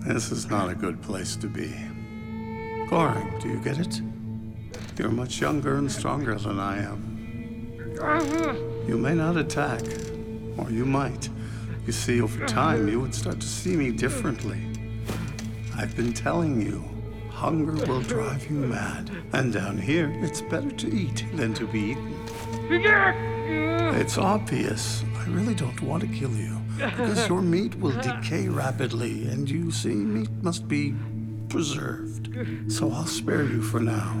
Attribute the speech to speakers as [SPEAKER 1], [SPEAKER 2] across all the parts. [SPEAKER 1] This is not a good place to be. Goring, do you get it? You're much younger and stronger than I am. You may not attack, or you might. You see, over time, you would start to see me differently. I've been telling you, hunger will drive you mad. And down here, it's better to eat than to be eaten. It's obvious. I really don't want to kill you because your meat will decay rapidly, and you see, meat must be preserved. So I'll spare you for now.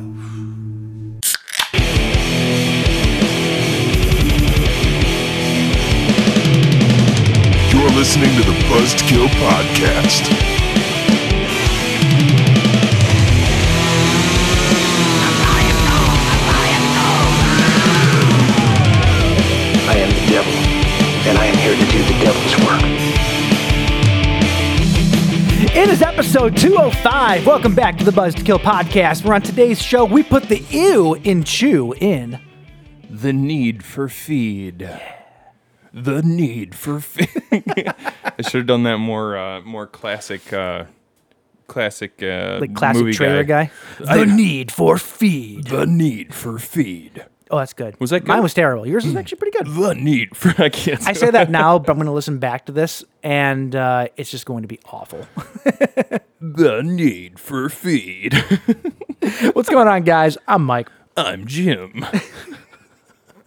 [SPEAKER 2] You're listening to the Buzzkill Podcast.
[SPEAKER 3] I am the devil, and I am here to do the devil's work.
[SPEAKER 4] It is episode 205. Welcome back to the Buzz to Kill podcast. We're on today's show. We put the ew in chew in.
[SPEAKER 5] The need for feed. The need for feed. I should have done that more, uh, more classic, uh, classic, uh,
[SPEAKER 4] Like classic
[SPEAKER 5] movie
[SPEAKER 4] trailer guy. The need for feed.
[SPEAKER 5] The need for feed.
[SPEAKER 4] Oh, that's good.
[SPEAKER 5] Was that good? Hmm.
[SPEAKER 4] Mine was terrible. Yours is actually pretty good.
[SPEAKER 5] The need for. I can't.
[SPEAKER 4] I say that now, but I'm going to listen back to this, and uh, it's just going to be awful.
[SPEAKER 5] The need for feed.
[SPEAKER 4] What's going on, guys? I'm Mike.
[SPEAKER 5] I'm Jim.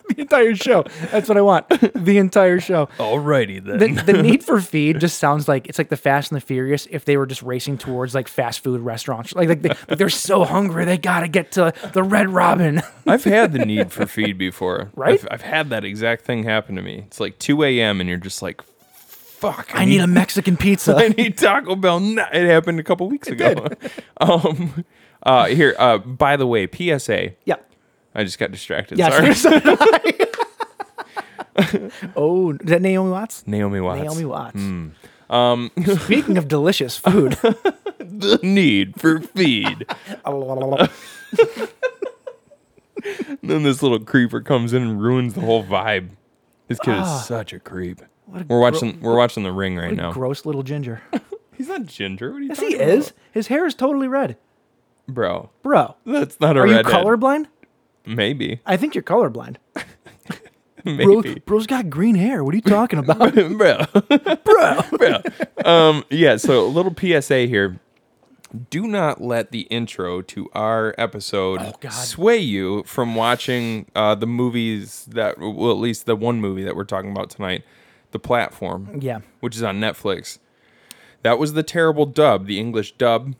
[SPEAKER 4] The entire show. That's what I want. The entire show.
[SPEAKER 5] Alrighty
[SPEAKER 4] The,
[SPEAKER 5] then.
[SPEAKER 4] the need for feed just sounds like it's like the Fast and the Furious if they were just racing towards like fast food restaurants. Like, like, they, like they're so hungry, they gotta get to the Red Robin.
[SPEAKER 5] I've had the need for feed before.
[SPEAKER 4] Right?
[SPEAKER 5] I've, I've had that exact thing happen to me. It's like 2 a.m. and you're just like, fuck.
[SPEAKER 4] I need a Mexican pizza.
[SPEAKER 5] I need Taco Bell. now. It happened a couple weeks ago. um, uh, here, uh, by the way, PSA.
[SPEAKER 4] yeah.
[SPEAKER 5] I just got distracted.
[SPEAKER 4] Yeah.
[SPEAKER 5] Sorry.
[SPEAKER 4] so- oh, is that Naomi Watts?
[SPEAKER 5] Naomi Watts.
[SPEAKER 4] Naomi Watts.
[SPEAKER 5] hmm.
[SPEAKER 4] Um, Speaking of delicious food,
[SPEAKER 5] The need for feed. And then this little creeper comes in and ruins the whole vibe. This kid
[SPEAKER 4] Ah.
[SPEAKER 5] is such a creep. we're watching. we're watching The Ring right now.
[SPEAKER 4] gross little ginger.
[SPEAKER 5] He's not ginger. What are you
[SPEAKER 4] Yes,
[SPEAKER 5] talking
[SPEAKER 4] he is. His hair is totally red,
[SPEAKER 5] about? bro.
[SPEAKER 4] bro.
[SPEAKER 5] That's not a
[SPEAKER 4] Are you
[SPEAKER 5] redhead.
[SPEAKER 4] colorblind?
[SPEAKER 5] Maybe.
[SPEAKER 4] I think you're colorblind. Bro,
[SPEAKER 5] Maybe.
[SPEAKER 4] bro's got green hair. What are you talking about?
[SPEAKER 5] bro, bro, bro. Um, yeah. So a little PSA here: Do not let the intro to our episode
[SPEAKER 4] God.
[SPEAKER 5] sway you from watching uh, the movies that, well, at least the one movie that we're talking about tonight, the platform.
[SPEAKER 4] Yeah.
[SPEAKER 5] which is on Netflix. That was the terrible dub, the English dub,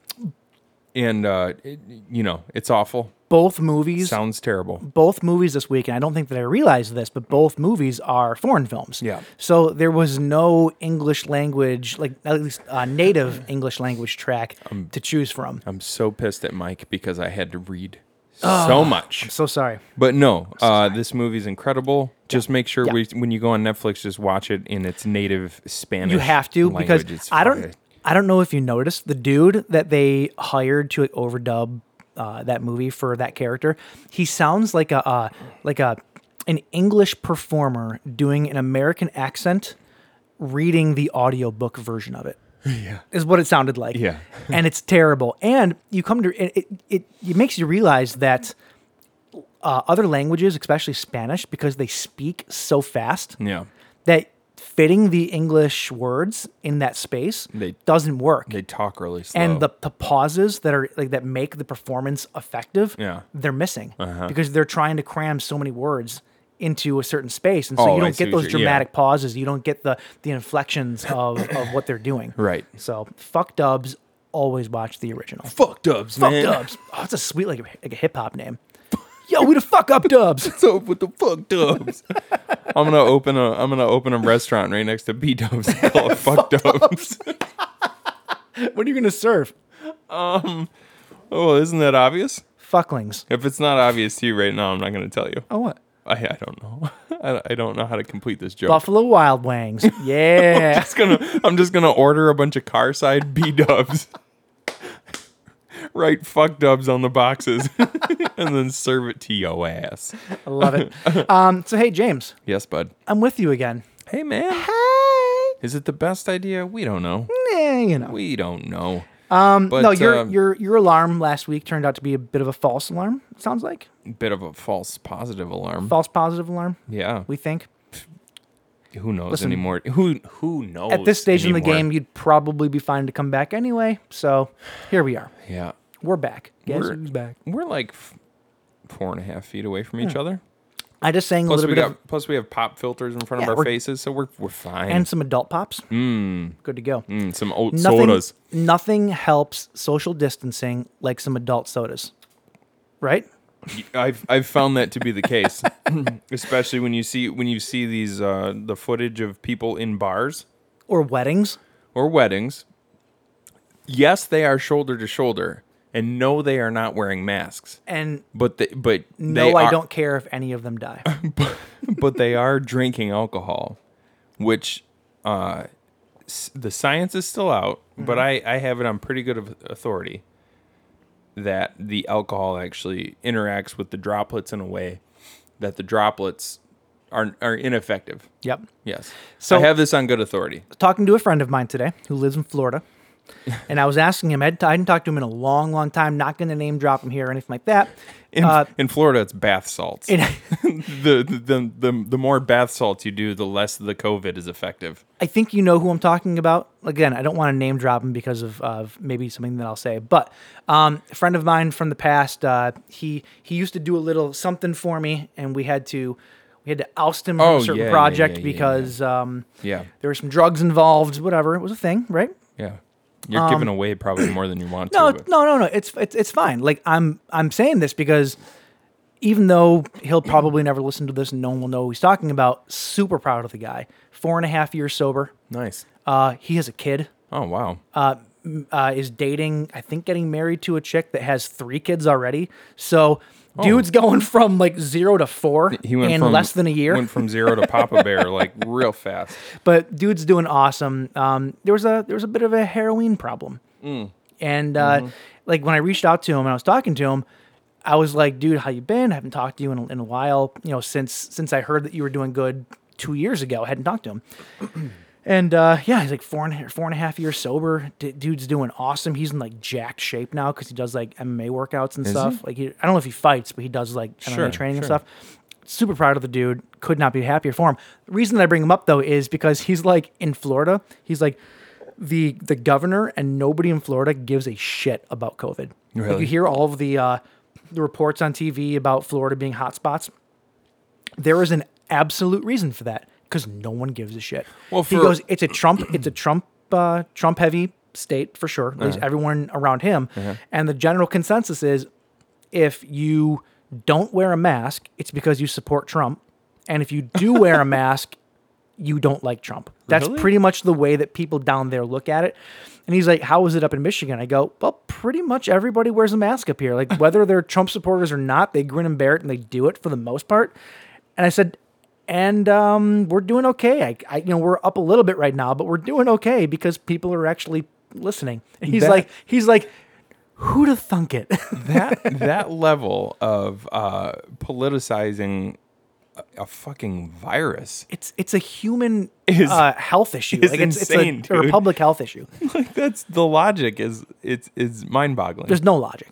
[SPEAKER 5] and uh, it, you know it's awful.
[SPEAKER 4] both movies
[SPEAKER 5] Sounds terrible.
[SPEAKER 4] both movies this week, and I don't think that I realized this, but both movies are foreign films.
[SPEAKER 5] Yeah.
[SPEAKER 4] So there was no English language, like at least uh, native English language track to choose from. I'm
[SPEAKER 5] I'm so pissed at Mike because I had to read so much.
[SPEAKER 4] so sorry.
[SPEAKER 5] But no, uh, this movie's incredible. Just make sure
[SPEAKER 4] Yeah.
[SPEAKER 5] we, when you go on Netflix, just watch it in its native Spanish.
[SPEAKER 4] You have to
[SPEAKER 5] language.
[SPEAKER 4] because
[SPEAKER 5] It's
[SPEAKER 4] I don't.
[SPEAKER 5] fucking-
[SPEAKER 4] I don't know if you noticed the dude that they hired to like, overdub uh, that movie for that character. He sounds like a uh, like a an English performer doing an American accent, reading the audiobook version of it. Yeah, is what it sounded like.
[SPEAKER 5] Yeah.
[SPEAKER 4] and it's terrible. And you come to it. It, it, it makes you realize that. Uh, other languages, especially Spanish, because they speak so fast,
[SPEAKER 5] Yeah,
[SPEAKER 4] that fitting the English words in that space
[SPEAKER 5] They-
[SPEAKER 4] doesn't work.
[SPEAKER 5] they talk really slow.
[SPEAKER 4] and the, the pauses that are like that make the performance effective,
[SPEAKER 5] Yeah. Uh-huh.
[SPEAKER 4] they're missing because they're trying to cram so many words into a certain space, and so
[SPEAKER 5] Oh,
[SPEAKER 4] you
[SPEAKER 5] I
[SPEAKER 4] don't
[SPEAKER 5] see
[SPEAKER 4] get
[SPEAKER 5] what
[SPEAKER 4] those
[SPEAKER 5] you're- yeah.
[SPEAKER 4] dramatic pauses. You don't get the the inflections of of what they're doing.
[SPEAKER 5] Right.
[SPEAKER 4] So fuck dubs. Always watch the original.
[SPEAKER 5] fuck dubs,
[SPEAKER 4] Fuck
[SPEAKER 5] man.
[SPEAKER 4] dubs. Oh, it's a sweet like, like a hip hop name. Yo, we the fuck up dubs.
[SPEAKER 5] What's up with the fuck dubs? I'm gonna open a I'm gonna open a restaurant right next to B Dubs. and Call it fuck dubs.
[SPEAKER 4] what are you gonna serve?
[SPEAKER 5] oh, isn't that obvious?
[SPEAKER 4] Fucklings.
[SPEAKER 5] If it's not obvious to you right now, I'm not gonna tell you.
[SPEAKER 4] Oh what?
[SPEAKER 5] I, I don't know. I, I don't know how to complete this joke.
[SPEAKER 4] Buffalo Wild Wangs. Yeah.
[SPEAKER 5] just gonna I'm just gonna order a bunch of car side B dubs. Write fuck dubs on the boxes and then serve it to yo ass.
[SPEAKER 4] I love it. Um, so hey, James,
[SPEAKER 5] Yes, bud.
[SPEAKER 4] I'm with you again.
[SPEAKER 5] Hey man.
[SPEAKER 4] Hey.
[SPEAKER 5] Is it the best idea? We don't know.
[SPEAKER 4] Yeah, you know.
[SPEAKER 5] We don't know. Um, but,
[SPEAKER 4] no, your
[SPEAKER 5] uh,
[SPEAKER 4] your your alarm last week turned out to be a bit of a false alarm. It sounds like
[SPEAKER 5] bit of a false positive alarm.
[SPEAKER 4] false positive alarm.
[SPEAKER 5] yeah.
[SPEAKER 4] We think
[SPEAKER 5] who knows
[SPEAKER 4] listen.
[SPEAKER 5] anymore? Who who knows?
[SPEAKER 4] at this stage in the
[SPEAKER 5] Oh, anymore?
[SPEAKER 4] game, you'd probably be fine to come back anyway. So here we are.
[SPEAKER 5] yeah,
[SPEAKER 4] We're back. Guess
[SPEAKER 5] We're-
[SPEAKER 4] who's back?
[SPEAKER 5] we're like f- four and a half feet away from each other.
[SPEAKER 4] I just sang a
[SPEAKER 5] Plus
[SPEAKER 4] little
[SPEAKER 5] we
[SPEAKER 4] Hmm. bit
[SPEAKER 5] got
[SPEAKER 4] of
[SPEAKER 5] plus we have pop filters in front
[SPEAKER 4] Yeah,
[SPEAKER 5] of our
[SPEAKER 4] we're-
[SPEAKER 5] faces, so we're we're fine.
[SPEAKER 4] and some adult pops. Good to go.
[SPEAKER 5] Mm, some oat
[SPEAKER 4] nothing,
[SPEAKER 5] sodas.
[SPEAKER 4] nothing helps social distancing like some adult sodas, right?
[SPEAKER 5] I've I've found that to be the case, especially when you see when you see these uh, the footage of people in bars
[SPEAKER 4] Or weddings.
[SPEAKER 5] or weddings. Yes, they are shoulder to shoulder, and no, they are not wearing masks.
[SPEAKER 4] And
[SPEAKER 5] But they, but
[SPEAKER 4] no,
[SPEAKER 5] they
[SPEAKER 4] I
[SPEAKER 5] are-
[SPEAKER 4] don't care if any of them die.
[SPEAKER 5] but they are drinking alcohol, which uh, s- the science is still out, but I,
[SPEAKER 4] Mm-hmm.
[SPEAKER 5] I have it on pretty good of authority that the alcohol actually interacts with the droplets in a way that the droplets are, are ineffective.
[SPEAKER 4] yep.
[SPEAKER 5] Yes.
[SPEAKER 4] So-
[SPEAKER 5] So I have this on good authority.
[SPEAKER 4] talking to a friend of mine today who lives in Florida, and I was asking him. I hadn't I hadn't talked to him in a long, long time. Not going to name drop him here or anything like that.
[SPEAKER 5] In,
[SPEAKER 4] Uh,
[SPEAKER 5] in Florida, it's bath salts.
[SPEAKER 4] and
[SPEAKER 5] the, the, the, the, the more bath salts you do, the less the COVID is effective.
[SPEAKER 4] I think you know who I'm talking about. Again, I don't want to name drop him because of, of maybe something that I'll say. But um, a friend of mine from the past, uh, he he used to do a little something for me, and we had to we had to oust him
[SPEAKER 5] Oh,
[SPEAKER 4] from a certain
[SPEAKER 5] yeah, yeah,
[SPEAKER 4] project
[SPEAKER 5] yeah, yeah, yeah.
[SPEAKER 4] because Um,
[SPEAKER 5] Yeah.
[SPEAKER 4] there were some drugs involved. Whatever, it was a thing, right?
[SPEAKER 5] Yeah. You're giving away probably more than you want
[SPEAKER 4] Um, No,
[SPEAKER 5] to. but-
[SPEAKER 4] no, no, no. It's it's it's fine. Like I'm I'm saying this because even though he'll probably never listen to this and no one will know who he's talking about, super proud of the guy. Four and a half years sober.
[SPEAKER 5] Nice.
[SPEAKER 4] Uh, he has a kid.
[SPEAKER 5] Oh, wow.
[SPEAKER 4] Uh, is dating. I think getting married to a chick that has three kids already. So. Dude's going from like zero to four
[SPEAKER 5] Oh. He went
[SPEAKER 4] in
[SPEAKER 5] from,
[SPEAKER 4] less than a year.
[SPEAKER 5] Went from zero to Papa Bear like real fast.
[SPEAKER 4] but dude's doing awesome. Um, there was a there was a bit of a heroin problem, and uh, like when I reached out to him and I was talking to him, I was like, "Dude, how you been? I haven't talked to you in a, in a while. You know, since since I heard that you were doing good two years ago, I hadn't talked to him." And uh, yeah, he's like four and four and a half years sober. D- dude's doing awesome. He's in like jacked shape now because he does like MMA workouts and stuff. Like he, I don't know if he fights, but he does like MMA
[SPEAKER 5] Sure,
[SPEAKER 4] training and
[SPEAKER 5] sure.
[SPEAKER 4] stuff. Super proud of the dude. Could not be happier for him. The reason that I bring him up though is because he's like in Florida. He's like the the governor and nobody in Florida gives a shit about COVID. Like,
[SPEAKER 5] Really?
[SPEAKER 4] you hear all of the uh, the reports on TV about Florida being hotspots. There is an absolute reason for that because no one gives a shit.
[SPEAKER 5] Well,
[SPEAKER 4] he
[SPEAKER 5] for-
[SPEAKER 4] goes, it's a Trump, it's a Trump, uh, Trump heavy state for sure. At least
[SPEAKER 5] Uh-huh.
[SPEAKER 4] everyone around him, and the general consensus is, if you don't wear a mask, it's because you support Trump, and if you do wear a mask, you don't like Trump. That's
[SPEAKER 5] Really?
[SPEAKER 4] pretty much the way that people down there look at it. And he's like, How is it up in Michigan? I go, Well, pretty much everybody wears a mask up here. Like, whether they're Trump supporters or not, they grin and bear it and they do it for the most part. And I said, And um, we're doing okay. I, I, you know, we're up a little bit right now, but we're doing okay because people are actually listening. And he's
[SPEAKER 5] That-
[SPEAKER 4] like, He's like, Who'd have thunk it?
[SPEAKER 5] That that level of uh, politicizing a, a fucking virus.
[SPEAKER 4] it's it's a human
[SPEAKER 5] Is-
[SPEAKER 4] uh, health issue.
[SPEAKER 5] is
[SPEAKER 4] like it's,
[SPEAKER 5] insane,
[SPEAKER 4] it's a, or a
[SPEAKER 5] dude.
[SPEAKER 4] public health issue.
[SPEAKER 5] Like that's the logic is it's is mind boggling.
[SPEAKER 4] There's no logic.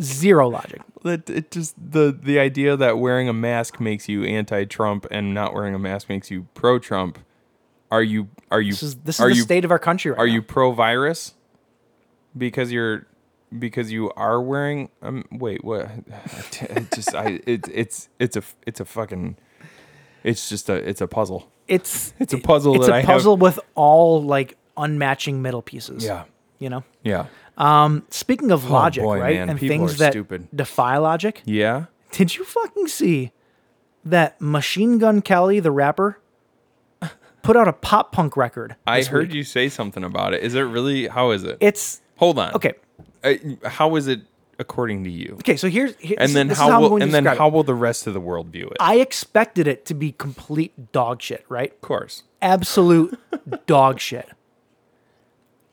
[SPEAKER 4] Zero logic.
[SPEAKER 5] That it just the the idea that wearing a mask makes you anti Trump and not wearing a mask makes you pro Trump. Are you are you
[SPEAKER 4] This is this
[SPEAKER 5] are
[SPEAKER 4] is the
[SPEAKER 5] you,
[SPEAKER 4] state of our country right
[SPEAKER 5] Are
[SPEAKER 4] now.
[SPEAKER 5] you pro virus? Because you're because you are wearing um wait what it just I it, it's it's a it's a fucking it's just a it's a puzzle.
[SPEAKER 4] It's
[SPEAKER 5] It's a puzzle
[SPEAKER 4] It's
[SPEAKER 5] that
[SPEAKER 4] a
[SPEAKER 5] I have-
[SPEAKER 4] puzzle with all like unmatching middle pieces.
[SPEAKER 5] Yeah.
[SPEAKER 4] you know.
[SPEAKER 5] Yeah.
[SPEAKER 4] Speaking of logic,
[SPEAKER 5] boy,
[SPEAKER 4] right,
[SPEAKER 5] man,
[SPEAKER 4] and
[SPEAKER 5] people
[SPEAKER 4] things
[SPEAKER 5] are
[SPEAKER 4] that
[SPEAKER 5] stupid.
[SPEAKER 4] defy logic.
[SPEAKER 5] Yeah.
[SPEAKER 4] Did you fucking see that Machine Gun Kelly, the rapper, put out a pop punk record?
[SPEAKER 5] I
[SPEAKER 4] this
[SPEAKER 5] heard
[SPEAKER 4] week?
[SPEAKER 5] you say something about it. Is it really how is it?
[SPEAKER 4] It's
[SPEAKER 5] Hold on.
[SPEAKER 4] okay.
[SPEAKER 5] Uh, how is it according to you?
[SPEAKER 4] Okay, so here's, here-
[SPEAKER 5] And then
[SPEAKER 4] this is
[SPEAKER 5] how,
[SPEAKER 4] I'm
[SPEAKER 5] will
[SPEAKER 4] going to
[SPEAKER 5] and then
[SPEAKER 4] describe it.
[SPEAKER 5] how will the rest of the world view it?
[SPEAKER 4] I expected it to be complete dog shit, right?
[SPEAKER 5] of course.
[SPEAKER 4] absolute dog shit.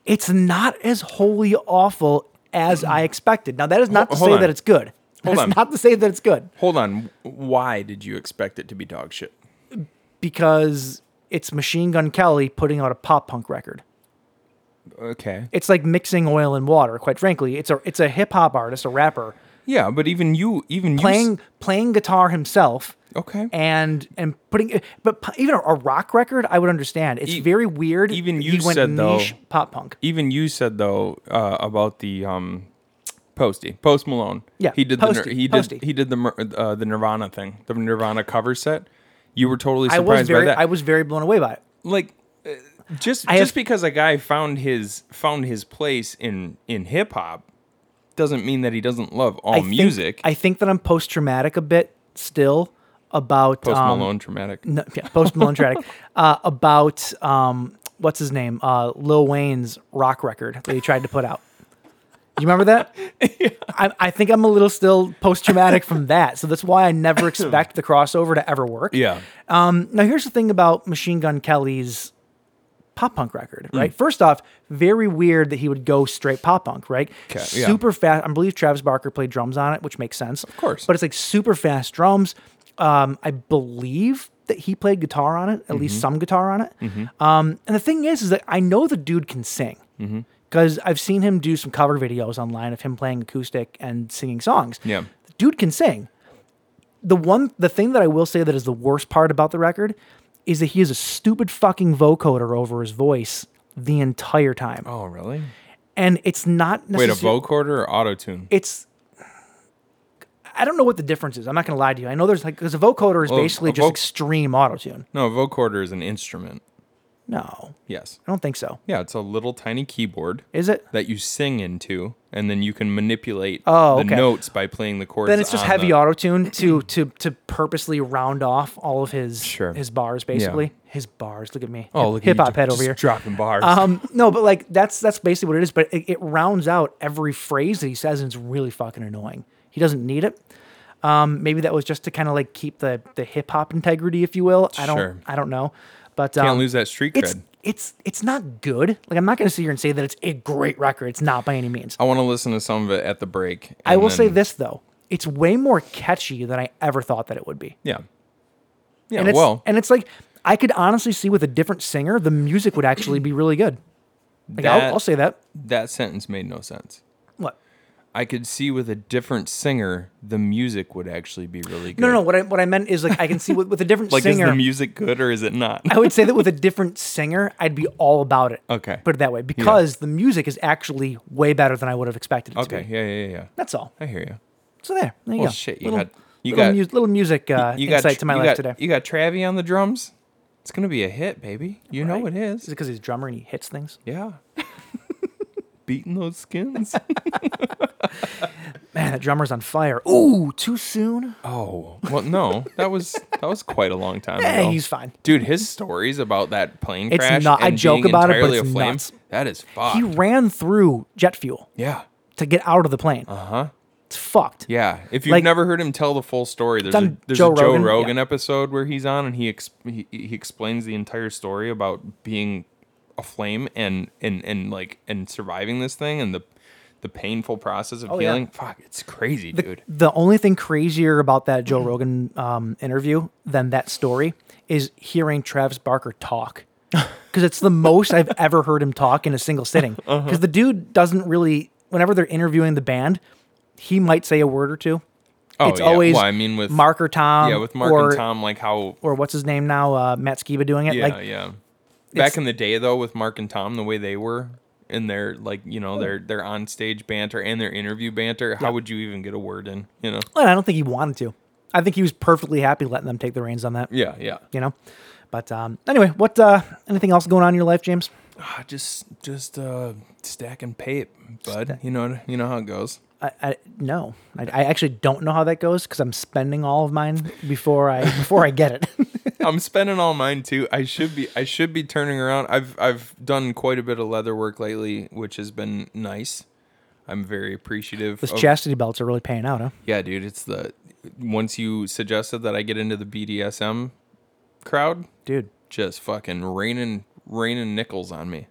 [SPEAKER 4] It's not as wholly awful as I expected. Now that is not to
[SPEAKER 5] hold
[SPEAKER 4] say
[SPEAKER 5] on.
[SPEAKER 4] that it's good.
[SPEAKER 5] Hold
[SPEAKER 4] That's
[SPEAKER 5] on.
[SPEAKER 4] not to say that it's good
[SPEAKER 5] Hold on. Why did you expect it to be dog shit?
[SPEAKER 4] because it's Machine Gun Kelly putting out a pop punk record.
[SPEAKER 5] Okay.
[SPEAKER 4] It's like mixing oil and water. Quite frankly, it's a it's a hip hop artist, a rapper,
[SPEAKER 5] Yeah, but even you, even You,
[SPEAKER 4] playing playing guitar himself.
[SPEAKER 5] s- okay.
[SPEAKER 4] And and putting, but pu- even a rock record, I would understand. It's
[SPEAKER 5] E-
[SPEAKER 4] very weird.
[SPEAKER 5] even
[SPEAKER 4] that
[SPEAKER 5] you
[SPEAKER 4] he went
[SPEAKER 5] said, though-
[SPEAKER 4] niche pop punk.
[SPEAKER 5] even you said though uh, about the um, Posty Post Malone.
[SPEAKER 4] Yeah,
[SPEAKER 5] he did the
[SPEAKER 4] Posty,
[SPEAKER 5] Nir- he
[SPEAKER 4] Posty.
[SPEAKER 5] did he did the Mir- uh, the Nirvana thing, the Nirvana cover set. You were totally
[SPEAKER 4] I
[SPEAKER 5] surprised
[SPEAKER 4] was very
[SPEAKER 5] by that.
[SPEAKER 4] I was very blown away by it.
[SPEAKER 5] like uh, just
[SPEAKER 4] I
[SPEAKER 5] just
[SPEAKER 4] have-
[SPEAKER 5] because a guy found his found his place in in hip hop doesn't mean that he doesn't love all
[SPEAKER 4] I think-
[SPEAKER 5] music.
[SPEAKER 4] I think that I'm post traumatic a bit still about
[SPEAKER 5] Post
[SPEAKER 4] um,
[SPEAKER 5] Malone, traumatic.
[SPEAKER 4] no, yeah, post Malone traumatic uh, about um, what's his name uh, Lil Wayne's rock record that he tried to put out. You remember that? I, I think I'm a little still post traumatic from that, so that's why I never expect the crossover to ever work.
[SPEAKER 5] Yeah,
[SPEAKER 4] Uh, Now, here's the thing about Machine Gun Kelly's pop punk record, right?
[SPEAKER 5] Mm.
[SPEAKER 4] First off, very weird that he would go straight pop punk, right?
[SPEAKER 5] yeah.
[SPEAKER 4] Super fast. I believe Travis Barker played drums on it, which makes sense. Of
[SPEAKER 5] course.
[SPEAKER 4] But it's like super fast drums. Um, I believe that he played guitar on it,
[SPEAKER 5] Mm-hmm.
[SPEAKER 4] at least some guitar on it. Um, and the thing is, is that I know the dude can sing. Because I've seen him do some cover videos online of him playing acoustic and singing songs.
[SPEAKER 5] Yeah.
[SPEAKER 4] The dude can sing the one the thing that I will say that is the worst part about the record is that he has a stupid fucking vocoder over his voice the entire time.
[SPEAKER 5] Oh, really?
[SPEAKER 4] And it's not
[SPEAKER 5] Wait, a
[SPEAKER 4] necessarily
[SPEAKER 5] vocoder or auto tune?
[SPEAKER 4] it's I don't know what the difference is. I'm not going to lie to you. I know there's like cuz a vocoder is
[SPEAKER 5] Well,
[SPEAKER 4] basically
[SPEAKER 5] a
[SPEAKER 4] just
[SPEAKER 5] voc-
[SPEAKER 4] extreme autotune.
[SPEAKER 5] No, a vocoder is an instrument.
[SPEAKER 4] No.
[SPEAKER 5] Yes.
[SPEAKER 4] I don't think so.
[SPEAKER 5] Yeah, it's a little tiny keyboard
[SPEAKER 4] Is it?
[SPEAKER 5] that you sing into, and then you can manipulate
[SPEAKER 4] Oh,
[SPEAKER 5] the
[SPEAKER 4] okay.
[SPEAKER 5] notes by playing the chords.
[SPEAKER 4] Then it's just
[SPEAKER 5] on
[SPEAKER 4] heavy
[SPEAKER 5] the-
[SPEAKER 4] autotune to to to purposely round off all of his
[SPEAKER 5] Sure.
[SPEAKER 4] his bars basically. His bars. Look at me.
[SPEAKER 5] Oh, look at you
[SPEAKER 4] hip hop
[SPEAKER 5] ju-
[SPEAKER 4] head over
[SPEAKER 5] just
[SPEAKER 4] here.
[SPEAKER 5] dropping bars.
[SPEAKER 4] Um, no, but like that's that's basically what it is. But it, it rounds out every phrase that he says, and it's really fucking annoying. He doesn't need it. Um, maybe that was just to kind of like keep the the hip hop integrity, if you will. I don't
[SPEAKER 5] Sure.
[SPEAKER 4] I don't know, but
[SPEAKER 5] Can't
[SPEAKER 4] um,
[SPEAKER 5] lose that street
[SPEAKER 4] It's
[SPEAKER 5] cred.
[SPEAKER 4] it's it's not good. Like I'm not going to sit here and say that it's a great record. It's not by any means.
[SPEAKER 5] I want to listen to some of it at the break.
[SPEAKER 4] I
[SPEAKER 5] and
[SPEAKER 4] will say
[SPEAKER 5] then-
[SPEAKER 4] this though, it's way more catchy than I ever thought that it would be.
[SPEAKER 5] Yeah. Yeah.
[SPEAKER 4] And it's
[SPEAKER 5] well,
[SPEAKER 4] and it's like I could honestly see with a different singer, the music would actually be really good. Like
[SPEAKER 5] That-
[SPEAKER 4] I'll, I'll say that.
[SPEAKER 5] that sentence made no sense.
[SPEAKER 4] What?
[SPEAKER 5] I could see with a different singer, the music would actually be really good.
[SPEAKER 4] No, no, no. What I what I meant is like I can see with, with a different
[SPEAKER 5] Like,
[SPEAKER 4] singer.
[SPEAKER 5] is the music good or is it not?
[SPEAKER 4] I would say that with a different singer, I'd be all about it.
[SPEAKER 5] Okay.
[SPEAKER 4] Put it that way, because the music is actually way better than I would have expected it to
[SPEAKER 5] okay.
[SPEAKER 4] be.
[SPEAKER 5] Yeah, yeah, yeah.
[SPEAKER 4] That's all.
[SPEAKER 5] I hear you.
[SPEAKER 4] So there, there you
[SPEAKER 5] Well,
[SPEAKER 4] go.
[SPEAKER 5] shit, you
[SPEAKER 4] little,
[SPEAKER 5] got- you
[SPEAKER 4] little,
[SPEAKER 5] got-
[SPEAKER 4] mu- little music uh,
[SPEAKER 5] you
[SPEAKER 4] insight
[SPEAKER 5] Tr-
[SPEAKER 4] to my
[SPEAKER 5] you
[SPEAKER 4] life
[SPEAKER 5] got-
[SPEAKER 4] today.
[SPEAKER 5] You got Travie on the drums. It's gonna be a hit, baby. You know it
[SPEAKER 4] Is
[SPEAKER 5] is.
[SPEAKER 4] it because he's a drummer and he hits things?
[SPEAKER 5] Yeah. Beating those skins.
[SPEAKER 4] Man, that drummer's on fire. Ooh, too soon.
[SPEAKER 5] oh well, no, that was that was quite a long time ago.
[SPEAKER 4] Eh, he's fine.
[SPEAKER 5] Dude, his stories about that plane
[SPEAKER 4] It's
[SPEAKER 5] crash
[SPEAKER 4] not- I
[SPEAKER 5] and
[SPEAKER 4] joke
[SPEAKER 5] being
[SPEAKER 4] about it, but
[SPEAKER 5] entirely
[SPEAKER 4] it's
[SPEAKER 5] aflame,
[SPEAKER 4] nuts.
[SPEAKER 5] That is fucked.
[SPEAKER 4] He ran through jet fuel
[SPEAKER 5] yeah,
[SPEAKER 4] to get out of the plane. Uh huh. It's fucked.
[SPEAKER 5] Uh-huh. yeah. If you've
[SPEAKER 4] Like-
[SPEAKER 5] never heard him tell the full story, there's a,
[SPEAKER 4] on
[SPEAKER 5] there's
[SPEAKER 4] Joe
[SPEAKER 5] a Joe Rogan,
[SPEAKER 4] Rogan, yeah.
[SPEAKER 5] episode where he's on and he, exp- he he explains the entire story about being aflame and and and like and surviving this thing and the the painful process of
[SPEAKER 4] Oh, yeah.
[SPEAKER 5] healing. Fuck, it's crazy, dude. Mm-hmm.
[SPEAKER 4] The only thing crazier about that Joe Rogan um, interview than that story is hearing Travis Barker talk. Because it's the most I've ever heard him talk in a single sitting. Because
[SPEAKER 5] Uh-huh.
[SPEAKER 4] the dude doesn't really, whenever they're interviewing the band, he might say a word or two.
[SPEAKER 5] Oh,
[SPEAKER 4] it's
[SPEAKER 5] yeah.
[SPEAKER 4] always
[SPEAKER 5] well, I mean with
[SPEAKER 4] Mark or Tom.
[SPEAKER 5] yeah with Mark
[SPEAKER 4] Um, or,
[SPEAKER 5] and Tom like how
[SPEAKER 4] Or what's his name now? Uh, Matt Skiba doing it.
[SPEAKER 5] yeah
[SPEAKER 4] like,
[SPEAKER 5] yeah. Back
[SPEAKER 4] it's-
[SPEAKER 5] in the day though, with Mark and Tom, the way they were in their like you know their their on stage banter and their interview banter, how would you even get a word in? You know?
[SPEAKER 4] well, I don't think he wanted to. I think he was perfectly happy letting them take the reins on that.
[SPEAKER 5] Yeah, yeah.
[SPEAKER 4] You know? But um, anyway, what? Uh, anything else going on in your life, James?
[SPEAKER 5] Ah, just just uh stacking pape, bud. you know you know how it goes.
[SPEAKER 4] I, I no, I, I actually don't know how that goes because I'm spending all of mine before I before I get it.
[SPEAKER 5] I'm spending all mine too. I should be I should be turning around. I've I've done quite a bit of leather work lately, which has been nice. I'm very appreciative.
[SPEAKER 4] Those
[SPEAKER 5] of-
[SPEAKER 4] chastity belts are really paying out, huh?
[SPEAKER 5] Yeah, dude, it's the once you suggested that I get into the BDSM crowd,
[SPEAKER 4] Dude,
[SPEAKER 5] just fucking raining raining nickels on me.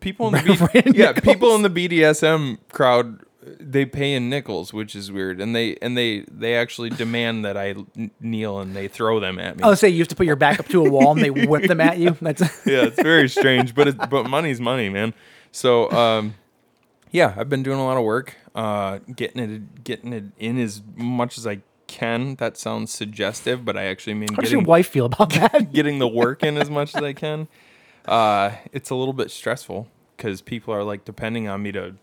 [SPEAKER 5] People in the B- yeah, people in the BDSM crowd they pay in nickels, which is weird, and they and they they actually demand that I n- kneel and they throw them at me.
[SPEAKER 4] oh, say you have to put your back up to a wall and they whip them at you. That's
[SPEAKER 5] yeah, it's very strange, but it's, but money's money, man. So, um, yeah, I've been doing a lot of work, uh, getting it, getting it in as much as I can. That sounds suggestive, but I actually mean
[SPEAKER 4] How does your
[SPEAKER 5] getting,
[SPEAKER 4] wife feel about that?
[SPEAKER 5] getting the work in as much as I can. Uh, it's a little bit stressful because people are like depending on me to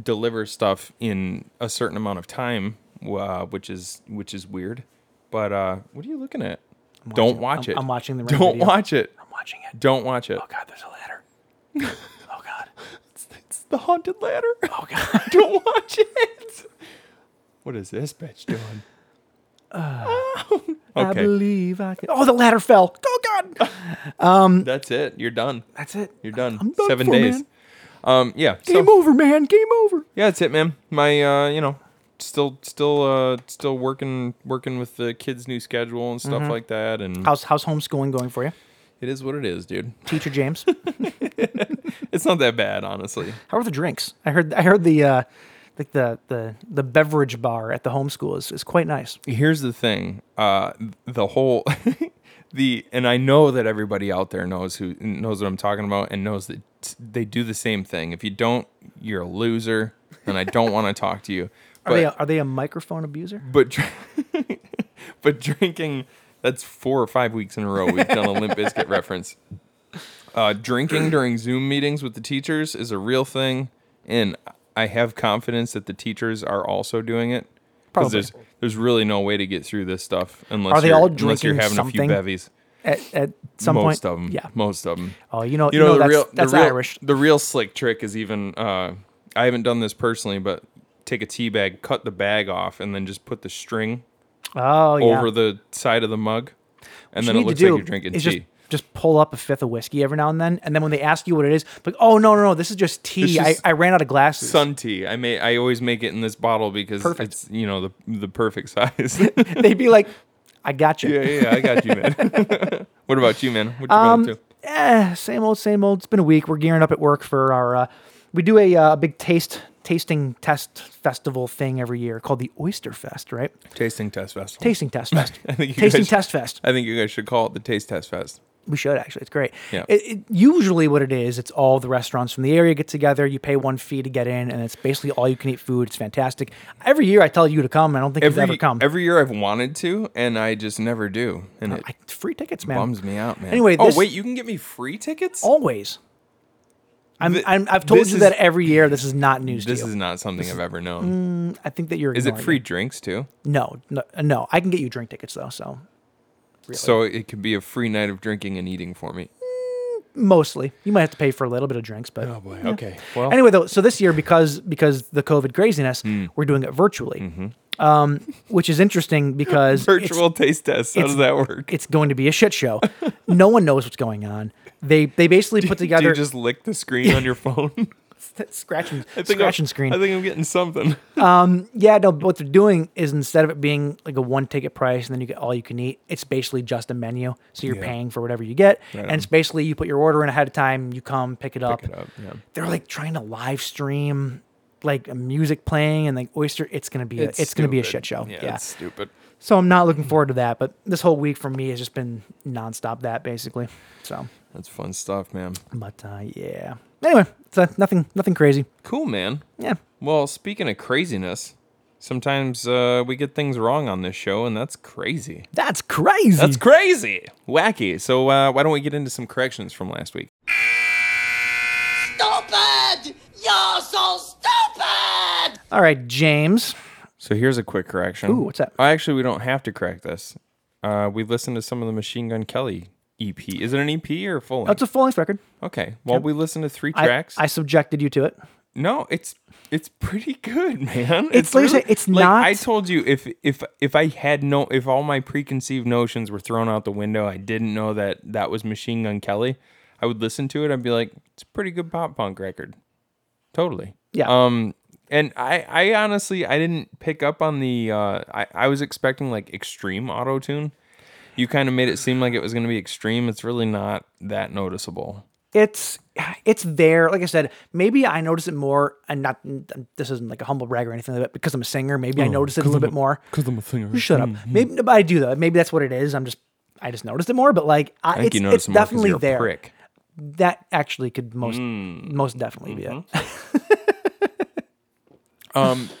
[SPEAKER 5] deliver stuff in a certain amount of time, uh, which is which is weird. But uh, what are you looking at? Don't
[SPEAKER 4] watching-
[SPEAKER 5] watch
[SPEAKER 4] I'm-
[SPEAKER 5] it.
[SPEAKER 4] I'm watching the ring
[SPEAKER 5] Don't
[SPEAKER 4] video.
[SPEAKER 5] watch it.
[SPEAKER 4] I'm watching it.
[SPEAKER 5] Don't watch it.
[SPEAKER 4] Oh God, there's a ladder. oh God.
[SPEAKER 5] It's the haunted ladder.
[SPEAKER 4] Oh God.
[SPEAKER 5] Don't watch it. What is this bitch doing?
[SPEAKER 4] Uh, I
[SPEAKER 5] okay,
[SPEAKER 4] believe I can. Oh, the ladder fell. Oh God.
[SPEAKER 5] that's it. You're done.
[SPEAKER 4] That's it.
[SPEAKER 5] You're done.
[SPEAKER 4] I'm done
[SPEAKER 5] Seven
[SPEAKER 4] for,
[SPEAKER 5] days.
[SPEAKER 4] man.
[SPEAKER 5] Um, yeah. so-
[SPEAKER 4] Game over, man. Game over.
[SPEAKER 5] yeah, that's it, man. My, uh, you know, still, still, uh, still working, working with the kids' new schedule and
[SPEAKER 4] Mm-hmm.
[SPEAKER 5] stuff like that. And
[SPEAKER 4] How's how's homeschooling going for you,
[SPEAKER 5] it is what it is, dude.
[SPEAKER 4] teacher James?
[SPEAKER 5] It's not that bad, honestly.
[SPEAKER 4] How are the drinks? I heard I heard the uh, like the the the beverage bar at the homeschool is, is quite nice.
[SPEAKER 5] here's the thing uh the whole the and i know that everybody out there knows who knows what i'm talking about and knows that they do the same thing if you don't you're a loser and i don't want to talk to you
[SPEAKER 4] Are they
[SPEAKER 5] but
[SPEAKER 4] a, are they a microphone abuser?
[SPEAKER 5] but dr- but drinking that's four or five weeks in a row we've done a limp biscuit reference uh drinking during zoom meetings with the teachers is a real thing and i have confidence that the teachers are also doing it
[SPEAKER 4] Probably.
[SPEAKER 5] because there's there's really no way to get through this stuff unless
[SPEAKER 4] Are they
[SPEAKER 5] you're,
[SPEAKER 4] all
[SPEAKER 5] unless you're
[SPEAKER 4] drinking
[SPEAKER 5] having a few
[SPEAKER 4] something?
[SPEAKER 5] bevies
[SPEAKER 4] At, at some
[SPEAKER 5] most
[SPEAKER 4] point,
[SPEAKER 5] of 'em.
[SPEAKER 4] yeah.
[SPEAKER 5] most of them
[SPEAKER 4] Oh, you know,
[SPEAKER 5] you know, the
[SPEAKER 4] that's,
[SPEAKER 5] real
[SPEAKER 4] that's
[SPEAKER 5] the real,
[SPEAKER 4] Irish.
[SPEAKER 5] The real slick trick is even uh, I haven't done this personally, but take a tea bag, cut the bag off, and then just put the string
[SPEAKER 4] Oh yeah.
[SPEAKER 5] over the side of the mug, and
[SPEAKER 4] What you need
[SPEAKER 5] then it
[SPEAKER 4] to
[SPEAKER 5] looks like
[SPEAKER 4] do
[SPEAKER 5] you're drinking tea.
[SPEAKER 4] is Just, just pull up a fifth of whiskey every now and then, and then when they ask you what it is, like, oh no, no, no, this is just tea.
[SPEAKER 5] It's just
[SPEAKER 4] I, I ran out of glasses.
[SPEAKER 5] Sun tea. I may. I always make it in this bottle because
[SPEAKER 4] Perfect.
[SPEAKER 5] it's you know the the perfect size.
[SPEAKER 4] They'd be like, I got you.
[SPEAKER 5] yeah, yeah, yeah, I got you, man. what about you, man? What you been up to?
[SPEAKER 4] eh, same old, same old. It's been a week. We're gearing up at work for our. Uh, we do a uh, big taste tasting test festival thing every year called the Oyster Fest, right?
[SPEAKER 5] Tasting test festival.
[SPEAKER 4] Tasting test fest.
[SPEAKER 5] I think you
[SPEAKER 4] tasting
[SPEAKER 5] guys- Uh,
[SPEAKER 4] test fest.
[SPEAKER 5] I think you guys should call it the taste test fest.
[SPEAKER 4] We should actually. It's great.
[SPEAKER 5] Yeah.
[SPEAKER 4] It, it, usually, what it is, it's all the restaurants from the area get together. You pay one fee to get in, and it's basically all you can eat food. It's fantastic. Every year, I tell you to come. I don't think
[SPEAKER 5] Every
[SPEAKER 4] you've ever come. Oh,
[SPEAKER 5] every year I've wanted to, and I just never do, and it
[SPEAKER 4] I, free tickets, man.
[SPEAKER 5] bums me out, man.
[SPEAKER 4] Anyway,
[SPEAKER 5] oh
[SPEAKER 4] this-
[SPEAKER 5] wait, you can get me free tickets.
[SPEAKER 4] Always. I'm,
[SPEAKER 5] Thi-
[SPEAKER 4] I'm, I've told
[SPEAKER 5] this
[SPEAKER 4] you that
[SPEAKER 5] is-
[SPEAKER 4] every year. This is not news
[SPEAKER 5] this
[SPEAKER 4] to you.
[SPEAKER 5] is not something I've ever known.
[SPEAKER 4] I think that you're.
[SPEAKER 5] Is it
[SPEAKER 4] ignoring
[SPEAKER 5] free drinks too?
[SPEAKER 4] No, no, no. I can get you drink tickets though. So
[SPEAKER 5] So it could be a free night of drinking and eating for me.
[SPEAKER 4] mostly, you might have to pay for a little bit of drinks, but
[SPEAKER 5] Oh, boy. Okay. Well, Hmm.
[SPEAKER 4] anyway, though. So this year, because because the COVID craziness, we're doing it virtually, um, which is interesting because it's-
[SPEAKER 5] Mm-hmm. virtual taste test. How
[SPEAKER 4] it's-
[SPEAKER 5] does that work?
[SPEAKER 4] It's going to be a shit show. no one knows what's going on. They they basically put
[SPEAKER 5] Do
[SPEAKER 4] together
[SPEAKER 5] you just lick the screen on your phone?
[SPEAKER 4] scratching
[SPEAKER 5] I think
[SPEAKER 4] scratch
[SPEAKER 5] I'm,
[SPEAKER 4] and screen.
[SPEAKER 5] I think I'm getting something.
[SPEAKER 4] Yeah, no, but what they're doing is instead of it being like a one ticket price and then you get all you can eat, it's basically just a menu. So you're
[SPEAKER 5] Yeah.
[SPEAKER 4] paying for whatever you get. and
[SPEAKER 5] on.
[SPEAKER 4] it's basically you put your order in ahead of time, you come, pick it up.
[SPEAKER 5] it up, yeah.
[SPEAKER 4] They're like trying to live stream like a music playing and like oyster it's gonna be a, it's, gonna be a
[SPEAKER 5] stupid.
[SPEAKER 4] shit show.
[SPEAKER 5] Yeah,
[SPEAKER 4] Yeah.
[SPEAKER 5] It's stupid.
[SPEAKER 4] So I'm not looking forward to that, but this whole week for me has just been nonstop that basically. So
[SPEAKER 5] That's fun stuff, man.
[SPEAKER 4] but uh yeah. Anyway, so nothing nothing crazy.
[SPEAKER 5] Cool, man.
[SPEAKER 4] Yeah.
[SPEAKER 5] Well, speaking of craziness, sometimes uh, we get things wrong on this show, and that's crazy.
[SPEAKER 4] That's crazy.
[SPEAKER 5] That's crazy, wacky. So uh, why don't we get into some corrections from last week?
[SPEAKER 6] stupid! You're so stupid!
[SPEAKER 4] all right, James.
[SPEAKER 5] So here's a quick correction.
[SPEAKER 4] Ooh, what's that?
[SPEAKER 5] Oh, actually, we don't have to correct this. Uh, we listened to some of the Machine Gun Kelly EP. Is it an EP or a full?
[SPEAKER 4] That's
[SPEAKER 5] length?
[SPEAKER 4] a full length record.
[SPEAKER 5] okay. Well, we listened to three
[SPEAKER 4] I-
[SPEAKER 5] tracks.
[SPEAKER 4] I, subjected you to it.
[SPEAKER 5] no, it's it's pretty good, man.
[SPEAKER 4] It's like I said, it's not-
[SPEAKER 5] I told you if if if I had no if all my preconceived notions were thrown out the window, I didn't know that that was Machine Gun Kelly. I would listen to it. I'd be like, it's a pretty good pop punk record. Totally.
[SPEAKER 4] Yeah.
[SPEAKER 5] Um, and I, I honestly, I didn't pick up on the. Uh, I, I was expecting like extreme auto tune. You kind of made it seem like it was going to be extreme. It's really not that noticeable.
[SPEAKER 4] It's it's there. Like I said, maybe I notice it more, and not this isn't like a humble brag or anything like that. Because I'm a singer, maybe I notice it a little bit more.
[SPEAKER 5] Because I'm a singer.
[SPEAKER 4] Shut up.
[SPEAKER 5] Mm-hmm.
[SPEAKER 4] Maybe but I do though. Maybe that's what it is. I'm just I just noticed it more. But like I,
[SPEAKER 5] I think
[SPEAKER 4] it's,
[SPEAKER 5] you
[SPEAKER 4] it's
[SPEAKER 5] noticed more 'cause
[SPEAKER 4] definitely
[SPEAKER 5] you're a
[SPEAKER 4] there.
[SPEAKER 5] prick. Hmm.
[SPEAKER 4] that actually could most most definitely
[SPEAKER 5] Mm-hmm.
[SPEAKER 4] be it.
[SPEAKER 5] Um, But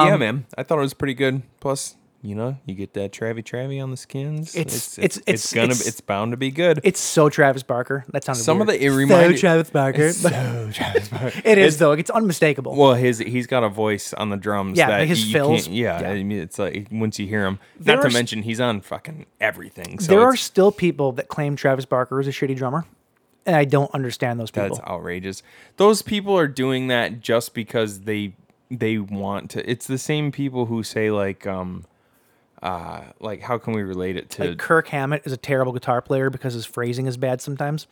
[SPEAKER 4] Um,
[SPEAKER 5] yeah, man, I thought it was pretty good. Plus, you know, you get that Travi Travi on the skins.
[SPEAKER 4] It's- it's-
[SPEAKER 5] it's,
[SPEAKER 4] it's-
[SPEAKER 5] gonna
[SPEAKER 4] it's-
[SPEAKER 5] it's bound to be good.
[SPEAKER 4] It's so Travis Barker. That sounded
[SPEAKER 5] Some of
[SPEAKER 4] weird.
[SPEAKER 5] the it reminded
[SPEAKER 4] so Travis Barker.
[SPEAKER 5] It's
[SPEAKER 4] but
[SPEAKER 5] so Travis Barker.
[SPEAKER 4] it is though. Like, it's unmistakable.
[SPEAKER 5] Well, his he's got a voice on the drums.
[SPEAKER 4] Yeah,
[SPEAKER 5] that
[SPEAKER 4] like his
[SPEAKER 5] you can't-
[SPEAKER 4] fills.
[SPEAKER 5] Yeah,
[SPEAKER 4] Yeah.
[SPEAKER 5] I mean, it's like once you hear him.
[SPEAKER 4] There
[SPEAKER 5] Not to
[SPEAKER 4] are s-
[SPEAKER 5] mention he's on fucking everything. So
[SPEAKER 4] there are
[SPEAKER 5] it's-
[SPEAKER 4] still people that claim Travis Barker is a shitty drummer, and I don't understand those people.
[SPEAKER 5] That's outrageous. Those people are doing that just because they they want to. It's the same people who say like um uh like how can we relate it to
[SPEAKER 4] Like Kirk Hammett is a terrible guitar player because his phrasing is bad sometimes.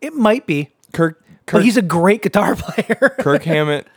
[SPEAKER 4] It might be,
[SPEAKER 5] Kirk
[SPEAKER 4] but he's a great guitar player.
[SPEAKER 5] Kirk Hammett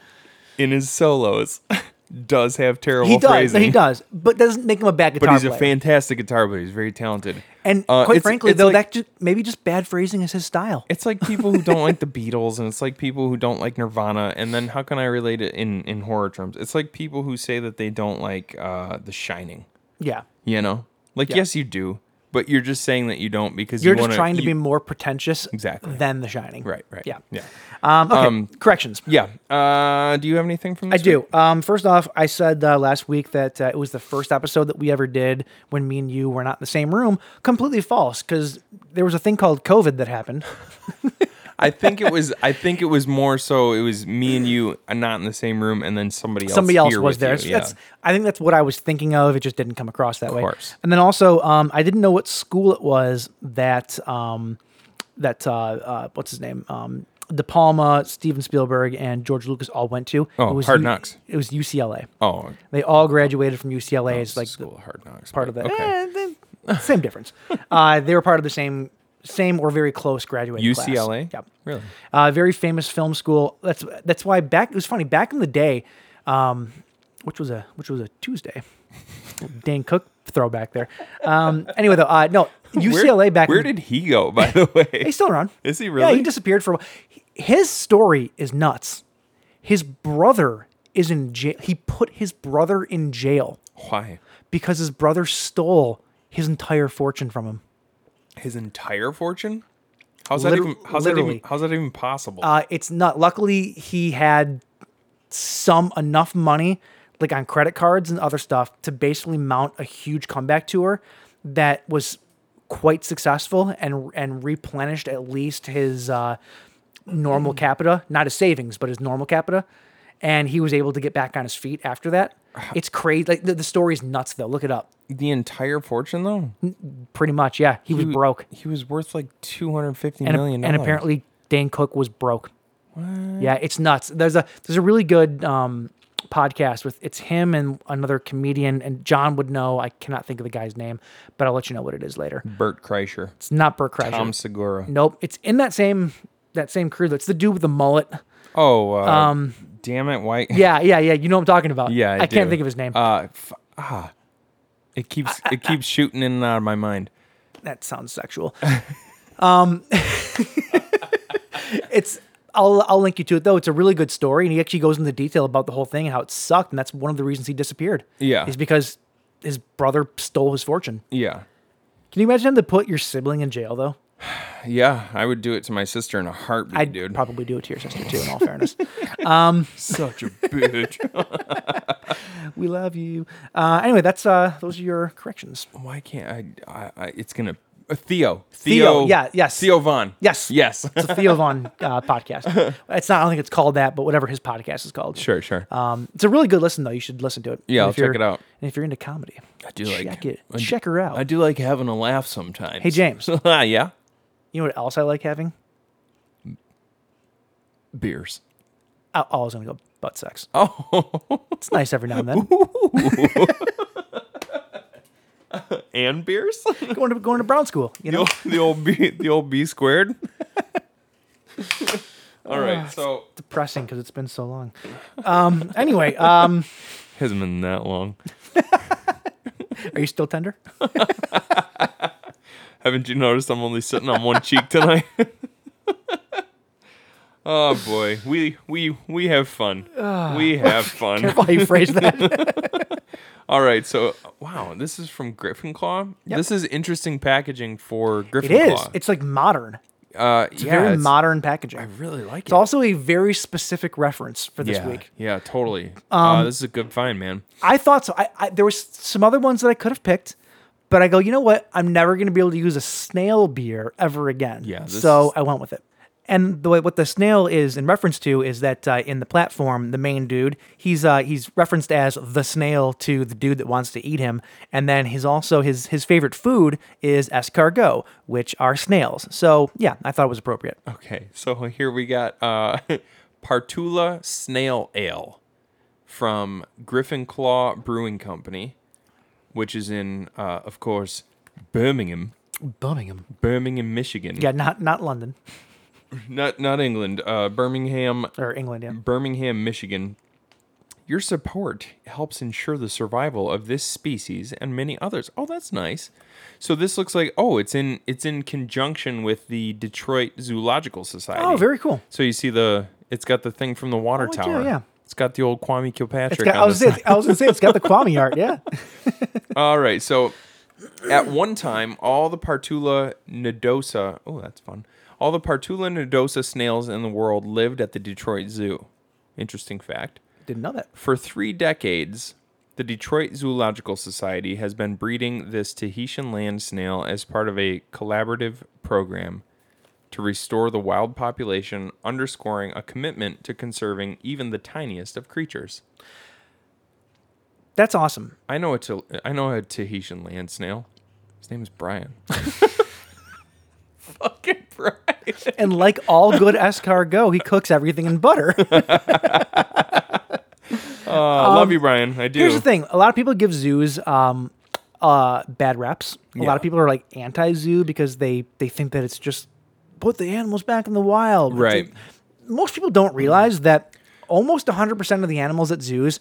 [SPEAKER 5] in his solos does have terrible
[SPEAKER 4] he does,
[SPEAKER 5] phrasing.
[SPEAKER 4] he does, but that doesn't make him a bad guitar
[SPEAKER 5] But he's
[SPEAKER 4] player.
[SPEAKER 5] a fantastic guitar player. He's very talented.
[SPEAKER 4] And
[SPEAKER 5] Uh,
[SPEAKER 4] quite
[SPEAKER 5] it's-
[SPEAKER 4] frankly,
[SPEAKER 5] it's
[SPEAKER 4] though,
[SPEAKER 5] like-
[SPEAKER 4] that just, maybe just bad phrasing is his style.
[SPEAKER 5] it's like people who don't like the Beatles, and it's like people who don't like Nirvana. And then how can I relate it in in horror terms? It's like people who say that they don't like uh The Shining.
[SPEAKER 4] yeah,
[SPEAKER 5] You know, like yes, you do, but you're just saying that you don't because
[SPEAKER 4] you're
[SPEAKER 5] you
[SPEAKER 4] just
[SPEAKER 5] wanna-
[SPEAKER 4] trying to
[SPEAKER 5] you-
[SPEAKER 4] be more pretentious,
[SPEAKER 5] Exactly.
[SPEAKER 4] than The Shining.
[SPEAKER 5] right, right,
[SPEAKER 4] Yeah.
[SPEAKER 5] yeah,
[SPEAKER 4] Um, okay. corrections.
[SPEAKER 5] yeah. Uh, do you have anything from?
[SPEAKER 4] I
[SPEAKER 5] This
[SPEAKER 4] do. Um, first off, I said uh, last week that uh, it was the first episode that we ever did when me and you were not in the same room. Completely false, because there was a thing called COVID that happened.
[SPEAKER 5] I think it was. I think it was more so. It was me and you, uh, not in the same room, and then somebody else.
[SPEAKER 4] Somebody else
[SPEAKER 5] here
[SPEAKER 4] was
[SPEAKER 5] with
[SPEAKER 4] there.
[SPEAKER 5] you,
[SPEAKER 4] So
[SPEAKER 5] yeah.
[SPEAKER 4] that's, I think that's what I was thinking of. It just didn't come across that way.
[SPEAKER 5] course.
[SPEAKER 4] And then also, um, I didn't know what school it was that um, that uh, uh, what's his name. Um, De Palma, Steven Spielberg, and George Lucas all went to.
[SPEAKER 5] Oh,
[SPEAKER 4] it was
[SPEAKER 5] Hard Knocks.
[SPEAKER 4] It was UCLA.
[SPEAKER 5] oh,
[SPEAKER 4] They all graduated from UCLA. it's like the-
[SPEAKER 5] school of hard knocks
[SPEAKER 4] part of
[SPEAKER 5] but
[SPEAKER 4] the
[SPEAKER 5] Okay.
[SPEAKER 4] eh, the- same difference. uh, they were part of the same same or very close graduating class.
[SPEAKER 5] UCLA.
[SPEAKER 4] Yep.
[SPEAKER 5] Really.
[SPEAKER 4] Uh, very famous film school. That's that's why back it was funny back in the day, um, which was a which was a Tuesday. Dane Cook throwback there. Um, anyway though, uh, no UCLA
[SPEAKER 5] where,
[SPEAKER 4] back.
[SPEAKER 5] Where
[SPEAKER 4] in,
[SPEAKER 5] did he go? By the way,
[SPEAKER 4] he's still around?
[SPEAKER 5] Is he
[SPEAKER 4] Yeah,
[SPEAKER 5] really?
[SPEAKER 4] he disappeared for a while. His story is nuts. His brother is in jail. He put his brother in jail
[SPEAKER 5] why?
[SPEAKER 4] because his brother stole his entire fortune from him.
[SPEAKER 5] His entire fortune. How's
[SPEAKER 4] Liter-
[SPEAKER 5] that even? How's that
[SPEAKER 4] literally.
[SPEAKER 5] even? How's that even possible?
[SPEAKER 4] Uh, it's not. Luckily, he had some enough money, like on credit cards and other stuff, to basically mount a huge comeback tour that was quite successful and and replenished at least his uh, normal capita, not his savings, but his normal capita. And he was able to get back on his feet after that. It's crazy. Like the, the story's nuts, though. Look it up.
[SPEAKER 5] the entire fortune, though.
[SPEAKER 4] Pretty much, yeah. He was
[SPEAKER 5] He-
[SPEAKER 4] broke.
[SPEAKER 5] He was worth like two hundred fifty
[SPEAKER 4] and,
[SPEAKER 5] million.
[SPEAKER 4] and
[SPEAKER 5] dollars.
[SPEAKER 4] apparently Dane Cook was broke. Yeah, it's nuts. There's a there's a really good um, podcast with it's him and another comedian and John would know. I cannot think of the guy's name, but I'll let you know what it is later.
[SPEAKER 5] Bert Kreischer,
[SPEAKER 4] It's not Burt Kreischer.
[SPEAKER 5] Tom Segura.
[SPEAKER 4] nope, it's in that same that same crew. That's the dude with the mullet.
[SPEAKER 5] Oh, uh,
[SPEAKER 4] Um,
[SPEAKER 5] damn it, White.
[SPEAKER 4] Yeah, yeah, yeah. You know what I'm talking about.
[SPEAKER 5] Yeah, I,
[SPEAKER 4] I, can't
[SPEAKER 5] do.
[SPEAKER 4] think of his name.
[SPEAKER 5] Uh, f- ah, it keeps it keeps shooting in and out of my mind.
[SPEAKER 4] that sounds sexual. um, it's I'll I'll link you to it though. It's a really good story, and he actually goes into detail about the whole thing and how it sucked, and that's one of the reasons he disappeared.
[SPEAKER 5] Yeah.
[SPEAKER 4] is because his brother stole his fortune.
[SPEAKER 5] Yeah,
[SPEAKER 4] Can you imagine having to put your sibling in jail though?
[SPEAKER 5] yeah, I would do it to my sister in a heartbeat,
[SPEAKER 4] I'd
[SPEAKER 5] dude.
[SPEAKER 4] probably do it to your sister too. In all fairness,
[SPEAKER 5] Such a bitch.
[SPEAKER 4] we love you. Uh, anyway, that's uh, those are your corrections.
[SPEAKER 5] Why can't I? I, I it's gonna uh, Theo.
[SPEAKER 4] Theo, yeah, yes.
[SPEAKER 5] Theo Vaughn.
[SPEAKER 4] Yes.
[SPEAKER 5] yes.
[SPEAKER 4] It's a Theo Vaughn uh, podcast. It's not. I don't think it's called that, but whatever his podcast is called.
[SPEAKER 5] sure, sure.
[SPEAKER 4] Um, it's a really good listen though. You should listen to it.
[SPEAKER 5] Yeah,
[SPEAKER 4] And
[SPEAKER 5] I'll
[SPEAKER 4] if you're-
[SPEAKER 5] check it out.
[SPEAKER 4] And if you're into comedy,
[SPEAKER 5] I do
[SPEAKER 4] check
[SPEAKER 5] like
[SPEAKER 4] it.
[SPEAKER 5] I d-
[SPEAKER 4] check her out.
[SPEAKER 5] I do like having a laugh sometimes. Ah,
[SPEAKER 4] Hey James, you
[SPEAKER 5] yeah,
[SPEAKER 4] know what else I like having?
[SPEAKER 5] beers.
[SPEAKER 4] I, I was gonna go butt sex.
[SPEAKER 5] Oh,
[SPEAKER 4] It's nice every now and then.
[SPEAKER 5] and beers.
[SPEAKER 4] going to going to Brown school, you
[SPEAKER 5] the
[SPEAKER 4] know.
[SPEAKER 5] old, the old B the old B squared. All
[SPEAKER 4] Ah.
[SPEAKER 5] right, so
[SPEAKER 4] Depressing because it's been so long. Um. Anyway, um.
[SPEAKER 5] hasn't been that long.
[SPEAKER 4] Are you still tender?
[SPEAKER 5] Haven't you noticed I'm only sitting on one cheek tonight? oh boy, we we we have fun.
[SPEAKER 4] Ah.
[SPEAKER 5] we have fun.
[SPEAKER 4] Why you phrase that?
[SPEAKER 5] All right, so wow, this is from Griffin Claw. This is interesting packaging for
[SPEAKER 4] it
[SPEAKER 5] Griffin
[SPEAKER 4] is.
[SPEAKER 5] Claw.
[SPEAKER 4] It's like modern.
[SPEAKER 5] Uh,
[SPEAKER 4] It's
[SPEAKER 5] yeah,
[SPEAKER 4] very
[SPEAKER 5] it's-
[SPEAKER 4] modern packaging.
[SPEAKER 5] I really like
[SPEAKER 4] It's
[SPEAKER 5] it.
[SPEAKER 4] also a very specific reference for this
[SPEAKER 5] yeah,
[SPEAKER 4] week. Um,
[SPEAKER 5] Yeah, totally. uh, this is a good find, man.
[SPEAKER 4] I thought so. I, I there was some other ones that I could have picked, but I go, you know what? I'm never going to be able to use a snail beer ever again.
[SPEAKER 5] Yeah, this
[SPEAKER 4] So
[SPEAKER 5] is-
[SPEAKER 4] I went with it. And the way what the snail is in reference to is that uh, in the platform, the main dude, he's uh, he's referenced as the snail to the dude that wants to eat him, and then his also his his favorite food is escargot, which are snails. So yeah, I thought it was appropriate.
[SPEAKER 5] Okay, so here we got uh, Partula Snail Ale from Griffin Claw Brewing Company, which is in, uh, of course, Birmingham,
[SPEAKER 4] Birmingham,
[SPEAKER 5] Birmingham, Michigan.
[SPEAKER 4] yeah, not not London
[SPEAKER 5] Not not England. Uh, Birmingham,
[SPEAKER 4] or England, yeah.
[SPEAKER 5] Birmingham, Michigan. Your support helps ensure the survival of this species and many others. Oh, that's nice. So this looks like oh, it's in it's in conjunction with the Detroit Zoological Society.
[SPEAKER 4] Oh, very cool.
[SPEAKER 5] So you see the it's got the thing from the water
[SPEAKER 4] Oh, yeah,
[SPEAKER 5] tower.
[SPEAKER 4] yeah.
[SPEAKER 5] It's got the old Kwame Kilpatrick
[SPEAKER 4] It's got, oh, I
[SPEAKER 5] on the
[SPEAKER 4] was gonna
[SPEAKER 5] side.
[SPEAKER 4] say, I was gonna say it's got the Kwame art, yeah.
[SPEAKER 5] All right. So at one time, all the Partula nodosa, oh, that's fun. All the Partula nodosa snails in the world lived at the Detroit Zoo. Interesting fact.
[SPEAKER 4] Didn't know that.
[SPEAKER 5] For three decades, the Detroit Zoological Society has been breeding this Tahitian land snail as part of a collaborative program to restore the wild population, underscoring a commitment to conserving even the tiniest of creatures.
[SPEAKER 4] That's awesome.
[SPEAKER 5] I know a Ta- I know a Tahitian land snail. His name is Brian. Fucking Brian.
[SPEAKER 4] And like all good escargot, he cooks everything in butter.
[SPEAKER 5] I Uh, love you, Brian. I do.
[SPEAKER 4] Um, Here's the thing: a lot of people give zoos um, uh, bad reps. A lot
[SPEAKER 5] Yeah.
[SPEAKER 4] of people are like anti-zoo because they they think that it's just put the animals back in the wild. It's
[SPEAKER 5] Right.
[SPEAKER 4] like- most people don't realize that almost 100% of the animals at zoos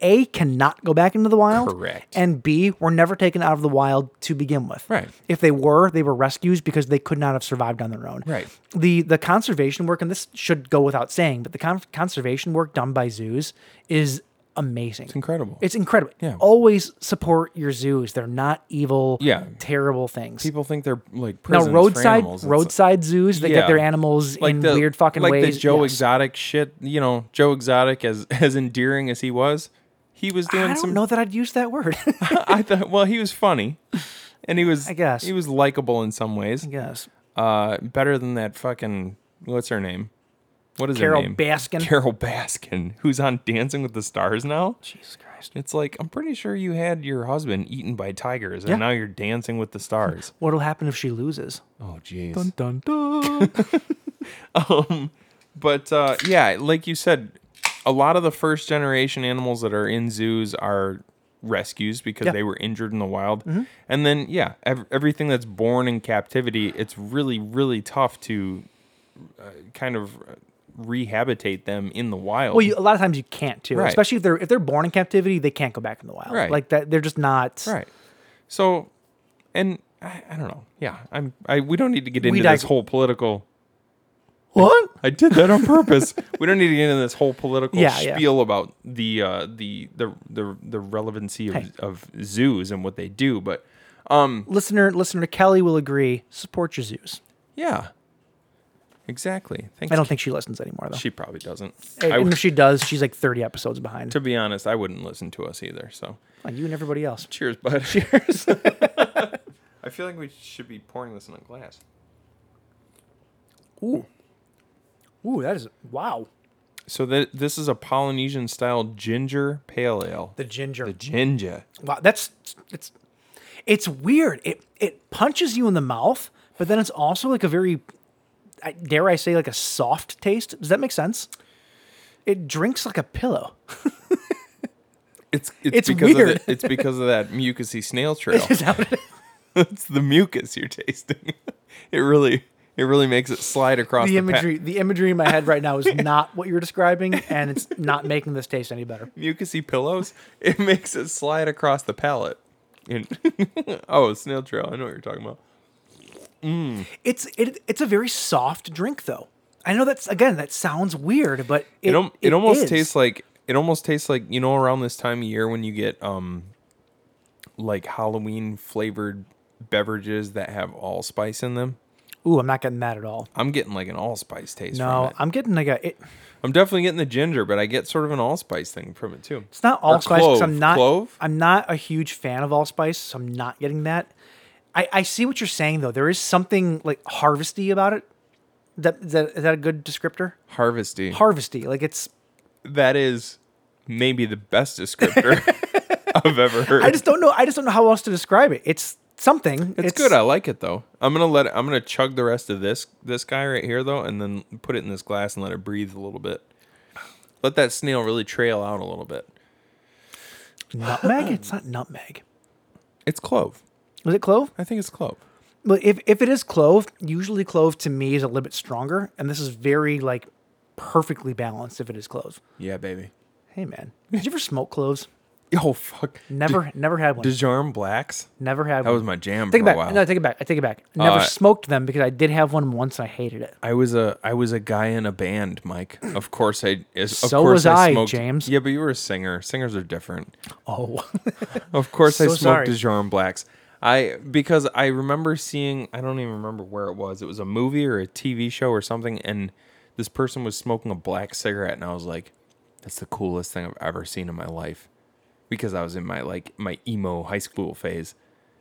[SPEAKER 4] a cannot go back into the wild
[SPEAKER 5] Correct.
[SPEAKER 4] and b were never taken out of the wild to begin with
[SPEAKER 5] Right.
[SPEAKER 4] if they were they were rescues because they could not have survived on their own
[SPEAKER 5] Right.
[SPEAKER 4] the the conservation work and this should go without saying but the con- conservation work done by zoos is amazing it's
[SPEAKER 5] incredible.
[SPEAKER 4] it's incredible
[SPEAKER 5] Yeah.
[SPEAKER 4] always support your zoos they're not evil
[SPEAKER 5] Yeah.
[SPEAKER 4] terrible things
[SPEAKER 5] People think they're like
[SPEAKER 4] now
[SPEAKER 5] prisons for
[SPEAKER 4] roadside
[SPEAKER 5] animals. It's uh, like-
[SPEAKER 4] roadside zoos they get
[SPEAKER 5] Yeah.
[SPEAKER 4] their animals in weird fucking
[SPEAKER 5] like
[SPEAKER 4] ways
[SPEAKER 5] the Joe
[SPEAKER 4] Yes.
[SPEAKER 5] Exotic shit. You know, Joe Exotic as as endearing as he was, he was doing
[SPEAKER 4] I don't
[SPEAKER 5] some.
[SPEAKER 4] know that I'd use that word.
[SPEAKER 5] I thought well, he was funny, and he was
[SPEAKER 4] I guess.
[SPEAKER 5] he was likable in some ways.
[SPEAKER 4] yes.
[SPEAKER 5] Uh, better than that fucking what's her name? What is
[SPEAKER 4] Carol
[SPEAKER 5] her name?
[SPEAKER 4] Baskin.
[SPEAKER 5] Carol Baskin, who's on Dancing with the Stars now.
[SPEAKER 4] Jesus Christ.
[SPEAKER 5] It's like I'm pretty sure you had your husband eaten by tigers, and
[SPEAKER 4] Yeah.
[SPEAKER 5] now you're dancing with the stars.
[SPEAKER 4] What'll happen if she loses?
[SPEAKER 5] oh jeez.
[SPEAKER 4] dun dun.
[SPEAKER 5] But uh, yeah, like you said, a lot of the first generation animals that are in zoos are rescues because
[SPEAKER 4] Yeah. Mm-hmm.
[SPEAKER 5] they were injured in the wild. And then yeah, ev- everything that's born in captivity, it's really really tough to uh, kind of uh, rehabilitate them in the wild.
[SPEAKER 4] well, you, a lot of times you can't too,
[SPEAKER 5] Right.
[SPEAKER 4] especially if they're if they're born in captivity, they can't go back in the wild.
[SPEAKER 5] Right.
[SPEAKER 4] Like that, they're just not.
[SPEAKER 5] right. So, and I, I don't know. Yeah, I'm. I we don't need to get
[SPEAKER 4] We
[SPEAKER 5] into this
[SPEAKER 4] dig-
[SPEAKER 5] whole political.
[SPEAKER 4] What?
[SPEAKER 5] I did that on purpose. we don't need to get into this whole political
[SPEAKER 4] Yeah, yeah.
[SPEAKER 5] spiel about the uh, the the the the relevancy of,
[SPEAKER 4] Hey.
[SPEAKER 5] of zoos and what they do, but
[SPEAKER 4] Listener, listener Kelly will agree. Support your zoos.
[SPEAKER 5] yeah, exactly. Thanks.
[SPEAKER 4] I don't think she listens anymore though.
[SPEAKER 5] she probably doesn't.
[SPEAKER 4] and
[SPEAKER 5] I w-
[SPEAKER 4] if she does, she's like thirty episodes behind.
[SPEAKER 5] to be honest, I wouldn't listen to us either. So
[SPEAKER 4] Like you and everybody else.
[SPEAKER 5] cheers, bud. Cheers. I feel like we should be pouring this in a glass.
[SPEAKER 4] Ooh. Ooh, that is wow.
[SPEAKER 5] So th- this is a Polynesian style ginger pale ale.
[SPEAKER 4] The ginger.
[SPEAKER 5] the ginger.
[SPEAKER 4] Wow, that's it's it's weird. It it punches you in the mouth, but then it's also like a very I- dare I say like a soft taste. Does that make sense? It drinks like a pillow.
[SPEAKER 5] It's
[SPEAKER 4] It's
[SPEAKER 5] because
[SPEAKER 4] weird.
[SPEAKER 5] Of the, it's because of that mucusy snail trail.
[SPEAKER 4] Is that what it-
[SPEAKER 5] it's the mucus you're tasting. it really it really makes it slide across
[SPEAKER 4] the
[SPEAKER 5] the, pa-
[SPEAKER 4] imagery the imagery in my head right now is not what you're describing and it's not making this taste any better.
[SPEAKER 5] mucusy pillows. It makes it slide across the palate. And oh, snail trail. I know what you're talking about.
[SPEAKER 4] It's it, it's a very soft drink though. I know that's again that sounds weird, but it
[SPEAKER 5] It it, it, almost
[SPEAKER 4] is.
[SPEAKER 5] tastes like it almost tastes like you know around this time of year when you get um like Halloween flavored beverages that have allspice in them.
[SPEAKER 4] Ooh, I'm not getting that at all.
[SPEAKER 5] I'm getting like an allspice taste. from
[SPEAKER 4] No,
[SPEAKER 5] it. I'm,
[SPEAKER 4] I'm getting like a. It,
[SPEAKER 5] definitely getting the ginger, but I get sort of an allspice thing from it too.
[SPEAKER 4] It's not
[SPEAKER 5] Or
[SPEAKER 4] allspice because I'm
[SPEAKER 5] clove.
[SPEAKER 4] not
[SPEAKER 5] clove.
[SPEAKER 4] I'm not a huge fan of allspice, so I'm not getting that. I, I see what you're saying though. There is something like harvesty about it. That that is that a good descriptor?
[SPEAKER 5] Harvesty.
[SPEAKER 4] Harvesty, like it's.
[SPEAKER 5] that is maybe the best descriptor I've ever heard.
[SPEAKER 4] I just don't know. I just don't know how else to describe it. It's something.
[SPEAKER 5] it's, good. uh, I like it though. I'm gonna let it, I'm gonna chug the rest of this this guy right here though, and then put it in this glass and let it breathe a little bit. Let that snail really trail out a little bit.
[SPEAKER 4] nutmeg. It's not nutmeg.
[SPEAKER 5] It's clove.
[SPEAKER 4] Was it clove?
[SPEAKER 5] I think it's clove.
[SPEAKER 4] Well, if if it is clove, usually clove to me is a little bit stronger, and this is very like perfectly balanced. If it is clove,
[SPEAKER 5] Yeah, baby.
[SPEAKER 4] hey man, did you ever smoke cloves?
[SPEAKER 5] Oh fuck.
[SPEAKER 4] Never, never had one.
[SPEAKER 5] Dijarm blacks.
[SPEAKER 4] never had
[SPEAKER 5] That
[SPEAKER 4] one.
[SPEAKER 5] was my jam
[SPEAKER 4] Take
[SPEAKER 5] for
[SPEAKER 4] it
[SPEAKER 5] a
[SPEAKER 4] back.
[SPEAKER 5] while.
[SPEAKER 4] No, take it back. I take it back. I never
[SPEAKER 5] Uh,
[SPEAKER 4] smoked them because I did have one once and I hated it.
[SPEAKER 5] I was a I was a guy in a band, Mike. Of course I. As, of
[SPEAKER 4] So
[SPEAKER 5] course
[SPEAKER 4] was I,
[SPEAKER 5] smoked,
[SPEAKER 4] James.
[SPEAKER 5] Yeah, but you were a singer. Singers are different.
[SPEAKER 4] Oh,
[SPEAKER 5] Of course, I
[SPEAKER 4] So sorry.
[SPEAKER 5] smoked Dijon Blacks. I because I remember seeing I don't even remember where it was. It was a movie or a TV show or something, and this person was smoking a black cigarette, and I was like, "That's the coolest thing I've ever seen in my life," because I was in my like my emo high school phase,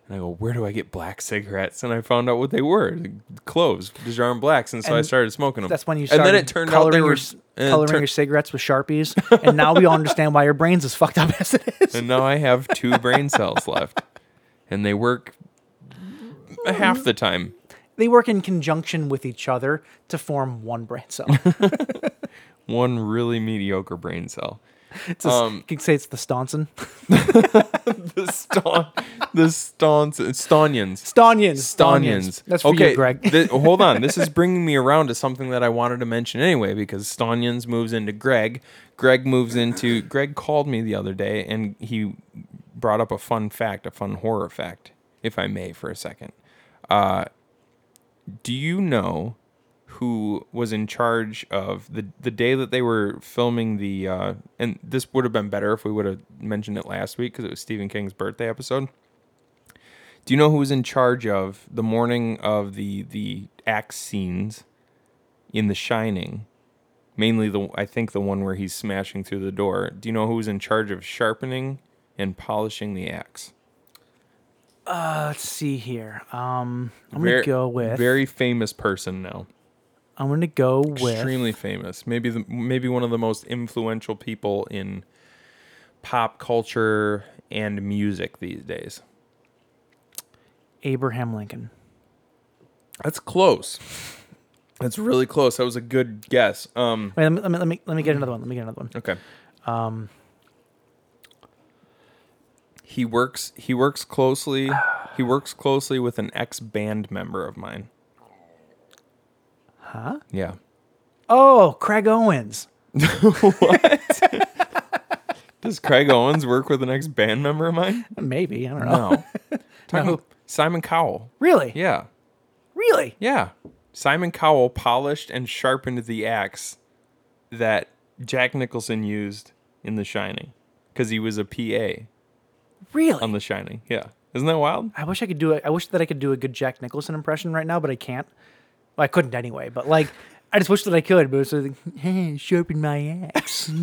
[SPEAKER 5] and I go, "Where do I get black cigarettes?" And I found out what they were: cloves, Dijon Blacks, and so I
[SPEAKER 4] And
[SPEAKER 5] started smoking them.
[SPEAKER 4] that's when you
[SPEAKER 5] and
[SPEAKER 4] started
[SPEAKER 5] then it turned out
[SPEAKER 4] coloring,
[SPEAKER 5] they were
[SPEAKER 4] your,
[SPEAKER 5] s-
[SPEAKER 4] c-
[SPEAKER 5] and it
[SPEAKER 4] coloring
[SPEAKER 5] tur-
[SPEAKER 4] your cigarettes with sharpies, and now we all understand why your brain's as fucked up as it is.
[SPEAKER 5] and now I have two brain cells left, and they work half the time.
[SPEAKER 4] They work in conjunction with each other to form one brain cell.
[SPEAKER 5] One really mediocre brain cell.
[SPEAKER 4] It's a s-
[SPEAKER 5] Um,
[SPEAKER 4] you can say it's the Staunson.
[SPEAKER 5] The staun, the stauns, staunions,
[SPEAKER 4] Staunions.
[SPEAKER 5] staunions.
[SPEAKER 4] That's for you, Greg.
[SPEAKER 5] thi- hold on. This is bringing me around to something that I wanted to mention anyway, because staunions moves into Greg. Greg moves into. Greg called me the other day, and he brought up a fun fact, a fun horror fact, if I may, for a second. Uh, do you know who was in charge of the the day that they were filming the uh, and this would have been better if we would have mentioned it last week because it was Stephen King's birthday episode. Do you know who was in charge of the morning of the the axe scenes in The Shining? Mainly the I think the one where he's smashing through the door. Do you know who was in charge of sharpening and polishing the axe?
[SPEAKER 4] Uh, Let's see here. Um, I'm
[SPEAKER 5] Ver-
[SPEAKER 4] gonna go with.
[SPEAKER 5] very famous person now.
[SPEAKER 4] I'm gonna go with.
[SPEAKER 5] extremely famous. Maybe the maybe one of the most influential people in pop culture and music these days.
[SPEAKER 4] Abraham Lincoln.
[SPEAKER 5] That's close. That's really close. That was a good guess. Um
[SPEAKER 4] Wait, let me, let me let me let me get another one. Let me get another one.
[SPEAKER 5] okay. Um he works he works closely he works closely with an ex band member of mine. Huh? Yeah.
[SPEAKER 4] Oh, Craig Owens.
[SPEAKER 5] Does Craig Owens work with an ex band member of mine?
[SPEAKER 4] Maybe I don't know.
[SPEAKER 5] No. Talking Simon Cowell.
[SPEAKER 4] Really?
[SPEAKER 5] Yeah.
[SPEAKER 4] Really?
[SPEAKER 5] Yeah. Simon Cowell polished and sharpened the axe that Jack Nicholson used in The Shining because he was a PA
[SPEAKER 4] Really?
[SPEAKER 5] on The Shining. Yeah. Isn't that wild?
[SPEAKER 4] I wish I could do it. I wish that I could do a good Jack Nicholson impression right now, but I can't. Well, I couldn't anyway. But like, I just wish that I could. But it's like, hey, sharpen my axe.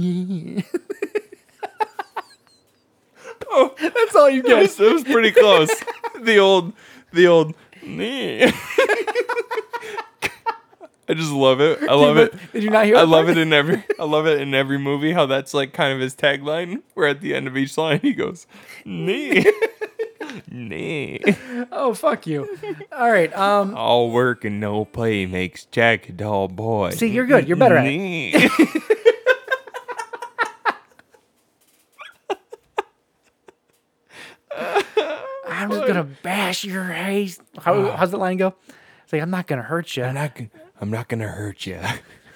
[SPEAKER 4] Oh, that's all you
[SPEAKER 5] It
[SPEAKER 4] get.
[SPEAKER 5] was, it was pretty close. the old, the old. I just love it. I love it.
[SPEAKER 4] Did you not hear?
[SPEAKER 5] I
[SPEAKER 4] that
[SPEAKER 5] love
[SPEAKER 4] part?
[SPEAKER 5] it in every I love it in every movie how that's like kind of his tagline where at the end of each line he goes nee nee
[SPEAKER 4] Oh fuck you. All right. Um.
[SPEAKER 5] all work and no play makes Jack a dull boy.
[SPEAKER 4] See, you're good. You're better at it.
[SPEAKER 5] Nee.
[SPEAKER 4] I'm just gonna bash your face. How, how's that line go? It's like I'm not gonna hurt you.
[SPEAKER 5] I'm not gon- I'm not gonna hurt you.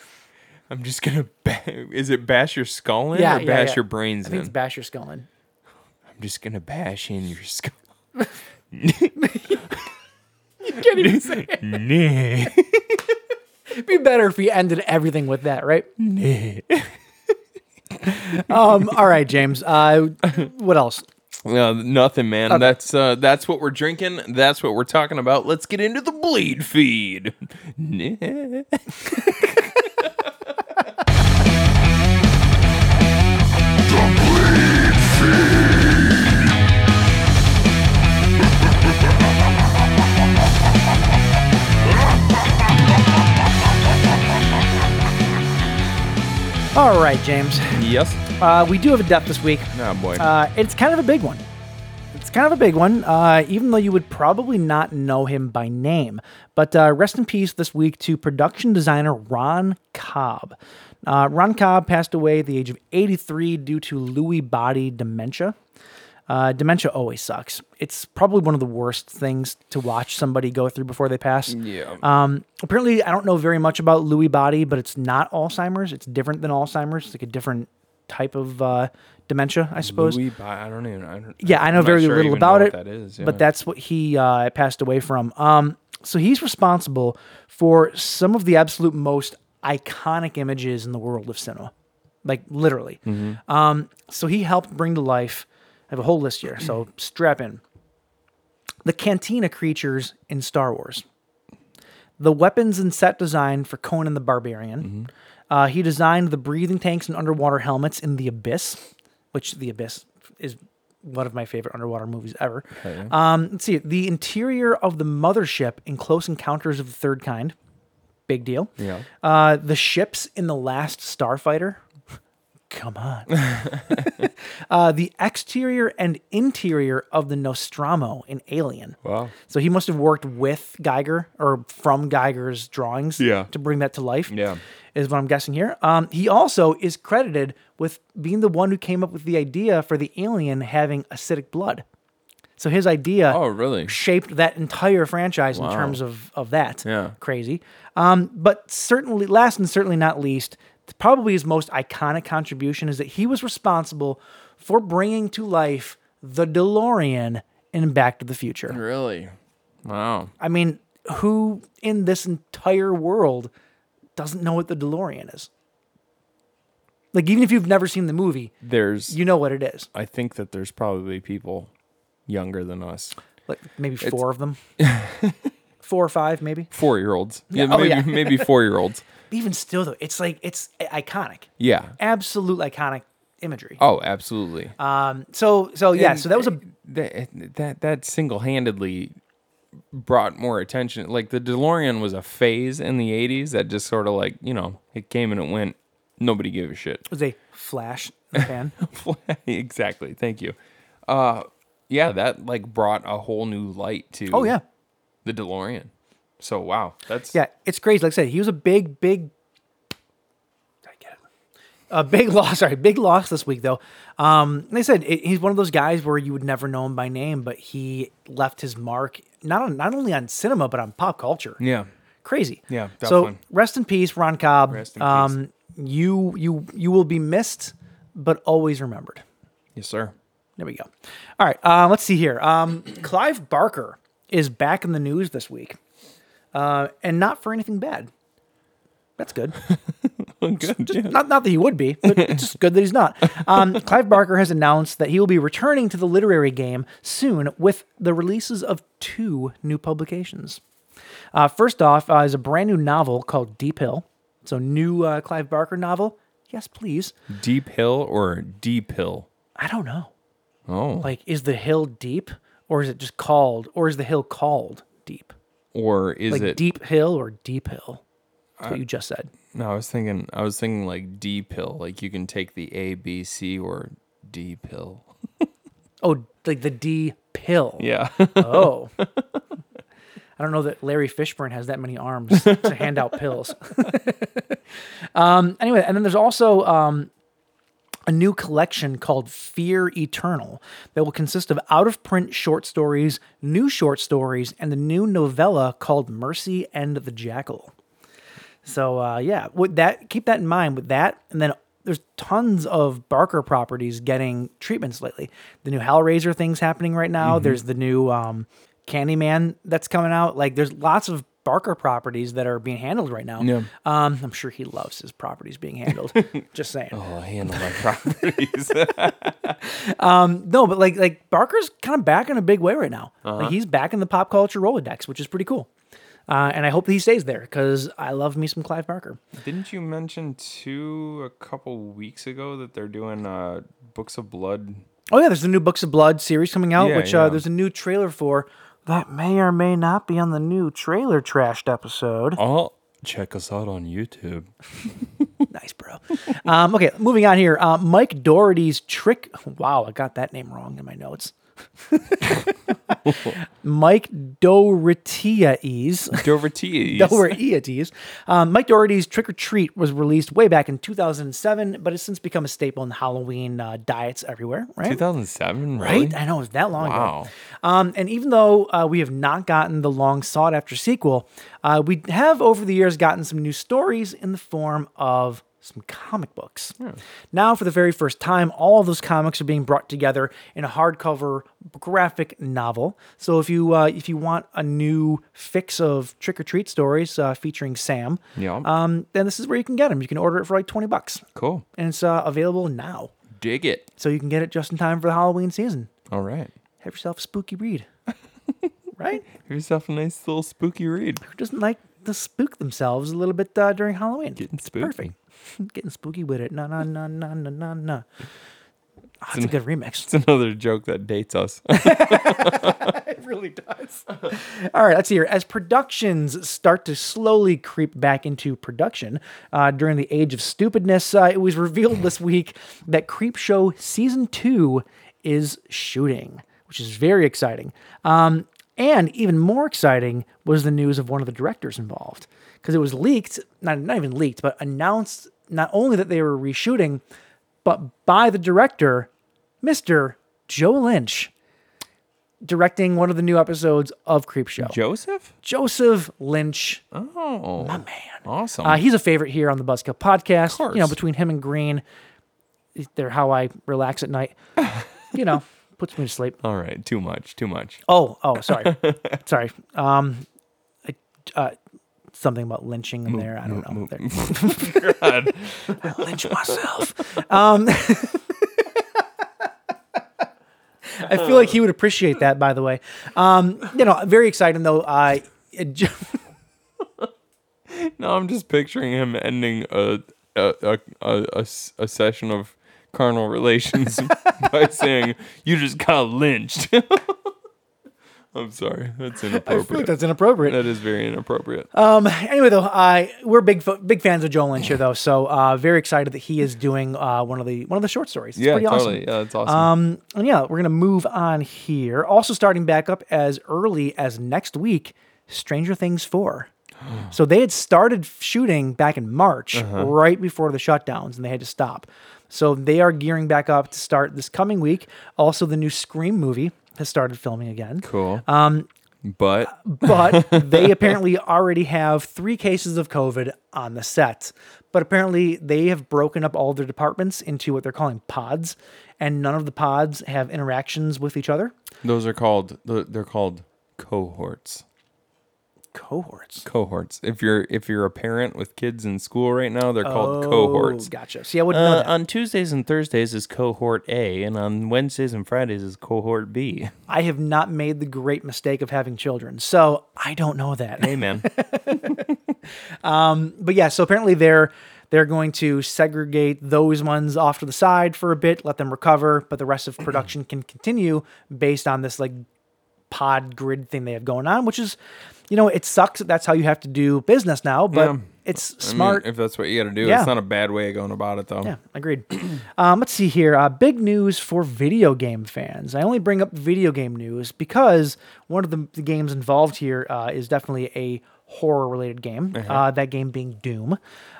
[SPEAKER 5] I'm just gonna ba- is it bash your skull in
[SPEAKER 4] Yeah,
[SPEAKER 5] or
[SPEAKER 4] yeah,
[SPEAKER 5] bash
[SPEAKER 4] yeah.
[SPEAKER 5] your brains
[SPEAKER 4] I
[SPEAKER 5] in?
[SPEAKER 4] think it's bash your skull in.
[SPEAKER 5] I'm just gonna bash in your skull.
[SPEAKER 4] Can't even say it.
[SPEAKER 5] Nee.
[SPEAKER 4] It'd be better if we ended everything with that, right?
[SPEAKER 5] nee.
[SPEAKER 4] Mm-hmm. Um, all right, James. Uh, what else?
[SPEAKER 5] No, nothing, man.
[SPEAKER 4] Okay.
[SPEAKER 5] That's uh, that's what we're drinking. That's what we're talking about. Let's get into the bleed feed. Nah.
[SPEAKER 4] All right, James.
[SPEAKER 5] yes.
[SPEAKER 4] Uh, we do have a depth this week.
[SPEAKER 5] Oh boy.
[SPEAKER 4] Uh, it's kind of a big one. It's kind of a big one, uh, even though you would probably not know him by name. But uh, rest in peace this week to production designer Ron Cobb. Uh, Ron Cobb passed away at the age of 83 due to Lewy body dementia. Uh, dementia always sucks. It's probably one of the worst things to watch somebody go through before they pass.
[SPEAKER 5] yeah.
[SPEAKER 4] Um, apparently, I don't know very much about Lewy body, but it's not Alzheimer's. It's different than Alzheimer's. It's like a different type of uh, dementia, I suppose.
[SPEAKER 5] Louis Bi- I don't even. I don't,
[SPEAKER 4] yeah, I know
[SPEAKER 5] I'm not
[SPEAKER 4] very
[SPEAKER 5] sure I
[SPEAKER 4] little
[SPEAKER 5] even know
[SPEAKER 4] about
[SPEAKER 5] what
[SPEAKER 4] it,
[SPEAKER 5] That is, yeah.
[SPEAKER 4] but that's what he uh, passed away from. Um, so he's responsible for some of the absolute most iconic images in the world of cinema, like literally.
[SPEAKER 5] Mm-hmm.
[SPEAKER 4] Um, so he helped bring to life. I have a whole list here, so strap in. The Cantina creatures in Star Wars the weapons and set design for Conan the Barbarian. Uh, he designed the breathing tanks and underwater helmets in The Abyss, which The Abyss is one of my favorite underwater movies ever. Um, let's see, the interior of the mothership in Close Encounters of the Third Kind. Big deal.
[SPEAKER 5] Yeah.
[SPEAKER 4] Uh, the ships in The Last Starfighter. Come on. uh, the exterior and interior of the Nostromo in Alien.
[SPEAKER 5] Wow.
[SPEAKER 4] So he must have worked with Geiger or from Geiger's drawings
[SPEAKER 5] Yeah.
[SPEAKER 4] to bring that to life.
[SPEAKER 5] Yeah.
[SPEAKER 4] Is what I'm guessing here. Um, he also is credited with being the one who came up with the idea for the alien having acidic blood. So his idea
[SPEAKER 5] Oh, really?
[SPEAKER 4] shaped that entire franchise in
[SPEAKER 5] Wow.
[SPEAKER 4] terms of, of that.
[SPEAKER 5] Yeah.
[SPEAKER 4] Crazy. Um, but certainly, last and certainly not least, probably his most iconic contribution is that he was responsible for bringing to life the DeLorean in Back to the Future.
[SPEAKER 5] Really? Wow.
[SPEAKER 4] I mean, who in this entire world doesn't know what the DeLorean is? Like, even if you've never seen the movie,
[SPEAKER 5] There's.
[SPEAKER 4] you know what it is.
[SPEAKER 5] I think that there's probably people younger than us.
[SPEAKER 4] Like, maybe four of them, four or five, maybe.
[SPEAKER 5] Four year olds. Yeah.
[SPEAKER 4] oh,
[SPEAKER 5] maybe
[SPEAKER 4] yeah.
[SPEAKER 5] maybe four year olds.
[SPEAKER 4] Even still, though, it's like it's i- iconic,
[SPEAKER 5] Yeah.
[SPEAKER 4] absolute iconic imagery.
[SPEAKER 5] Oh, absolutely.
[SPEAKER 4] Um, so, so yeah,
[SPEAKER 5] And
[SPEAKER 4] so that was a
[SPEAKER 5] that that, that single handedly brought more attention. Like the DeLorean was a phase in the '80s that just sort of like you know it came and it went. Nobody gave a shit.
[SPEAKER 4] was a flash in the pan.
[SPEAKER 5] exactly. Thank you. Uh, yeah, that like brought a whole new light to.
[SPEAKER 4] oh yeah,
[SPEAKER 5] the DeLorean. So wow, that's
[SPEAKER 4] Yeah, it's crazy. Like I said, he was a big, big. Did I get it? A big loss. Sorry, big loss this week though. Um, like I said, it, he's one of those guys where you would never know him by name, but he left his mark not on, not only on cinema but on pop culture.
[SPEAKER 5] yeah.
[SPEAKER 4] Crazy.
[SPEAKER 5] Yeah,
[SPEAKER 4] So
[SPEAKER 5] definitely.
[SPEAKER 4] rest in peace, Ron Cobb.
[SPEAKER 5] Rest in
[SPEAKER 4] um, You you you will be missed, but always remembered.
[SPEAKER 5] Yes, sir.
[SPEAKER 4] There we go. All right, uh, let's see here. Um, Clive Barker is back in the news this week, uh, and not for anything bad. That's good.
[SPEAKER 5] Good. Yeah.
[SPEAKER 4] Not not that he would be, but it's just good that he's not. Um, Clive Barker has announced that he will be returning to the literary game soon with the releases of two new publications. Uh, first off uh, is a brand new novel called Deep Hill. So new uh, Clive Barker novel. Yes, please.
[SPEAKER 5] Deep Hill or Deep Hill?
[SPEAKER 4] I don't know.
[SPEAKER 5] Oh,
[SPEAKER 4] like is the hill deep or is it just called or is the hill called deep
[SPEAKER 5] or is
[SPEAKER 4] like
[SPEAKER 5] it?
[SPEAKER 4] deep hill or deep hill that's what you just said
[SPEAKER 5] No, I was thinking. I was thinking like Deep Hill. Like you can take the A, B, C, or Deep Hill.
[SPEAKER 4] oh like the d pill
[SPEAKER 5] Yeah.
[SPEAKER 4] oh i don't know that larry fishburne has that many arms to hand out pills um anyway and then there's also um a new collection called Fear Eternal that will consist of out of print short stories, new short stories, and the new novella called Mercy and the Jackal. So uh, yeah, with that, keep that in mind with that, and then there's tons of Barker properties getting treatments lately. The new Hellraiser things happening right now. There's the new um, Candyman that's coming out. Like there's lots of Barker properties that are being handled right now.
[SPEAKER 5] Yeah.
[SPEAKER 4] Um, I'm sure he loves his properties being handled. Just saying.
[SPEAKER 5] I'll handle my properties.
[SPEAKER 4] No, but like like Barker's kind of back in a big way right now.
[SPEAKER 5] Uh-huh.
[SPEAKER 4] Like he's back in the pop culture Rolodex, which is pretty cool. Uh, and I hope that he stays there because I love me some Clive Barker.
[SPEAKER 5] Didn't you mention too a couple weeks ago that they're doing uh, Books of Blood?
[SPEAKER 4] Oh yeah, there's the new Books of Blood series coming out,
[SPEAKER 5] Yeah,
[SPEAKER 4] which
[SPEAKER 5] yeah.
[SPEAKER 4] Uh, there's a new trailer for that may or may not be on the new trailer trashed episode.
[SPEAKER 5] Oh, check us out on YouTube.
[SPEAKER 4] Nice, bro. um, okay, moving on here. Uh, Mike Doherty's trick. Wow, I got that name wrong in my notes. Mike Doherty's.
[SPEAKER 5] Doverty.
[SPEAKER 4] Doherty's. Um, Mike Doherty's Trick or Treat was released way back in 2007, but it's since become a staple in Halloween uh, diets everywhere, right?
[SPEAKER 5] 2007, really?
[SPEAKER 4] Right? I know, it was that long
[SPEAKER 5] Wow.
[SPEAKER 4] ago. Um, and even though uh, we have not gotten the long sought after sequel, uh, we have over the years gotten some new stories in the form of some comic books. Now, for the very first time, all of those comics are being brought together in a hardcover graphic novel. So, if you uh, if you want a new fix of trick or treat stories uh, featuring Sam,
[SPEAKER 5] Yeah.
[SPEAKER 4] um, then this is where you can get them. You can order it for like twenty bucks,
[SPEAKER 5] Cool.
[SPEAKER 4] and it's uh, available now.
[SPEAKER 5] Dig it.
[SPEAKER 4] So you can get it just in time for the Halloween season
[SPEAKER 5] All right.
[SPEAKER 4] have yourself a spooky read. right?
[SPEAKER 5] Give yourself a nice little spooky read.
[SPEAKER 4] Who doesn't like to spook themselves a little bit uh, during Halloween?
[SPEAKER 5] Getting
[SPEAKER 4] It's
[SPEAKER 5] spooky.
[SPEAKER 4] Perfect. Getting spooky with it. Na na na na na na na. Oh, that's a good remix.
[SPEAKER 5] It's another joke that dates us.
[SPEAKER 4] It really does. All right, let's see here. As productions start to slowly creep back into production uh, during the age of stupidness, uh, it was revealed this week that Creep Show Season 2 is shooting, which is very exciting. Um, and even more exciting was the news of one of the directors involved because it was leaked, not, not even leaked, but announced not only that they were reshooting, but by the director, Mr. Joe Lynch. Directing one of the new episodes of Creep Show.
[SPEAKER 5] Joseph?
[SPEAKER 4] Joseph Lynch.
[SPEAKER 5] Oh. My man. Awesome.
[SPEAKER 4] Uh, he's a favorite here on the Buzzkill podcast.
[SPEAKER 5] course.
[SPEAKER 4] You know, between him and Green, they're how I relax at night. you know, puts me to sleep.
[SPEAKER 5] All right. Too much. Too much.
[SPEAKER 4] Oh, oh, sorry, sorry. Um, I- uh, something about lynching in there. I don't know. There-
[SPEAKER 5] God.
[SPEAKER 4] lynch myself. Um, I feel like he would appreciate that. By the way, um, you know, very exciting though. Uh, it-
[SPEAKER 5] No, I'm just picturing him ending a a, a, a, a s- a session of carnal relations by saying, "You just got lynched." I'm sorry, that's
[SPEAKER 4] I feel like
[SPEAKER 5] inappropriate.
[SPEAKER 4] that's inappropriate.
[SPEAKER 5] That is very inappropriate.
[SPEAKER 4] anyway, though, uh, we're big fo- big fans of Joel Lynch here, though. So uh, very excited that he is doing uh, one of the one of the short stories. It's
[SPEAKER 5] yeah,
[SPEAKER 4] pretty
[SPEAKER 5] totally.
[SPEAKER 4] awesome.
[SPEAKER 5] Yeah, that's awesome.
[SPEAKER 4] Um, and yeah, we're gonna move on here. Also starting back up as early as next week, Stranger Things four. so they had started shooting back in March, right before the shutdowns, and they had to stop. So they are gearing back up to start this coming week. Also, the new Scream movie has started filming again.
[SPEAKER 5] cool. Um, but
[SPEAKER 4] uh, but they apparently already have three cases of COVID on the set. But apparently, they have broken up all of their departments into what they're calling pods, and none of the pods have interactions with each other.
[SPEAKER 5] those are called th- they're called cohorts.
[SPEAKER 4] Cohorts.
[SPEAKER 5] Cohorts. If you're if you're a parent with kids in school right now, they're called cohorts.
[SPEAKER 4] Oh, gotcha. See, I wouldn't know
[SPEAKER 5] Uh,
[SPEAKER 4] that.
[SPEAKER 5] on Tuesdays and Thursdays is cohort A, and on Wednesdays and Fridays is cohort B.
[SPEAKER 4] I have not made the great mistake of having children, so I don't know that.
[SPEAKER 5] Hey, man.
[SPEAKER 4] but yeah, so apparently they're they're going to segregate those ones off to the side for a bit, let them recover, but the rest of production can continue based on this like pod grid thing they have going on, which is, you know, it sucks that that's how you have to do business now, but
[SPEAKER 5] Yeah.
[SPEAKER 4] it's
[SPEAKER 5] I mean,
[SPEAKER 4] smart.
[SPEAKER 5] if that's what you got to do,
[SPEAKER 4] Yeah.
[SPEAKER 5] it's not a bad way of going about it, though.
[SPEAKER 4] yeah, agreed. um, let's see here. Uh, big news for video game fans. I only bring up video game news because one of the, the games involved here uh, is definitely a horror related game, uh that game being Doom.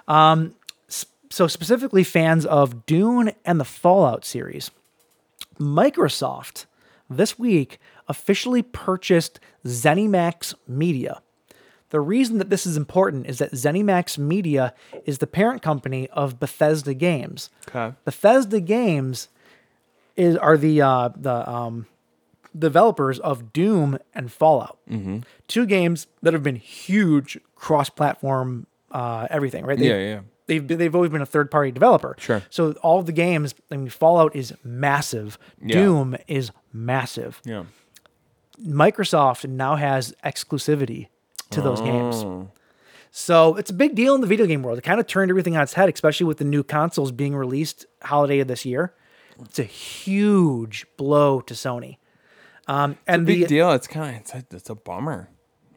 [SPEAKER 4] Um, s- so, specifically, fans of Dune and the Fallout series. Microsoft this week officially purchased ZeniMax Media. The reason that this is important is that ZeniMax Media is the parent company of Bethesda Games.
[SPEAKER 5] Okay.
[SPEAKER 4] Bethesda Games is are the uh, the um, developers of Doom and Fallout,
[SPEAKER 5] Mm-hmm.
[SPEAKER 4] two games that have been huge cross-platform uh, everything, right? They-
[SPEAKER 5] Yeah, yeah.
[SPEAKER 4] They've been, they've always been a third-party developer.
[SPEAKER 5] Sure.
[SPEAKER 4] So all of the games, I mean, Fallout is massive.
[SPEAKER 5] Yeah.
[SPEAKER 4] Doom is massive.
[SPEAKER 5] Yeah.
[SPEAKER 4] Microsoft now has exclusivity to those
[SPEAKER 5] Oh.
[SPEAKER 4] games. So it's a big deal in the video game world. It kind of turned everything on its head, especially with the new consoles being released holiday of this year. It's a huge blow to Sony. Um, and
[SPEAKER 5] Big
[SPEAKER 4] the
[SPEAKER 5] deal. It's kind of it's a, it's a bummer,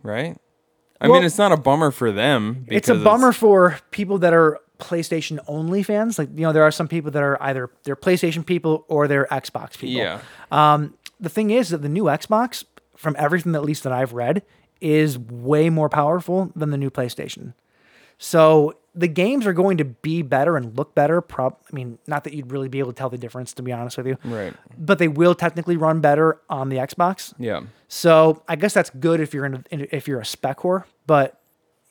[SPEAKER 5] right? I
[SPEAKER 4] Well-
[SPEAKER 5] mean, it's not a bummer for them.
[SPEAKER 4] it's a
[SPEAKER 5] because
[SPEAKER 4] bummer for people that are PlayStation only fans. Like you know, there are some people that are either they're PlayStation people or they're Xbox people.
[SPEAKER 5] Yeah.
[SPEAKER 4] Um, the thing is that the new Xbox, from everything that, at least that I've read, is way more powerful than the new PlayStation. So the games are going to be better and look better. Prob- I mean, not that you'd really be able to tell the difference, to be honest with you.
[SPEAKER 5] Right.
[SPEAKER 4] But they will technically run better on the Xbox.
[SPEAKER 5] Yeah.
[SPEAKER 4] So I guess that's good if you're in, in if you're a spec whore. But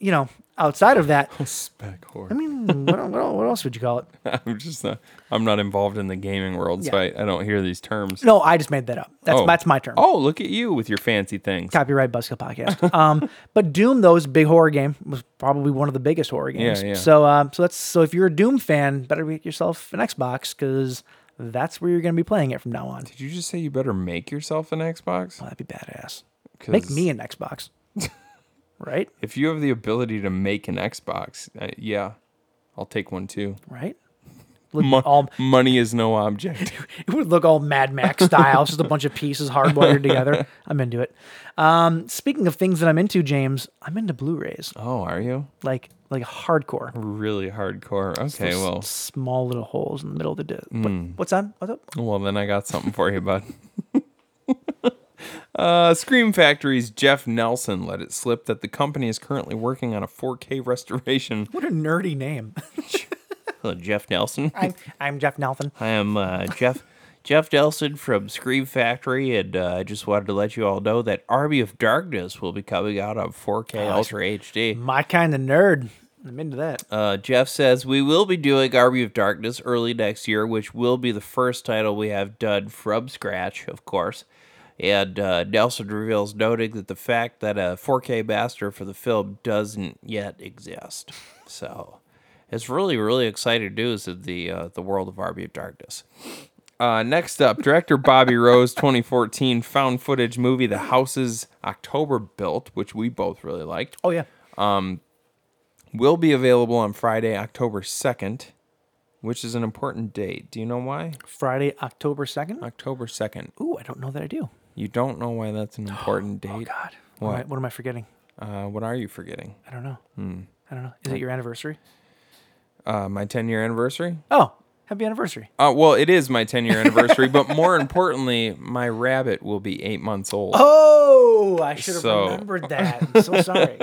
[SPEAKER 4] you know, outside of that,
[SPEAKER 5] Spec whore.
[SPEAKER 4] I mean, what, el- what, el- what else would you call it?
[SPEAKER 5] I'm just not. I'm not involved in the gaming world, so I, I don't hear these terms.
[SPEAKER 4] No, I just made that up. That's
[SPEAKER 5] Oh.
[SPEAKER 4] that's my term.
[SPEAKER 5] Oh, look at you with your fancy things.
[SPEAKER 4] copyright Buzzkill podcast. Um, but Doom, though, is a big horror game. Was probably one of the biggest horror games.
[SPEAKER 5] yeah.
[SPEAKER 4] So, um, so that's so if you're a Doom fan, better get yourself an Xbox because that's where you're going to be playing it from now on.
[SPEAKER 5] Did you just say you better make yourself an Xbox?
[SPEAKER 4] That'd be badass.
[SPEAKER 5] 'Cause
[SPEAKER 4] Make me an Xbox, right?
[SPEAKER 5] If you have the ability to make an Xbox, uh, yeah, I'll take one too.
[SPEAKER 4] Right. Look
[SPEAKER 5] Mo-
[SPEAKER 4] all
[SPEAKER 5] money is no object.
[SPEAKER 4] it would look all Mad Max style. It's just a bunch of pieces hardwired together. I'm into it. Um, speaking of things that I'm into, James, I'm into Blu-rays,
[SPEAKER 5] oh, are you
[SPEAKER 4] like like hardcore.
[SPEAKER 5] really hardcore? Okay,
[SPEAKER 4] Those
[SPEAKER 5] well, Hmm.
[SPEAKER 4] small little holes in the middle of the disc. What- what's on? What's up?
[SPEAKER 5] well then I got something for you, bud. Uh, Scream Factory's Jeff Nelson let it slip that the company is currently working on a 4K restoration.
[SPEAKER 4] What a nerdy name.
[SPEAKER 5] Hello, Jeff Nelson.
[SPEAKER 4] I'm, I'm Jeff Nelson.
[SPEAKER 5] I am uh, Jeff Jeff Delson from Scream Factory, and uh, I just wanted to let you all know that Army of Darkness will be coming out on 4K Ultra HD.
[SPEAKER 4] My kind of nerd. I'm into that.
[SPEAKER 5] Uh, Jeff says we will be doing Army of Darkness early next year, which will be the first title we have done from scratch, of course. And uh, Nelson reveals, noting that the fact that a 4K master for the film doesn't yet exist. So it's really, really exciting news in the uh, the world of Army of Darkness. Uh, next up, director Bobby Rose, 2014 found footage movie The Houses October Built, which we both really liked,
[SPEAKER 4] oh, yeah.
[SPEAKER 5] will be available on Friday, October 2nd, which is an important date. Do you know why?
[SPEAKER 4] Friday, October 2nd.
[SPEAKER 5] October 2nd.
[SPEAKER 4] Ooh, I don't know that I do.
[SPEAKER 5] You don't know why that's an important date.
[SPEAKER 4] Oh, God.
[SPEAKER 5] What? Hmm.
[SPEAKER 4] What? am I, what am I forgetting?
[SPEAKER 5] Uh, what are you forgetting?
[SPEAKER 4] I don't know. I don't know. Is it your anniversary?
[SPEAKER 5] Uh, my 10 year anniversary?
[SPEAKER 4] Oh, happy anniversary.
[SPEAKER 5] Uh, well, it is my 10 year anniversary, but more importantly, my rabbit will be eight months old.
[SPEAKER 4] Oh, I should have
[SPEAKER 5] So-
[SPEAKER 4] remembered that. I'm so sorry.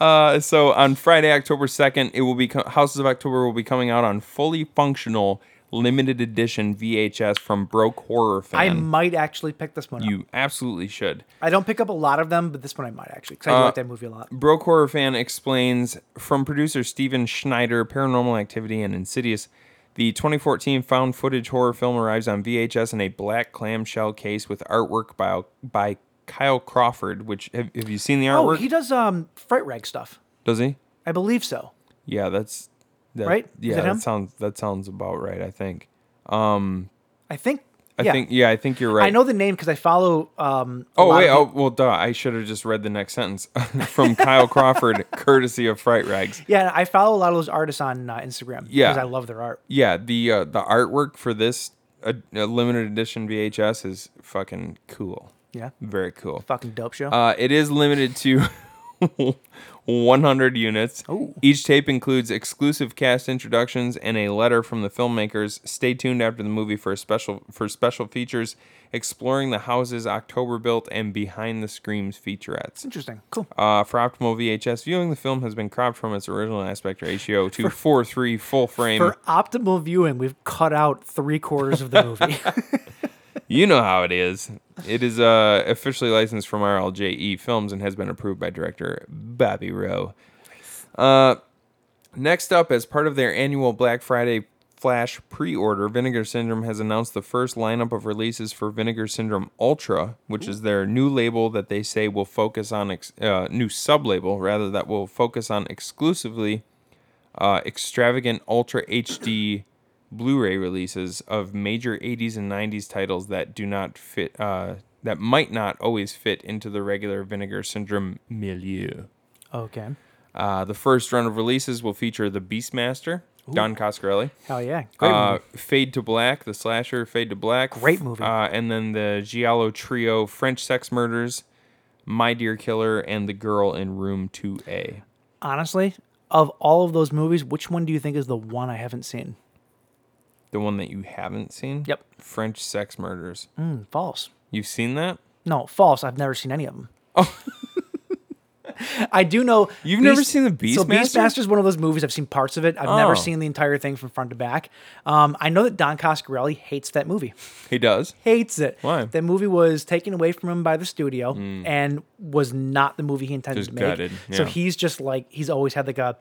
[SPEAKER 5] Uh, so on Friday, October 2nd, it will be co- Houses of October will be coming out on fully functional limited edition VHS from Broke Horror Fan.
[SPEAKER 4] I might actually pick this one up.
[SPEAKER 5] you absolutely should.
[SPEAKER 4] I don't pick up a lot of them, but this one I might actually
[SPEAKER 5] Uh,
[SPEAKER 4] because I do like that movie a lot.
[SPEAKER 5] Broke Horror Fan explains from producer Steven Schneider, Paranormal Activity and Insidious. The 2014 found footage horror film arrives on VHS in a black clamshell case with artwork by by Kyle Crawford. Which have, have you seen the
[SPEAKER 4] Oh,
[SPEAKER 5] artwork?
[SPEAKER 4] he does um fright rag stuff.
[SPEAKER 5] Does he?
[SPEAKER 4] I believe so.
[SPEAKER 5] Yeah, that's that,
[SPEAKER 4] Right? Is
[SPEAKER 5] Yeah,
[SPEAKER 4] it him?
[SPEAKER 5] that sounds that sounds about right. I think.
[SPEAKER 4] I think.
[SPEAKER 5] I
[SPEAKER 4] yeah.
[SPEAKER 5] think yeah, I think you're right.
[SPEAKER 4] I know the name because I follow. Um, a
[SPEAKER 5] Oh
[SPEAKER 4] lot
[SPEAKER 5] wait,
[SPEAKER 4] of
[SPEAKER 5] oh well, duh. I should have just read the next sentence from Kyle Crawford, courtesy of Fright Rags.
[SPEAKER 4] Yeah, I follow a lot of those artists on uh, Instagram.
[SPEAKER 5] Yeah.
[SPEAKER 4] because I love their art.
[SPEAKER 5] Yeah, the uh, the artwork for this uh, uh, limited edition VHS is fucking cool.
[SPEAKER 4] Yeah,
[SPEAKER 5] Very cool.
[SPEAKER 4] fucking dope show.
[SPEAKER 5] Uh, it is limited to 100 units. Each tape includes exclusive cast introductions and a letter from the filmmakers. Stay tuned after the movie for a special for special features exploring the houses October built and behind the screams featurettes.
[SPEAKER 4] Interesting. Cool.
[SPEAKER 5] Uh, for optimal VHS viewing, the film has been cropped from its original aspect ratio to 4:3 full frame.
[SPEAKER 4] For optimal viewing, we've cut out three quarters of the movie.
[SPEAKER 5] you know how it is. It is uh, officially licensed from RLJE E Films and has been approved by director Bobby Rowe. Uh, next up, as part of their annual Black Friday Flash pre order, Vinegar Syndrome has announced the first lineup of releases for Vinegar Syndrome Ultra, which is their new label that they say will focus on, ex- uh, new sub label rather, that will focus on exclusively uh, extravagant Ultra HD Blu ray releases of major 80s and 90s titles that do not fit, uh, that might not always fit into the regular Vinegar Syndrome milieu.
[SPEAKER 4] Okay.
[SPEAKER 5] Uh, the first run of releases will feature The Beastmaster, Don Coscarelli.
[SPEAKER 4] Hell yeah. Great
[SPEAKER 5] Uh,
[SPEAKER 4] movie.
[SPEAKER 5] Fade to Black, the slasher, Fade to Black.
[SPEAKER 4] Great movie.
[SPEAKER 5] Uh, and then the Giallo Trio, French Sex Murders, My Dear Killer, and The Girl in Room 2A.
[SPEAKER 4] Honestly, of all of those movies, which one do you think is the one I haven't seen?
[SPEAKER 5] The one that you haven't seen?
[SPEAKER 4] Yep.
[SPEAKER 5] French Sex Murders.
[SPEAKER 4] Hmm, false.
[SPEAKER 5] You've seen that?
[SPEAKER 4] No, false. I've never seen any of them. Oh. I do know.
[SPEAKER 5] You've never seen The
[SPEAKER 4] So
[SPEAKER 5] Beastmaster?
[SPEAKER 4] Beastmaster is one of those movies I've seen parts of it. I've never
[SPEAKER 5] Oh.
[SPEAKER 4] seen the entire thing from front to back. Um, I know that Don Coscarelli hates that movie.
[SPEAKER 5] He does.
[SPEAKER 4] Hates it.
[SPEAKER 5] Why? Hmm.
[SPEAKER 4] That movie was taken away from him by the studio and was not the movie he intended
[SPEAKER 5] Just
[SPEAKER 4] to make.
[SPEAKER 5] gutted,
[SPEAKER 4] So
[SPEAKER 5] yeah.
[SPEAKER 4] he's just like he's always had like a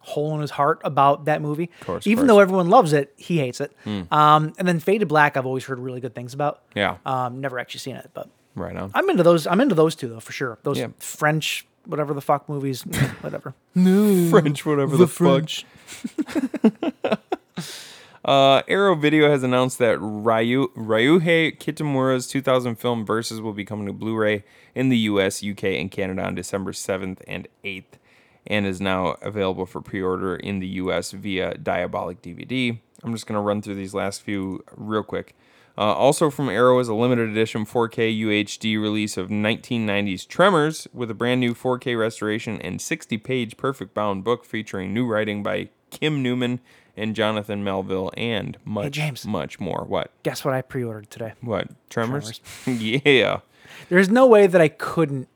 [SPEAKER 4] hole in his heart about that movie.
[SPEAKER 5] course,
[SPEAKER 4] Even
[SPEAKER 5] course. Hmm.
[SPEAKER 4] though everyone loves it, he hates it. Um, and then Fade to Black, I've always heard really good things about.
[SPEAKER 5] Yeah.
[SPEAKER 4] Um, never actually seen it, but
[SPEAKER 5] Right on.
[SPEAKER 4] I'm into those. I'm into those two though for sure. Those
[SPEAKER 5] Yeah.
[SPEAKER 4] French whatever the fuck movies, whatever.
[SPEAKER 5] French, whatever the,
[SPEAKER 4] French.
[SPEAKER 5] fuck. Uh, Arrow Video has announced that Ryu Ryuhei Kitamura's 2000 film Versus will be coming to Blu-ray in the U.S., U.K., and Canada on December 7th and 8th, and is now available for pre-order in the U.S. via Diabolic DVD. I'm just gonna run through these last few real quick. Uh, also from Arrow is a limited edition 4K UHD release of 1990s Tremors with a brand new 4K restoration and 60 page perfect bound book featuring new writing by Kim Newman and Jonathan Melville and much,
[SPEAKER 4] James.
[SPEAKER 5] much more. What?
[SPEAKER 4] Guess what I pre-ordered today?
[SPEAKER 5] What? Tremors? yeah.
[SPEAKER 4] There's no way that I couldn't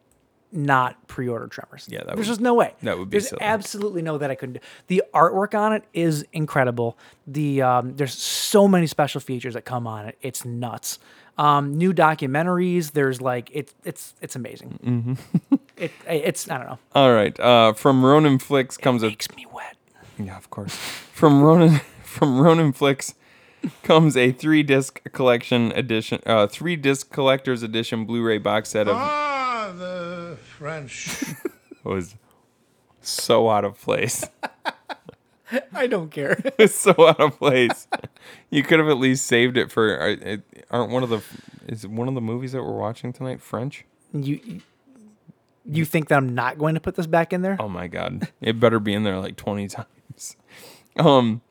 [SPEAKER 4] not pre-order Tremors.
[SPEAKER 5] Yeah, that
[SPEAKER 4] there's
[SPEAKER 5] would-
[SPEAKER 4] just no way.
[SPEAKER 5] that would be
[SPEAKER 4] There's
[SPEAKER 5] silly.
[SPEAKER 4] absolutely no that I couldn't. do. The artwork on it is incredible. The um, there's so many special features that come on it. It's nuts. Um, new documentaries. There's like it's it's it's amazing. Mm-hmm. it it's I don't know.
[SPEAKER 5] All right. Uh, from Ronin Flicks comes a
[SPEAKER 4] Makes me wet.
[SPEAKER 5] Yeah, of course. From Ronin from Ronin Flicks comes a three disc collection edition uh three disc collector's edition Blu-ray box set of Ah the French was so out of place.
[SPEAKER 4] I don't care.
[SPEAKER 5] It's so out of place. You could have at least saved it for are- aren't one of the is one of the movies that we're watching tonight French?
[SPEAKER 4] you you think that I'm not going to put this back in there?
[SPEAKER 5] Oh my god. It better be in there like 20 times. Um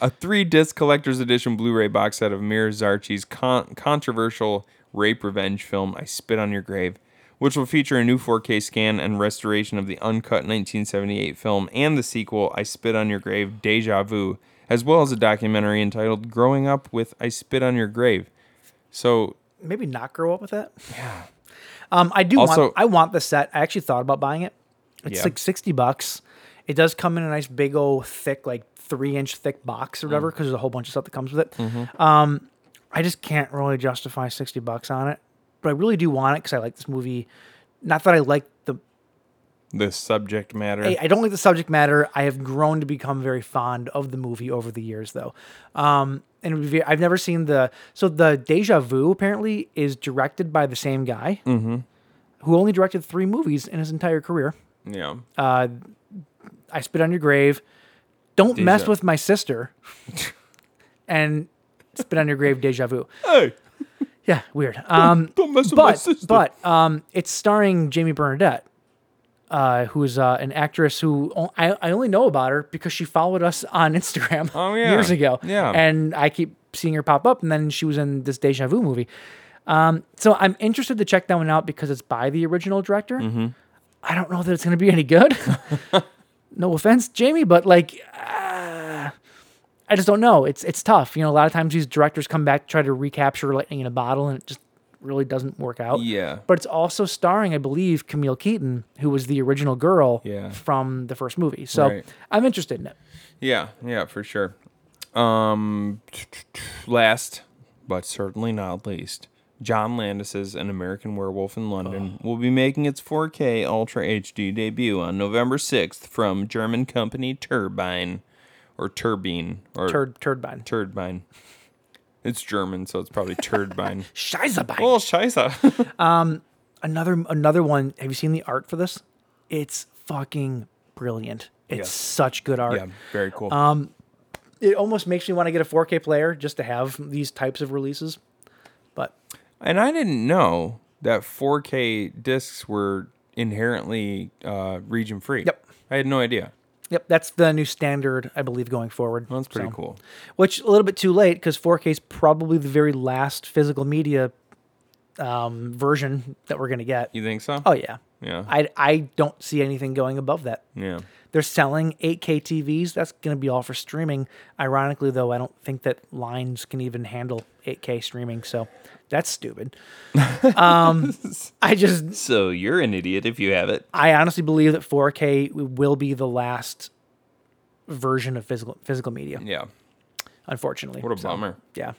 [SPEAKER 5] a 3-disc collector's edition Blu-ray box set of Mir Zarchi's con- controversial rape revenge film I Spit on Your Grave, which will feature a new 4K scan and restoration of the uncut 1978 film and the sequel I Spit on Your Grave Deja Vu, as well as a documentary entitled Growing Up with I Spit on Your Grave. So,
[SPEAKER 4] Maybe not grow up with that. Yeah. Um, I do
[SPEAKER 5] Also-
[SPEAKER 4] want I want the set. I actually thought about buying it. It's
[SPEAKER 5] Yeah.
[SPEAKER 4] like sixty bucks. It does come in a nice big old thick, like three inch thick box or
[SPEAKER 5] Mm.
[SPEAKER 4] whatever, because there's a whole bunch of stuff that comes with it. Um,
[SPEAKER 5] Mm-hmm.
[SPEAKER 4] I just can't really justify sixty bucks on it, but I really do want it because I like this movie. Not that I like the
[SPEAKER 5] the subject matter
[SPEAKER 4] I, I don't like the subject matter. I have grown to become very fond of the movie over the years, though. Um, and it would be- I've never seen the so the Deja Vu apparently is directed by the same guy who only directed three movies in his entire career.
[SPEAKER 5] yeah.
[SPEAKER 4] Uh, I spit on your grave. Don't mess with my sister. and spit on your grave. Deja Vu.
[SPEAKER 5] hey,
[SPEAKER 4] Yeah, weird. Um,
[SPEAKER 5] don't mess with my
[SPEAKER 4] but
[SPEAKER 5] sister.
[SPEAKER 4] but um, it's starring Jamie Bernadette, uh, who is uh, an actress who o- I, I only know about her because she followed us on Instagram
[SPEAKER 5] Oh, yeah.
[SPEAKER 4] years ago.
[SPEAKER 5] Yeah.
[SPEAKER 4] and I keep seeing her pop up, and then she was in this Deja Vu movie. Um, so I'm interested to check that one out because it's by the original director.
[SPEAKER 5] Mm-hmm.
[SPEAKER 4] I don't know that it's going to be any good. no offense, Jamie, but like. ah, I just don't know. It's it's tough. You know, a lot of times these directors come back to try to recapture lightning in a bottle, and it just really doesn't work out
[SPEAKER 5] Yeah.
[SPEAKER 4] but it's also starring, I believe, Camille Keaton, who was the original girl
[SPEAKER 5] Yeah.
[SPEAKER 4] from the first movie. So
[SPEAKER 5] Right.
[SPEAKER 4] I'm interested in it.
[SPEAKER 5] Yeah, yeah, for sure. Um, last, but certainly not least, John Landis's An American Werewolf in London will be making its 4K Ultra HD debut on November 6th from German company Turbine. or turbine or
[SPEAKER 4] Turd, turbine.
[SPEAKER 5] turbine. It's German, so it's probably turbine.
[SPEAKER 4] Scheizebine.
[SPEAKER 5] oh, scheiße.
[SPEAKER 4] Another another one. Have you seen the art for this? It's fucking brilliant. It's
[SPEAKER 5] Yes.
[SPEAKER 4] such good art.
[SPEAKER 5] yeah, very cool.
[SPEAKER 4] It almost makes me want to get a 4K player just to have these types of releases. But
[SPEAKER 5] and I didn't know that 4K discs were inherently uh, region free.
[SPEAKER 4] Yep.
[SPEAKER 5] I had no idea.
[SPEAKER 4] yep, that's the new standard, I believe, going forward.
[SPEAKER 5] Well, that's pretty
[SPEAKER 4] So-
[SPEAKER 5] cool.
[SPEAKER 4] Which a little bit too late because 4K is probably the very last physical media um, version that we're gonna get.
[SPEAKER 5] You think so?
[SPEAKER 4] Oh yeah.
[SPEAKER 5] Yeah.
[SPEAKER 4] I I don't see anything going above that.
[SPEAKER 5] yeah.
[SPEAKER 4] They're selling 8K TVs. That's going to be all for streaming. Ironically, though, I don't think that lines can even handle 8K streaming. So that's stupid. um, I just,
[SPEAKER 5] So you're an idiot if you have it.
[SPEAKER 4] I honestly believe that 4K will be the last version of physical physical media.
[SPEAKER 5] Yeah.
[SPEAKER 4] Unfortunately,
[SPEAKER 5] What a
[SPEAKER 4] So,
[SPEAKER 5] bummer.
[SPEAKER 4] Yeah,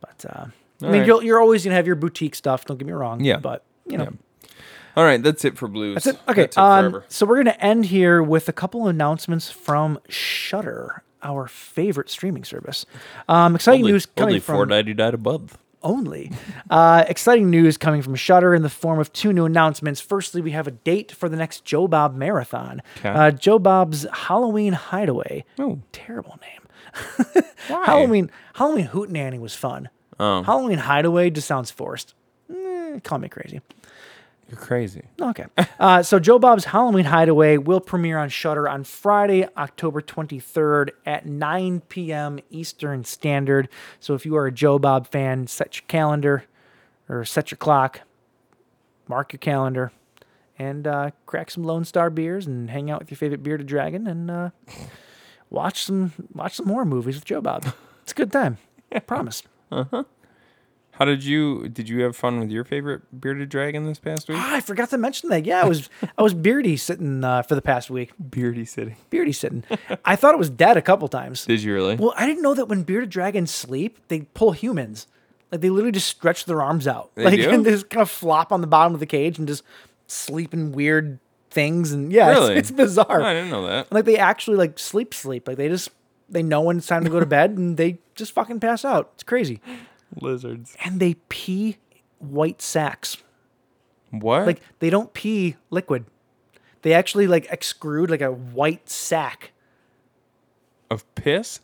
[SPEAKER 4] but uh, I
[SPEAKER 5] All
[SPEAKER 4] mean,
[SPEAKER 5] right.
[SPEAKER 4] you're, you're always going to have your boutique stuff. Don't get me wrong.
[SPEAKER 5] Yeah.
[SPEAKER 4] but you know,
[SPEAKER 5] Yeah. All right, that's it for blues.
[SPEAKER 4] That's it. Okay.
[SPEAKER 5] That's
[SPEAKER 4] Um,
[SPEAKER 5] forever.
[SPEAKER 4] so we're going to end here with a couple announcements from Shudder, our favorite streaming service. Um, exciting news coming from
[SPEAKER 5] ninety nine a month.
[SPEAKER 4] only. Uh, exciting news coming from Shudder in the form of two new announcements. Firstly, we have a date for the next Joe Bob Marathon.
[SPEAKER 5] Okay.
[SPEAKER 4] Uh, Joe Bob's Halloween Hideaway.
[SPEAKER 5] Oh.
[SPEAKER 4] Terrible name. Halloween Halloween Hootenanny was fun.
[SPEAKER 5] Oh.
[SPEAKER 4] Halloween Hideaway just sounds forced. Eh, call me crazy.
[SPEAKER 5] You're crazy.
[SPEAKER 4] Okay. Uh, so Joe Bob's Halloween Hideaway will premiere on Shudder on Friday, October 23rd at 9 p.m. Eastern Standard. So if you are a Joe Bob fan, set your calendar or set your clock, mark your calendar, and uh, crack some Lone Star beers and hang out with your favorite bearded dragon and uh, watch some watch some horror movies with Joe Bob. It's a good time. I promise.
[SPEAKER 5] How did you did you have fun with your favorite bearded dragon this past week?
[SPEAKER 4] Ah, I forgot to mention that. Yeah, I was I was beardy sitting uh, for the past week.
[SPEAKER 5] Beardy City.
[SPEAKER 4] Beardy sitting. I thought it was dead a couple times.
[SPEAKER 5] Did you really?
[SPEAKER 4] Well, I didn't know that when bearded dragons sleep, they pull humans. Like they literally just stretch their arms out.
[SPEAKER 5] They
[SPEAKER 4] like
[SPEAKER 5] do?
[SPEAKER 4] and they just kind of flop on the bottom of the cage and just sleep in weird things and yeah, it's-
[SPEAKER 5] Really?
[SPEAKER 4] it's, bizarre.
[SPEAKER 5] I didn't know that.
[SPEAKER 4] Like they actually like sleep sleep. Like they just they know when it's time to go to bed and they just fucking pass out. It's crazy.
[SPEAKER 5] Lizards.
[SPEAKER 4] And they pee white sacks.
[SPEAKER 5] What?
[SPEAKER 4] Like they don't pee liquid. They actually like excrude like a white sack
[SPEAKER 5] of piss?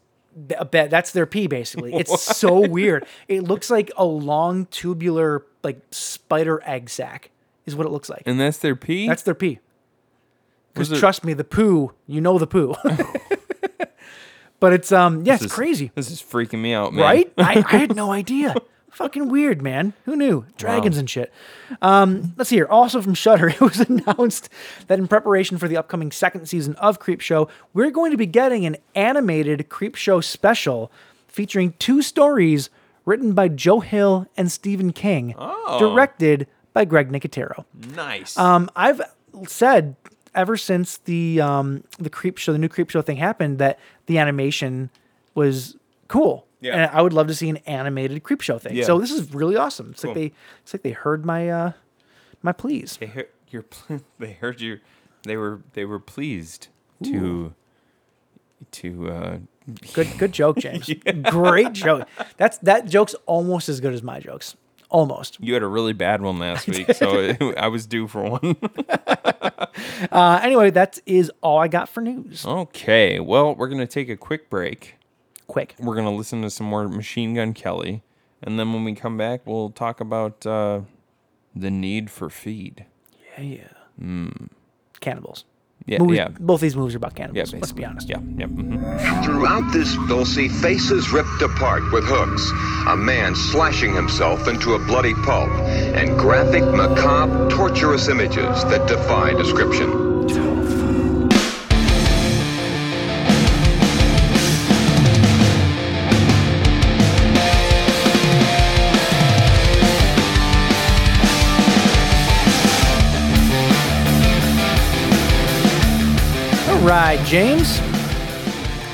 [SPEAKER 4] th- a bed. That's their pee, basically. It's so weird. It looks like a long tubular like spider egg sac is what it looks like.
[SPEAKER 5] And that's their pee?
[SPEAKER 4] That's their pee. Because
[SPEAKER 5] Was it-
[SPEAKER 4] trust me, the poo, you know the poo. but it's um, yeah,
[SPEAKER 5] This
[SPEAKER 4] it's
[SPEAKER 5] is-
[SPEAKER 4] crazy,
[SPEAKER 5] This is freaking me out, man.
[SPEAKER 4] right? I, I had no idea. Fucking weird, man. Who knew? Dragons and shit. Um, let's see here. Also from Shudder, it was announced that in preparation for the upcoming second season of Creep Show, we're going to be getting an animated Creep Show special featuring two stories written by Joe Hill and Stephen King, directed by Greg Nicotero.
[SPEAKER 5] Nice.
[SPEAKER 4] Um, I've said ever since the um, the creep show, the new creep show thing happened, that the animation was cool.
[SPEAKER 5] Yeah.
[SPEAKER 4] And I would love to see an animated creep show thing.
[SPEAKER 5] Yeah.
[SPEAKER 4] So this is really awesome. It's like
[SPEAKER 5] Cool.
[SPEAKER 4] they it's like they heard my uh my pleas.
[SPEAKER 5] they heard your pl- they heard you they were they were pleased to to uh
[SPEAKER 4] Good good joke, James. Great joke. That's that joke's almost as good as my jokes. Almost.
[SPEAKER 5] you had a really bad one last week, so I was due for one.
[SPEAKER 4] Uh, anyway, that is all I got for news.
[SPEAKER 5] Okay. Well, we're going to take a quick break.
[SPEAKER 4] Quick.
[SPEAKER 5] We're going to listen to some more Machine Gun Kelly. And then when we come back, we'll talk about uh, the need for feed.
[SPEAKER 4] Yeah. yeah. Cannibals.
[SPEAKER 5] Yeah.
[SPEAKER 4] Movies-
[SPEAKER 5] yeah.
[SPEAKER 4] Both these movies are about
[SPEAKER 5] Yeah.
[SPEAKER 4] cannibals. let's be
[SPEAKER 5] basically.
[SPEAKER 4] honest.
[SPEAKER 5] Yeah. Yeah. mhm.
[SPEAKER 7] Throughout this, they'll see faces ripped apart with hooks, a man slashing himself into a bloody pulp, and graphic, macabre, torturous images that defy description.
[SPEAKER 4] All right, James.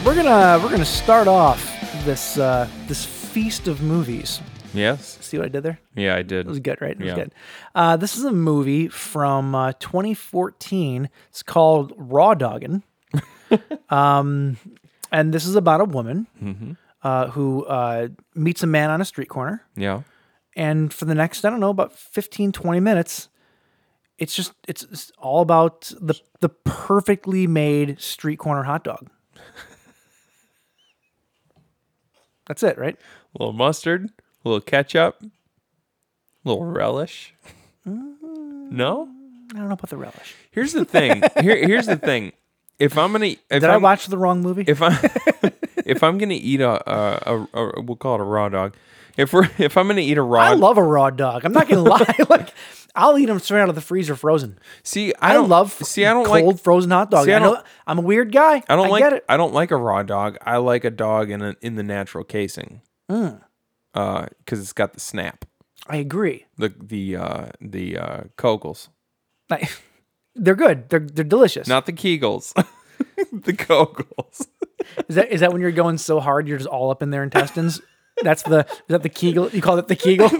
[SPEAKER 4] We're gonna we're gonna start off this uh, this feast of movies.
[SPEAKER 5] Yes.
[SPEAKER 4] See what I did there?
[SPEAKER 5] Yeah, I did.
[SPEAKER 4] It was good, right? It was
[SPEAKER 5] Yeah.
[SPEAKER 4] good. Uh, this is a movie from uh, 2014. It's called Raw Doggin. um, And this is about a woman uh, who uh, meets a man on a street corner.
[SPEAKER 5] Yeah.
[SPEAKER 4] and for the next i don't know about 15 20 minutes it's just it's, it's all about the the perfectly made street corner hot dog that's it right
[SPEAKER 5] A little mustard, a little ketchup, a little relish.
[SPEAKER 4] Mm.
[SPEAKER 5] No?
[SPEAKER 4] i don't know about the relish
[SPEAKER 5] Here's the thing. Here, here's the thing. If I'm gonna, if
[SPEAKER 4] did i
[SPEAKER 5] I'm,
[SPEAKER 4] watch the wrong movie
[SPEAKER 5] if I'm, if I'm gonna eat a, a, a, a, we'll call it a raw dog. If we're, if I'm gonna eat a raw,
[SPEAKER 4] i love a raw dog i'm not gonna lie like i'll eat them straight out of the freezer frozen
[SPEAKER 5] see, I,
[SPEAKER 4] i,
[SPEAKER 5] don't
[SPEAKER 4] love
[SPEAKER 5] see, I don't
[SPEAKER 4] cold
[SPEAKER 5] like,
[SPEAKER 4] frozen hot dogs
[SPEAKER 5] see, I
[SPEAKER 4] I know,
[SPEAKER 5] don't-
[SPEAKER 4] i'm a weird guy
[SPEAKER 5] I don't like,
[SPEAKER 4] get it
[SPEAKER 5] I don't like a raw dog. I like a dog in a, in the natural casing,
[SPEAKER 4] Mm.
[SPEAKER 5] Uh, because it's got the snap,
[SPEAKER 4] i agree
[SPEAKER 5] the the uh, the uh, kogels,
[SPEAKER 4] I- they're good they're, they're delicious
[SPEAKER 5] not the kegels, the kogels.
[SPEAKER 4] Is that is that when you're going so hard you're just all up in their intestines? That's the is that the Kegel? You call it the Kegel?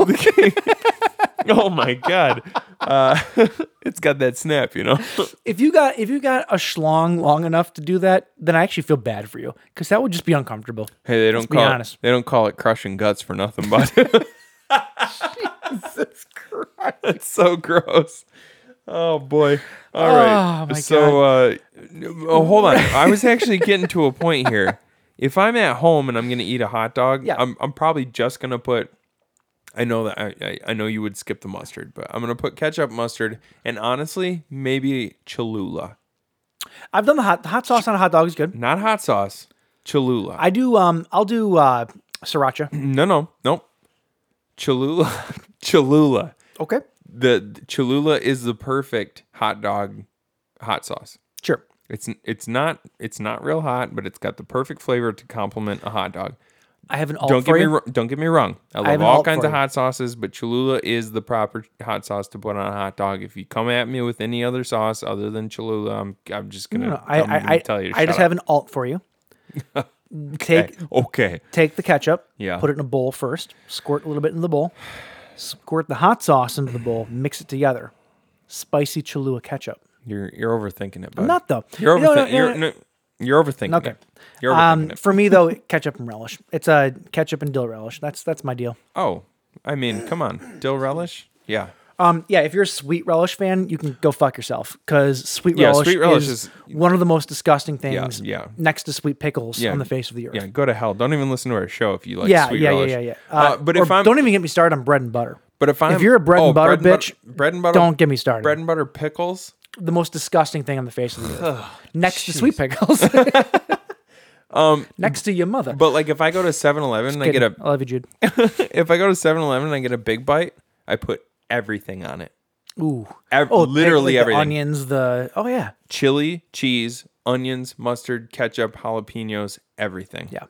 [SPEAKER 5] oh my god uh, it's got that snap you know
[SPEAKER 4] if you got if you got a schlong long enough to do that, then I actually feel bad for you because that would just be uncomfortable.
[SPEAKER 5] hey they don't
[SPEAKER 4] be
[SPEAKER 5] call it,
[SPEAKER 4] honest.
[SPEAKER 5] they don't call it crushing guts for nothing but it's so gross oh boy all right
[SPEAKER 4] Oh, my
[SPEAKER 5] so uh oh hold on i was actually getting to a point here if i'm at home and i'm gonna eat a hot dog
[SPEAKER 4] Yeah.
[SPEAKER 5] I'm, I'm probably just gonna put I know that I, I, I know you would skip the mustard, but I'm gonna put ketchup, mustard, and honestly, maybe Cholula.
[SPEAKER 4] I've done the hot the hot sauce on a hot dog is good.
[SPEAKER 5] Not hot sauce, Cholula.
[SPEAKER 4] I do um I'll do uh sriracha.
[SPEAKER 5] No, no, nope. Cholula, Cholula.
[SPEAKER 4] Okay,
[SPEAKER 5] The, the Cholula is the perfect hot dog, hot sauce.
[SPEAKER 4] sure.
[SPEAKER 5] It's it's not it's not real hot, but it's got the perfect flavor to complement a hot dog.
[SPEAKER 4] I have an alt
[SPEAKER 5] don't
[SPEAKER 4] for
[SPEAKER 5] get me
[SPEAKER 4] you.
[SPEAKER 5] wrong. Don't get me wrong. I love
[SPEAKER 4] have an
[SPEAKER 5] all
[SPEAKER 4] alt
[SPEAKER 5] kinds
[SPEAKER 4] for
[SPEAKER 5] of
[SPEAKER 4] you.
[SPEAKER 5] hot sauces, but Cholula is the proper hot sauce to put on a hot dog. If you come at me with any other sauce other than Cholula, I'm I'm just gonna,
[SPEAKER 4] No, no, I
[SPEAKER 5] I'm gonna
[SPEAKER 4] I, I,
[SPEAKER 5] tell you. to
[SPEAKER 4] I just
[SPEAKER 5] shut
[SPEAKER 4] have
[SPEAKER 5] up.
[SPEAKER 4] an alt for you. Take
[SPEAKER 5] okay.
[SPEAKER 4] take the ketchup,
[SPEAKER 5] Yeah.
[SPEAKER 4] put it in a bowl first, squirt a little bit in the bowl, squirt the hot sauce into the bowl, mix it together. Spicy Cholula ketchup.
[SPEAKER 5] You're you're overthinking it. Bud.
[SPEAKER 4] I'm not though.
[SPEAKER 5] You're overthinking.
[SPEAKER 4] You know, no,
[SPEAKER 5] you're,
[SPEAKER 4] no,
[SPEAKER 5] no, you're overthinking.
[SPEAKER 4] Okay.
[SPEAKER 5] It. You're overthinking
[SPEAKER 4] um,
[SPEAKER 5] it.
[SPEAKER 4] for me though, ketchup and relish. It's a ketchup and dill relish. That's that's my deal.
[SPEAKER 5] Oh, I mean, come on, dill relish. Yeah,
[SPEAKER 4] Um, yeah, if you're a sweet relish fan, you can go fuck yourself because sweet,
[SPEAKER 5] Yeah,
[SPEAKER 4] relish,
[SPEAKER 5] sweet relish
[SPEAKER 4] is,
[SPEAKER 5] is-
[SPEAKER 4] one of the most disgusting things.
[SPEAKER 5] yeah.
[SPEAKER 4] Next to sweet pickles
[SPEAKER 5] yeah.
[SPEAKER 4] on the face of the earth.
[SPEAKER 5] Yeah, go to hell. Don't even listen to our show if you like
[SPEAKER 4] yeah,
[SPEAKER 5] sweet
[SPEAKER 4] yeah, yeah,
[SPEAKER 5] relish.
[SPEAKER 4] yeah, yeah.
[SPEAKER 5] Uh, but
[SPEAKER 4] or
[SPEAKER 5] if I'm
[SPEAKER 4] don't even get me started on bread and butter.
[SPEAKER 5] but if I'm
[SPEAKER 4] if you're a bread and
[SPEAKER 5] oh,
[SPEAKER 4] butter bitch,
[SPEAKER 5] bread and butter,
[SPEAKER 4] don't get me started.
[SPEAKER 5] Bread and butter pickles.
[SPEAKER 4] the most disgusting thing on the face of the earth. Next to sweet pickles. um, next to your mother.
[SPEAKER 5] Um, But like, if I go to 7-Eleven and I get
[SPEAKER 4] Kidding.
[SPEAKER 5] a
[SPEAKER 4] I love you, Jude.
[SPEAKER 5] if I go to 7-Eleven and I get a big bite, I put everything on it.
[SPEAKER 4] Ooh.
[SPEAKER 5] Ev-
[SPEAKER 4] Oh,
[SPEAKER 5] literally
[SPEAKER 4] like
[SPEAKER 5] everything.
[SPEAKER 4] The onions, the oh yeah,
[SPEAKER 5] Chili, cheese, onions, mustard, ketchup, jalapenos, everything.
[SPEAKER 4] yeah.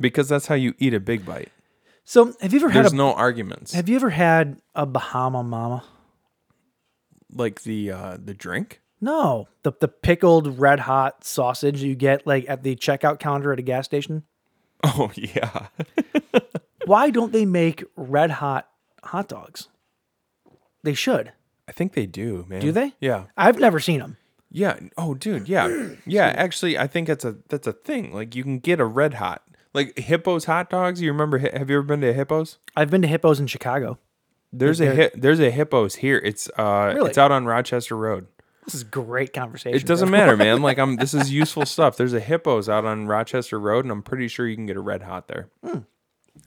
[SPEAKER 5] because that's how you eat a big bite.
[SPEAKER 4] So have you ever had
[SPEAKER 5] There's
[SPEAKER 4] a,
[SPEAKER 5] no arguments.
[SPEAKER 4] have you ever had a Bahama Mama?
[SPEAKER 5] like the uh, the drink.
[SPEAKER 4] No, the the pickled red hot sausage you get like at the checkout counter at a gas station.
[SPEAKER 5] Oh yeah.
[SPEAKER 4] Why don't they make red hot hot dogs? They should.
[SPEAKER 5] I think they do, man.
[SPEAKER 4] Do they?
[SPEAKER 5] Yeah.
[SPEAKER 4] I've never seen them.
[SPEAKER 5] Yeah. Oh, dude. Yeah. Yeah. Actually, I think that's a that's a thing. Like you can get a red hot, like Hippos hot dogs. You remember? Hi- Have you ever been to Hippos?
[SPEAKER 4] I've been to Hippos in Chicago.
[SPEAKER 5] There's a hi- there's a Hippos here. It's uh
[SPEAKER 4] Really?
[SPEAKER 5] it's out on Rochester Road.
[SPEAKER 4] This is great conversation.
[SPEAKER 5] It doesn't
[SPEAKER 4] bro.
[SPEAKER 5] matter, man. Like I'm this is useful stuff. There's a Hippos out on Rochester Road, and I'm pretty sure you can get a red hot there.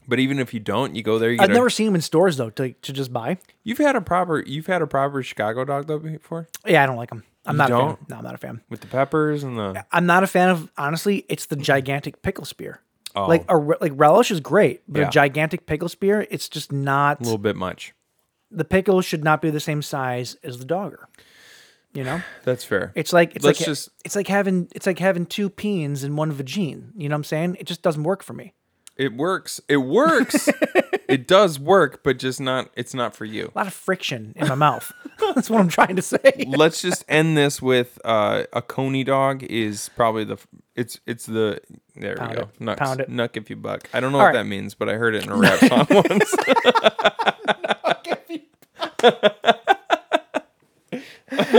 [SPEAKER 5] But even if you don't, you go there. You get
[SPEAKER 4] Hmm. I've
[SPEAKER 5] a,
[SPEAKER 4] never seen them in stores though to, to just buy.
[SPEAKER 5] You've had a proper you've had a proper Chicago dog though before
[SPEAKER 4] Yeah, I don't like them. I'm not a fan.
[SPEAKER 5] don't?
[SPEAKER 4] No, I'm not a fan.
[SPEAKER 5] with the peppers and the
[SPEAKER 4] I'm not a fan of honestly. It's the gigantic pickle spear. Like a re- like relish is great, but
[SPEAKER 5] Oh. Yeah.
[SPEAKER 4] a gigantic pickle spear, it's just not.
[SPEAKER 5] a little bit much.
[SPEAKER 4] the pickle should not be the same size as the dogger. You know,
[SPEAKER 5] That's fair.
[SPEAKER 4] it's like it's
[SPEAKER 5] Let's
[SPEAKER 4] like
[SPEAKER 5] just-
[SPEAKER 4] it's like having it's like having two peens and one vagine. You know what I'm saying? It just doesn't work for me.
[SPEAKER 5] It works. It works. it does work, but just not. It's not for you.
[SPEAKER 4] A lot of friction in my mouth. That's what I'm trying to say.
[SPEAKER 5] Let's just end this with uh, a coney dog is probably the. f- It's it's the there
[SPEAKER 4] Pound
[SPEAKER 5] we go.
[SPEAKER 4] it.
[SPEAKER 5] Nucks.
[SPEAKER 4] Pound it.
[SPEAKER 5] Nuck if you buck. I don't know
[SPEAKER 4] All
[SPEAKER 5] what
[SPEAKER 4] right.
[SPEAKER 5] that means, but I heard it in a rap song once.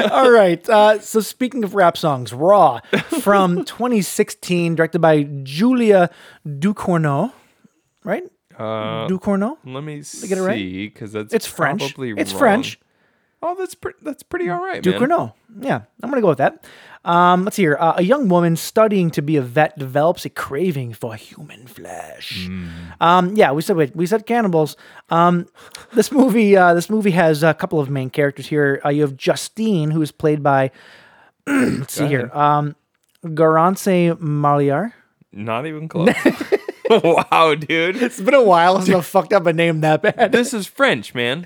[SPEAKER 4] All right. Uh, so speaking of rap songs, Raw from 2016, directed by Julia Ducournau, right? Uh, Ducournau.
[SPEAKER 5] Let me see,
[SPEAKER 4] get it right?
[SPEAKER 5] because that's
[SPEAKER 4] It's French.
[SPEAKER 5] probably
[SPEAKER 4] It's
[SPEAKER 5] wrong.
[SPEAKER 4] French.
[SPEAKER 5] Oh, that's pretty. That's pretty all right,
[SPEAKER 4] Duke
[SPEAKER 5] man.
[SPEAKER 4] or no? Yeah, I'm gonna go with that. Um, let's see here. Uh, a young woman studying to be a vet develops a craving for human flesh. Um, yeah, we said wait, we said cannibals. Um, this movie, uh, this movie has a couple of main characters here. Uh, you have Justine, who is played by. let's see here, um, Garance Maliar.
[SPEAKER 5] Not even close. wow, dude,
[SPEAKER 4] It's been a while since I fucked up a name that bad.
[SPEAKER 5] this is French, man.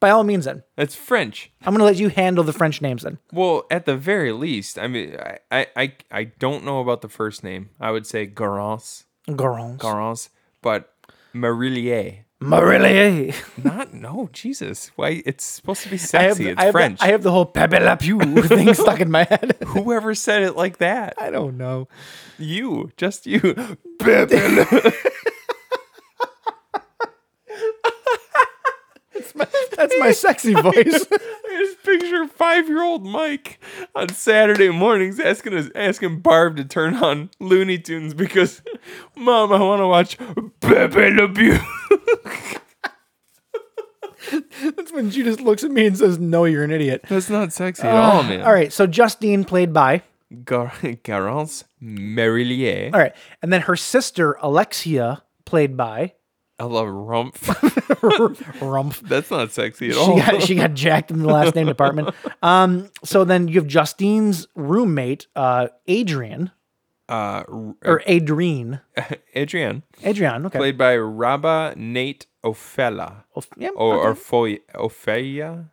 [SPEAKER 4] By all means, then
[SPEAKER 5] That's French.
[SPEAKER 4] I'm gonna let you handle the French names. Then
[SPEAKER 5] Well, at the very least, I mean, I, I, I, I don't know about the first name. I would say Garance,
[SPEAKER 4] Garance.
[SPEAKER 5] Garance, but Marillier.
[SPEAKER 4] Marillier.
[SPEAKER 5] Not no, Jesus. Why? It's supposed to be
[SPEAKER 4] I have,
[SPEAKER 5] sexy.
[SPEAKER 4] the-
[SPEAKER 5] it's
[SPEAKER 4] I have the-
[SPEAKER 5] French.
[SPEAKER 4] I have the whole Pepe Le Pew thing stuck in my head.
[SPEAKER 5] Whoever said it like that?
[SPEAKER 4] I don't know.
[SPEAKER 5] You, just you.
[SPEAKER 4] That's my sexy voice.
[SPEAKER 5] I just picture five-year-old Mike on Saturday mornings asking us, asking Barb to turn on Looney Tunes because, Mom, I want to watch Pepe Le Pew.
[SPEAKER 4] That's when Judas looks at me and says, "No, you're an idiot."
[SPEAKER 5] That's not sexy at Ah, all, man.
[SPEAKER 4] All right. So Justine played by.
[SPEAKER 5] Gar- Garance Merillier.
[SPEAKER 4] All right, and then her sister Alexia played by.
[SPEAKER 5] Ella Rumpf.
[SPEAKER 4] Rumpf.
[SPEAKER 5] That's not sexy at
[SPEAKER 4] She
[SPEAKER 5] all.
[SPEAKER 4] got she got jacked in the last name department. Um. So then you have Justine's roommate, uh, Adrian
[SPEAKER 5] uh, R-
[SPEAKER 4] or Adrien.
[SPEAKER 5] Adrienne,
[SPEAKER 4] Adrian. Okay.
[SPEAKER 5] played by Rabba Nate Ofella.
[SPEAKER 4] Oh, yeah,
[SPEAKER 5] Or
[SPEAKER 4] okay.
[SPEAKER 5] Orfoy- Ofeya?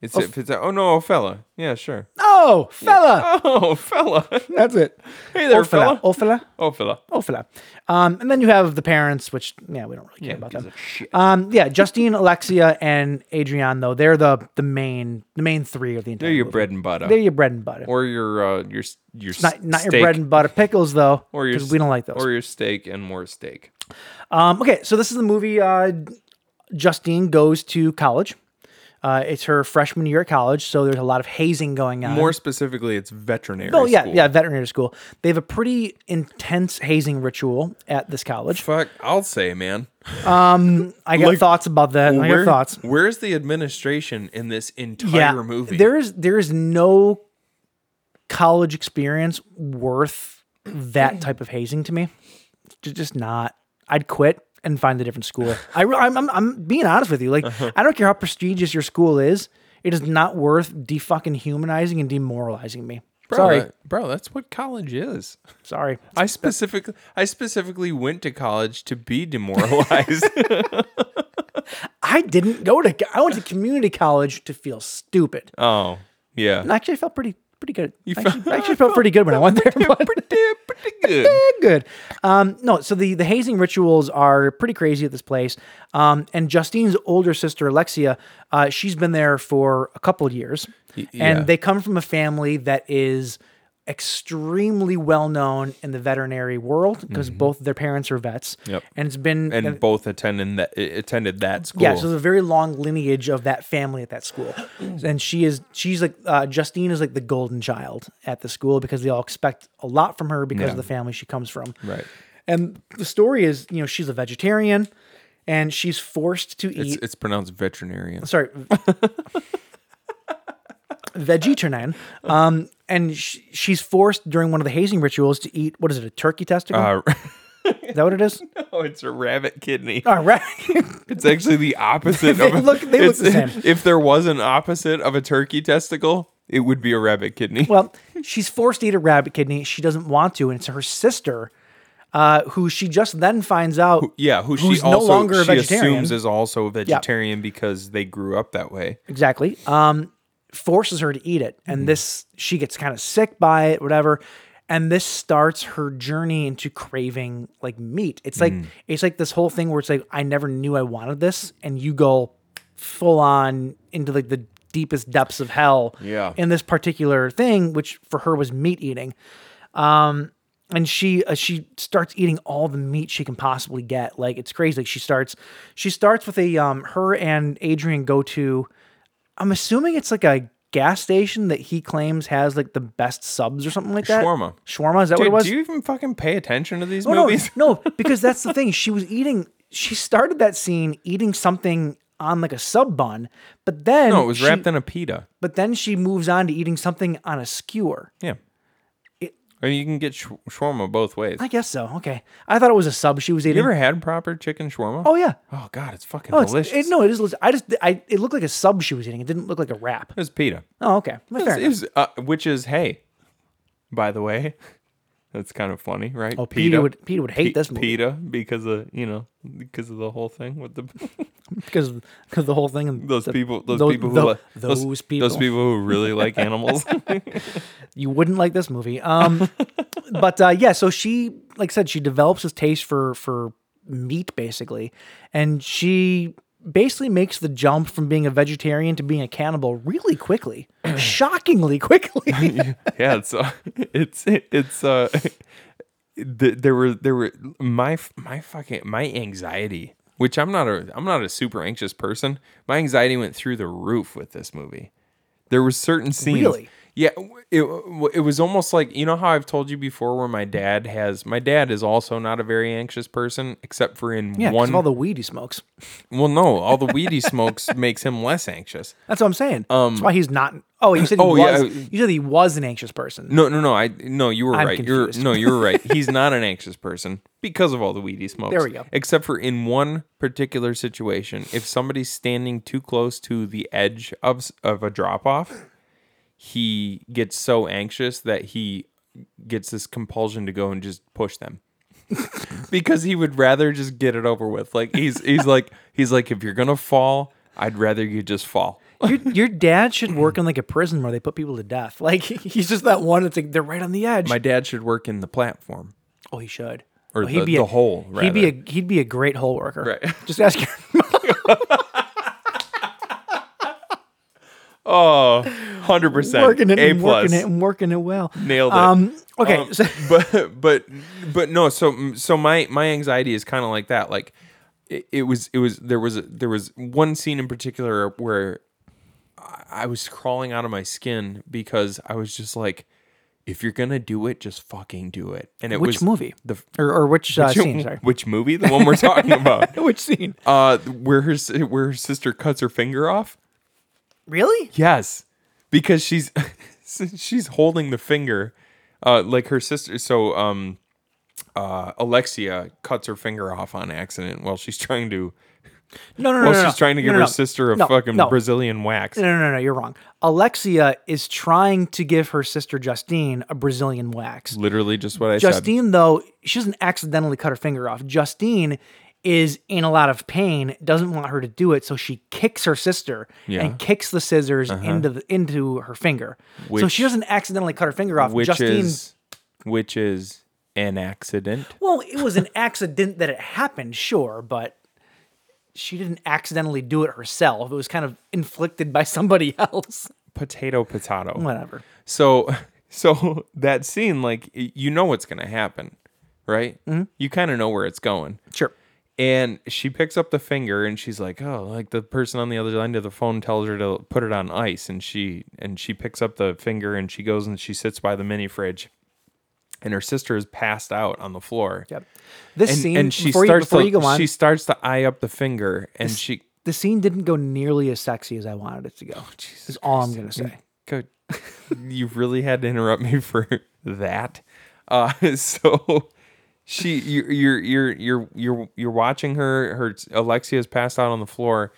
[SPEAKER 5] It's, if it's a, oh no, Ofella. Yeah, sure.
[SPEAKER 4] oh, fella.
[SPEAKER 5] Oh, fella.
[SPEAKER 4] That's it.
[SPEAKER 5] hey there,
[SPEAKER 4] Ophela.
[SPEAKER 5] fella.
[SPEAKER 4] Ophela.
[SPEAKER 5] Ofella.
[SPEAKER 4] Ophela. Oh, Um, and then you have the parents, which yeah, we don't really care
[SPEAKER 5] Yeah,
[SPEAKER 4] about
[SPEAKER 5] gives
[SPEAKER 4] them.
[SPEAKER 5] a shit.
[SPEAKER 4] Um, yeah, Justine, Alexia, and Adrian though they're the the main the main three of the entire.
[SPEAKER 5] They're your
[SPEAKER 4] movie.
[SPEAKER 5] bread and butter.
[SPEAKER 4] They're your bread and butter.
[SPEAKER 5] or your uh, your s- your
[SPEAKER 4] not not your
[SPEAKER 5] steak.
[SPEAKER 4] bread and butter pickles though,
[SPEAKER 5] or your
[SPEAKER 4] because we don't like those.
[SPEAKER 5] Or your steak and more steak.
[SPEAKER 4] Um, okay, so this is the movie. Uh, Justine goes to college. Uh, it's her freshman year at college, so there's a lot of hazing going on.
[SPEAKER 5] More specifically, it's veterinary.
[SPEAKER 4] Oh yeah,
[SPEAKER 5] school.
[SPEAKER 4] yeah, veterinary school. They have a pretty intense hazing ritual at this college.
[SPEAKER 5] Fuck, I'll say, man.
[SPEAKER 4] I got
[SPEAKER 5] Like,
[SPEAKER 4] thoughts about that. I got
[SPEAKER 5] Where-
[SPEAKER 4] thoughts.
[SPEAKER 5] Where's the administration in this entire movie?
[SPEAKER 4] There is there is no college experience worth that type of hazing to me. Ju- Just not. I'd quit and find a different school. I re- I'm, I'm I'm being honest with you. Like
[SPEAKER 5] Uh-huh.
[SPEAKER 4] I don't care how prestigious your school is. It is not worth de fucking humanizing and demoralizing me.
[SPEAKER 5] bro,
[SPEAKER 4] sorry,
[SPEAKER 5] that- bro. That's what college is.
[SPEAKER 4] sorry.
[SPEAKER 5] I specifically, I specifically went to college to be demoralized.
[SPEAKER 4] I didn't go to. co- I went to community college to feel stupid.
[SPEAKER 5] oh, yeah.
[SPEAKER 4] And actually, I felt pretty pretty good. Actually, I actually felt pretty good when I went there. but-
[SPEAKER 5] pretty, pretty good.
[SPEAKER 4] Eh, good. Um, no, so the the hazing rituals are pretty crazy at this place. Um, and Justine's older sister Alexia, uh, she's been there for a couple of years,
[SPEAKER 5] yeah.
[SPEAKER 4] and they come from a family that is extremely well known in the veterinary world because both their parents are vets.
[SPEAKER 5] Mm-hmm. Yep.
[SPEAKER 4] and it's been
[SPEAKER 5] And both attended that attended that school.
[SPEAKER 4] yeah, so there's a very long lineage of that family at that school, and she is she's like uh, Justine is like the golden child at the school because they all expect a lot from her because of the family she comes from.
[SPEAKER 5] Right.
[SPEAKER 4] And the story is, you know, she's a vegetarian, and she's forced to
[SPEAKER 5] it's,
[SPEAKER 4] eat.
[SPEAKER 5] it's pronounced veterinarian.
[SPEAKER 4] sorry, vegetarian. Um, and sh- she's forced during one of the hazing rituals to eat what is it, a turkey testicle?
[SPEAKER 5] Uh,
[SPEAKER 4] is that what it is?
[SPEAKER 5] oh, it's a rabbit kidney.
[SPEAKER 4] All right.
[SPEAKER 5] It's actually the opposite.
[SPEAKER 4] They
[SPEAKER 5] of,
[SPEAKER 4] look- they look
[SPEAKER 5] it's-
[SPEAKER 4] the same.
[SPEAKER 5] If there was an opposite of a turkey testicle, it would be a rabbit kidney.
[SPEAKER 4] Well, she's forced to eat a rabbit kidney. She doesn't want to, and it's her sister, uh, who she just then finds out.
[SPEAKER 5] Yeah, who she
[SPEAKER 4] who's
[SPEAKER 5] also
[SPEAKER 4] no longer a
[SPEAKER 5] she
[SPEAKER 4] vegetarian.
[SPEAKER 5] assumes is also a vegetarian because they grew up that way.
[SPEAKER 4] exactly. Um, forces her to eat it, and this she gets kind of sick by it, whatever. And this starts her journey into craving like meat. It's like it's like this whole thing where it's like I never knew I wanted this, and you go full on into like the deepest depths of hell.
[SPEAKER 5] Yeah.
[SPEAKER 4] In this particular thing, which for her was meat eating. and she uh, she starts eating all the meat she can possibly get. Like it's crazy. Like she starts she starts with a um her and Adrian go to I'm assuming it's like a gas station that he claims has like the best subs or something like that.
[SPEAKER 5] Shawarma.
[SPEAKER 4] Shawarma is that
[SPEAKER 5] Dude,
[SPEAKER 4] what it was? Oh,
[SPEAKER 5] do you even fucking pay attention to these
[SPEAKER 4] no, no,
[SPEAKER 5] movies?
[SPEAKER 4] no, because that's the thing. She was eating. She started that scene eating something on like a sub bun, but then
[SPEAKER 5] No, it was wrapped
[SPEAKER 4] she,
[SPEAKER 5] in a pita.
[SPEAKER 4] But then she moves on to eating something on a skewer.
[SPEAKER 5] Yeah. and you can get sh- shawarma both ways.
[SPEAKER 4] I guess so. Okay, I thought it was a sub she was
[SPEAKER 5] you
[SPEAKER 4] eating.
[SPEAKER 5] ever had proper chicken shawarma?
[SPEAKER 4] oh yeah.
[SPEAKER 5] Oh god, it's fucking
[SPEAKER 4] Oh, it's,
[SPEAKER 5] delicious.
[SPEAKER 4] it, no, it is. I just, I, it looked like a sub she was eating. It didn't look like a wrap.
[SPEAKER 5] It was pita.
[SPEAKER 4] Oh, okay. Well, fair
[SPEAKER 5] It's-
[SPEAKER 4] enough.
[SPEAKER 5] it's, uh, which is hey, by the way, that's kind of funny, right?
[SPEAKER 4] Oh, Peter would, Peter would hate
[SPEAKER 5] Pe-
[SPEAKER 4] this movie
[SPEAKER 5] Pita because of you know because of the whole thing with the
[SPEAKER 4] because, because the whole thing. and
[SPEAKER 5] those
[SPEAKER 4] the-
[SPEAKER 5] people those
[SPEAKER 4] tho-
[SPEAKER 5] people who
[SPEAKER 4] tho-
[SPEAKER 5] li-
[SPEAKER 4] those, people.
[SPEAKER 5] those people who really like animals.
[SPEAKER 4] You wouldn't like this movie. Um, but uh, yeah, so she, like I said, she develops this taste for for meat basically, and she basically makes the jump from being a vegetarian to being a cannibal really quickly, shockingly quickly.
[SPEAKER 5] yeah, it's uh, it's it's uh th- there were there were my f- my fucking my anxiety, which I'm not a I'm not a super anxious person. My anxiety went through the roof with this movie. There were certain scenes.
[SPEAKER 4] Really?
[SPEAKER 5] Yeah, w- it w- it was almost like you know how I've told you before where my dad has my dad is also not a very anxious person except for in
[SPEAKER 4] yeah, because
[SPEAKER 5] one
[SPEAKER 4] of all the weed he smokes.
[SPEAKER 5] well no all the weed he smokes makes him less anxious
[SPEAKER 4] That's what I'm saying. That's why he's not. Oh, you said he
[SPEAKER 5] Um, oh, yeah,
[SPEAKER 4] was.
[SPEAKER 5] I-
[SPEAKER 4] You said he was an anxious person.
[SPEAKER 5] No, no, no. I no, you were
[SPEAKER 4] I'm
[SPEAKER 5] right.
[SPEAKER 4] confused.
[SPEAKER 5] You're no, you were right. He's not an anxious person because of all the weed he smokes.
[SPEAKER 4] There we go.
[SPEAKER 5] Except for in one particular situation, if somebody's standing too close to the edge of s- of a drop off, he gets so anxious that he gets this compulsion to go and just push them. because he would rather just get it over with. Like he's he's like he's like if you're going to fall, I'd rather you just fall.
[SPEAKER 4] Your, your dad should work in like a prison where they put people to death. Like he's just that one that's like they're right on the edge.
[SPEAKER 5] My dad should work in the platform.
[SPEAKER 4] oh, he should.
[SPEAKER 5] Or
[SPEAKER 4] oh,
[SPEAKER 5] the- the hole,
[SPEAKER 4] He'd be
[SPEAKER 5] rather.
[SPEAKER 4] a he'd be a great hole worker.
[SPEAKER 5] Right.
[SPEAKER 4] Just ask your
[SPEAKER 5] Oh, 100%.
[SPEAKER 4] working it,
[SPEAKER 5] a
[SPEAKER 4] and
[SPEAKER 5] plus.
[SPEAKER 4] working it, and working it well.
[SPEAKER 5] Nailed it.
[SPEAKER 4] Um, okay,
[SPEAKER 5] Um,
[SPEAKER 4] so-
[SPEAKER 5] but but but no. So so my my anxiety is kind of like that. Like it, it was it was there was there was one scene in particular where I- I was crawling out of my skin because I was just like, if you're gonna do it, just fucking do it. And it
[SPEAKER 4] Which
[SPEAKER 5] was
[SPEAKER 4] movie?
[SPEAKER 5] The f-
[SPEAKER 4] or, or which, uh,
[SPEAKER 5] which,
[SPEAKER 4] scene? Sorry,
[SPEAKER 5] which movie? The one we're talking about.
[SPEAKER 4] which scene?
[SPEAKER 5] Uh, where her si- where her sister cuts her finger off.
[SPEAKER 4] Really?
[SPEAKER 5] Yes, because she's she's holding the finger, uh, like her sister. So, um, uh, Alexia cuts her finger off on accident while she's trying to
[SPEAKER 4] No, no, no.
[SPEAKER 5] while
[SPEAKER 4] no, no.
[SPEAKER 5] she's trying to
[SPEAKER 4] No,
[SPEAKER 5] give
[SPEAKER 4] no,
[SPEAKER 5] her
[SPEAKER 4] no.
[SPEAKER 5] sister a
[SPEAKER 4] No,
[SPEAKER 5] fucking
[SPEAKER 4] no.
[SPEAKER 5] Brazilian wax.
[SPEAKER 4] No, no, no, no, you're wrong. Alexia is trying to give her sister Justine a Brazilian wax.
[SPEAKER 5] Literally, just what I said.
[SPEAKER 4] Justine, though, she doesn't accidentally cut her finger off. Justine is in a lot of pain, doesn't want her to do it, so she kicks her sister
[SPEAKER 5] Yeah. Uh-huh.
[SPEAKER 4] and kicks the scissors into the, into her finger. so
[SPEAKER 5] Which-
[SPEAKER 4] she doesn't accidentally cut her finger off.
[SPEAKER 5] Which
[SPEAKER 4] Justine,
[SPEAKER 5] is which is an accident.
[SPEAKER 4] well, it was an accident that it happened, sure, but she didn't accidentally do it herself. It was kind of inflicted by somebody else.
[SPEAKER 5] Potato, potato.
[SPEAKER 4] Whatever.
[SPEAKER 5] So so that scene, like y- you know what's gonna happen, right?
[SPEAKER 4] Mm-hmm.
[SPEAKER 5] You kind of know where it's going.
[SPEAKER 4] Sure.
[SPEAKER 5] and she picks up the finger and she's like oh like the person on the other end of the phone tells her to put it on ice and she and she picks up the finger and she goes and she sits by the mini fridge and her sister is passed out on the floor
[SPEAKER 4] Yep. This
[SPEAKER 5] and,
[SPEAKER 4] scene
[SPEAKER 5] and she
[SPEAKER 4] before,
[SPEAKER 5] starts
[SPEAKER 4] you, before
[SPEAKER 5] to,
[SPEAKER 4] you go on,
[SPEAKER 5] she starts to eye up the finger and she
[SPEAKER 4] the scene didn't go nearly as sexy as I wanted it to go. is all I'm gonna say.
[SPEAKER 5] go you really had to interrupt me for that uh so she you- you're you're you're you're you're watching her her alexia's passed out on the floor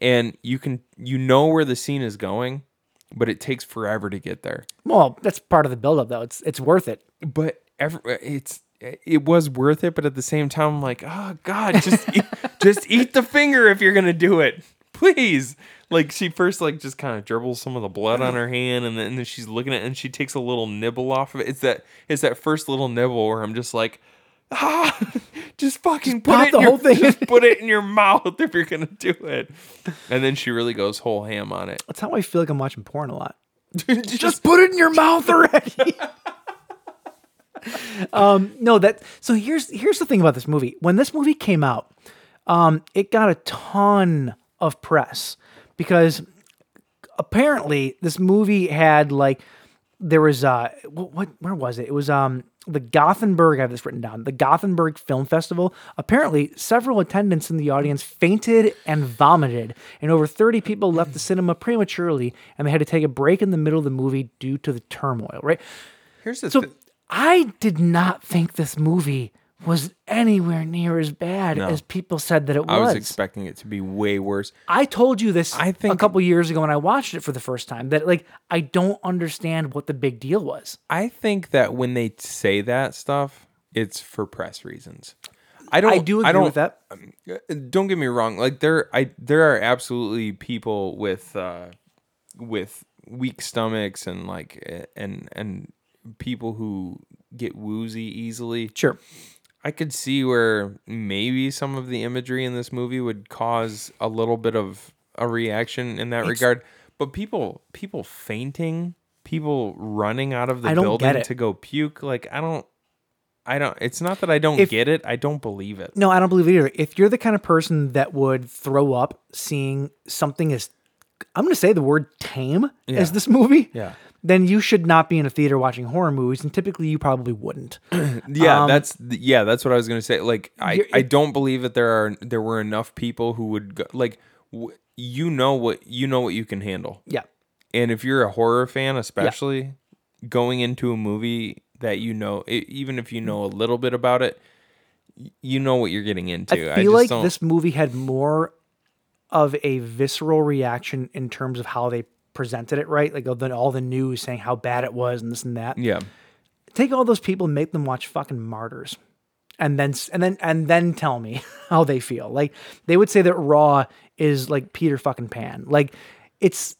[SPEAKER 5] and you can you know where the scene is going but it takes forever to get there
[SPEAKER 4] Well, that's part of the buildup, though. It's it's worth it.
[SPEAKER 5] but every, it's it was worth it but at the same time i'm like oh god just eat, just eat the finger if you're gonna do it please like she first like just kind of dribbles some of the blood on her hand and then, and then she's looking at it and she takes a little nibble off of it it's that it's that first little nibble where i'm just like ah just fucking put
[SPEAKER 4] pop
[SPEAKER 5] it
[SPEAKER 4] the
[SPEAKER 5] in your,
[SPEAKER 4] whole thing.
[SPEAKER 5] just put it in your mouth if you're gonna do it and then she really goes whole ham on it
[SPEAKER 4] That's how I feel like I'm watching porn a lot. Just put it in your mouth already. um, no, that. So here's here's the thing about this movie. When this movie came out, um, it got a ton of press because apparently this movie had like there was uh what, what where was it? It was um the Gothenburg I have this written down. The Gothenburg Film Festival. Apparently, several attendants in the audience fainted and vomited, and over 30 people left the cinema prematurely, and they had to take a break in the middle of the movie due to the turmoil. Right?
[SPEAKER 5] Here's the
[SPEAKER 4] So
[SPEAKER 5] thi-
[SPEAKER 4] I did not think this movie was anywhere near as bad as people said that it
[SPEAKER 5] I
[SPEAKER 4] was.
[SPEAKER 5] was expecting it to be way worse.
[SPEAKER 4] I told you this
[SPEAKER 5] I think-
[SPEAKER 4] a couple years ago when I watched it for the first time that like I don't understand what the big deal was.
[SPEAKER 5] I think that when they say that stuff, it's for press reasons. I don't.
[SPEAKER 4] I do agree
[SPEAKER 5] I don't,
[SPEAKER 4] with that.
[SPEAKER 5] Don't get me wrong. Like there, I there are absolutely people with uh, with weak stomachs and like eh, and and people who get woozy easily.
[SPEAKER 4] Sure.
[SPEAKER 5] I could see where maybe some of the imagery in this movie would cause a little bit of a reaction in that regard. But people people fainting, people running out of the
[SPEAKER 4] I don't
[SPEAKER 5] building
[SPEAKER 4] get it.
[SPEAKER 5] to go puke, like I don't I don't it's not that I don't
[SPEAKER 4] If-
[SPEAKER 5] get it, I don't believe it.
[SPEAKER 4] No, I don't believe it either. If you're the kind of person that would throw up seeing something as I'm going to say the word tame as this movie,
[SPEAKER 5] Yeah.
[SPEAKER 4] then you should not be in a theater watching horror movies, and typically you probably wouldn't.
[SPEAKER 5] Yeah, that's th- yeah, that's what I was gonna say. Like, I
[SPEAKER 4] um, You're-
[SPEAKER 5] I don't believe that there are there were enough people who would go, like w- you know what you know what you can handle.
[SPEAKER 4] yeah.
[SPEAKER 5] and if you're a horror fan especially going into a movie that you know e- even if you know a little bit about it y- you know what you're getting into
[SPEAKER 4] I feel like
[SPEAKER 5] don't-
[SPEAKER 4] this movie had more of a visceral reaction in terms of how they presented it, right? Like than all the news saying how bad it was and this and that.
[SPEAKER 5] yeah
[SPEAKER 4] take all those people and make them watch fucking martyrs and then and then and then tell me how they feel like they would say that raw is like peter fucking pan like it's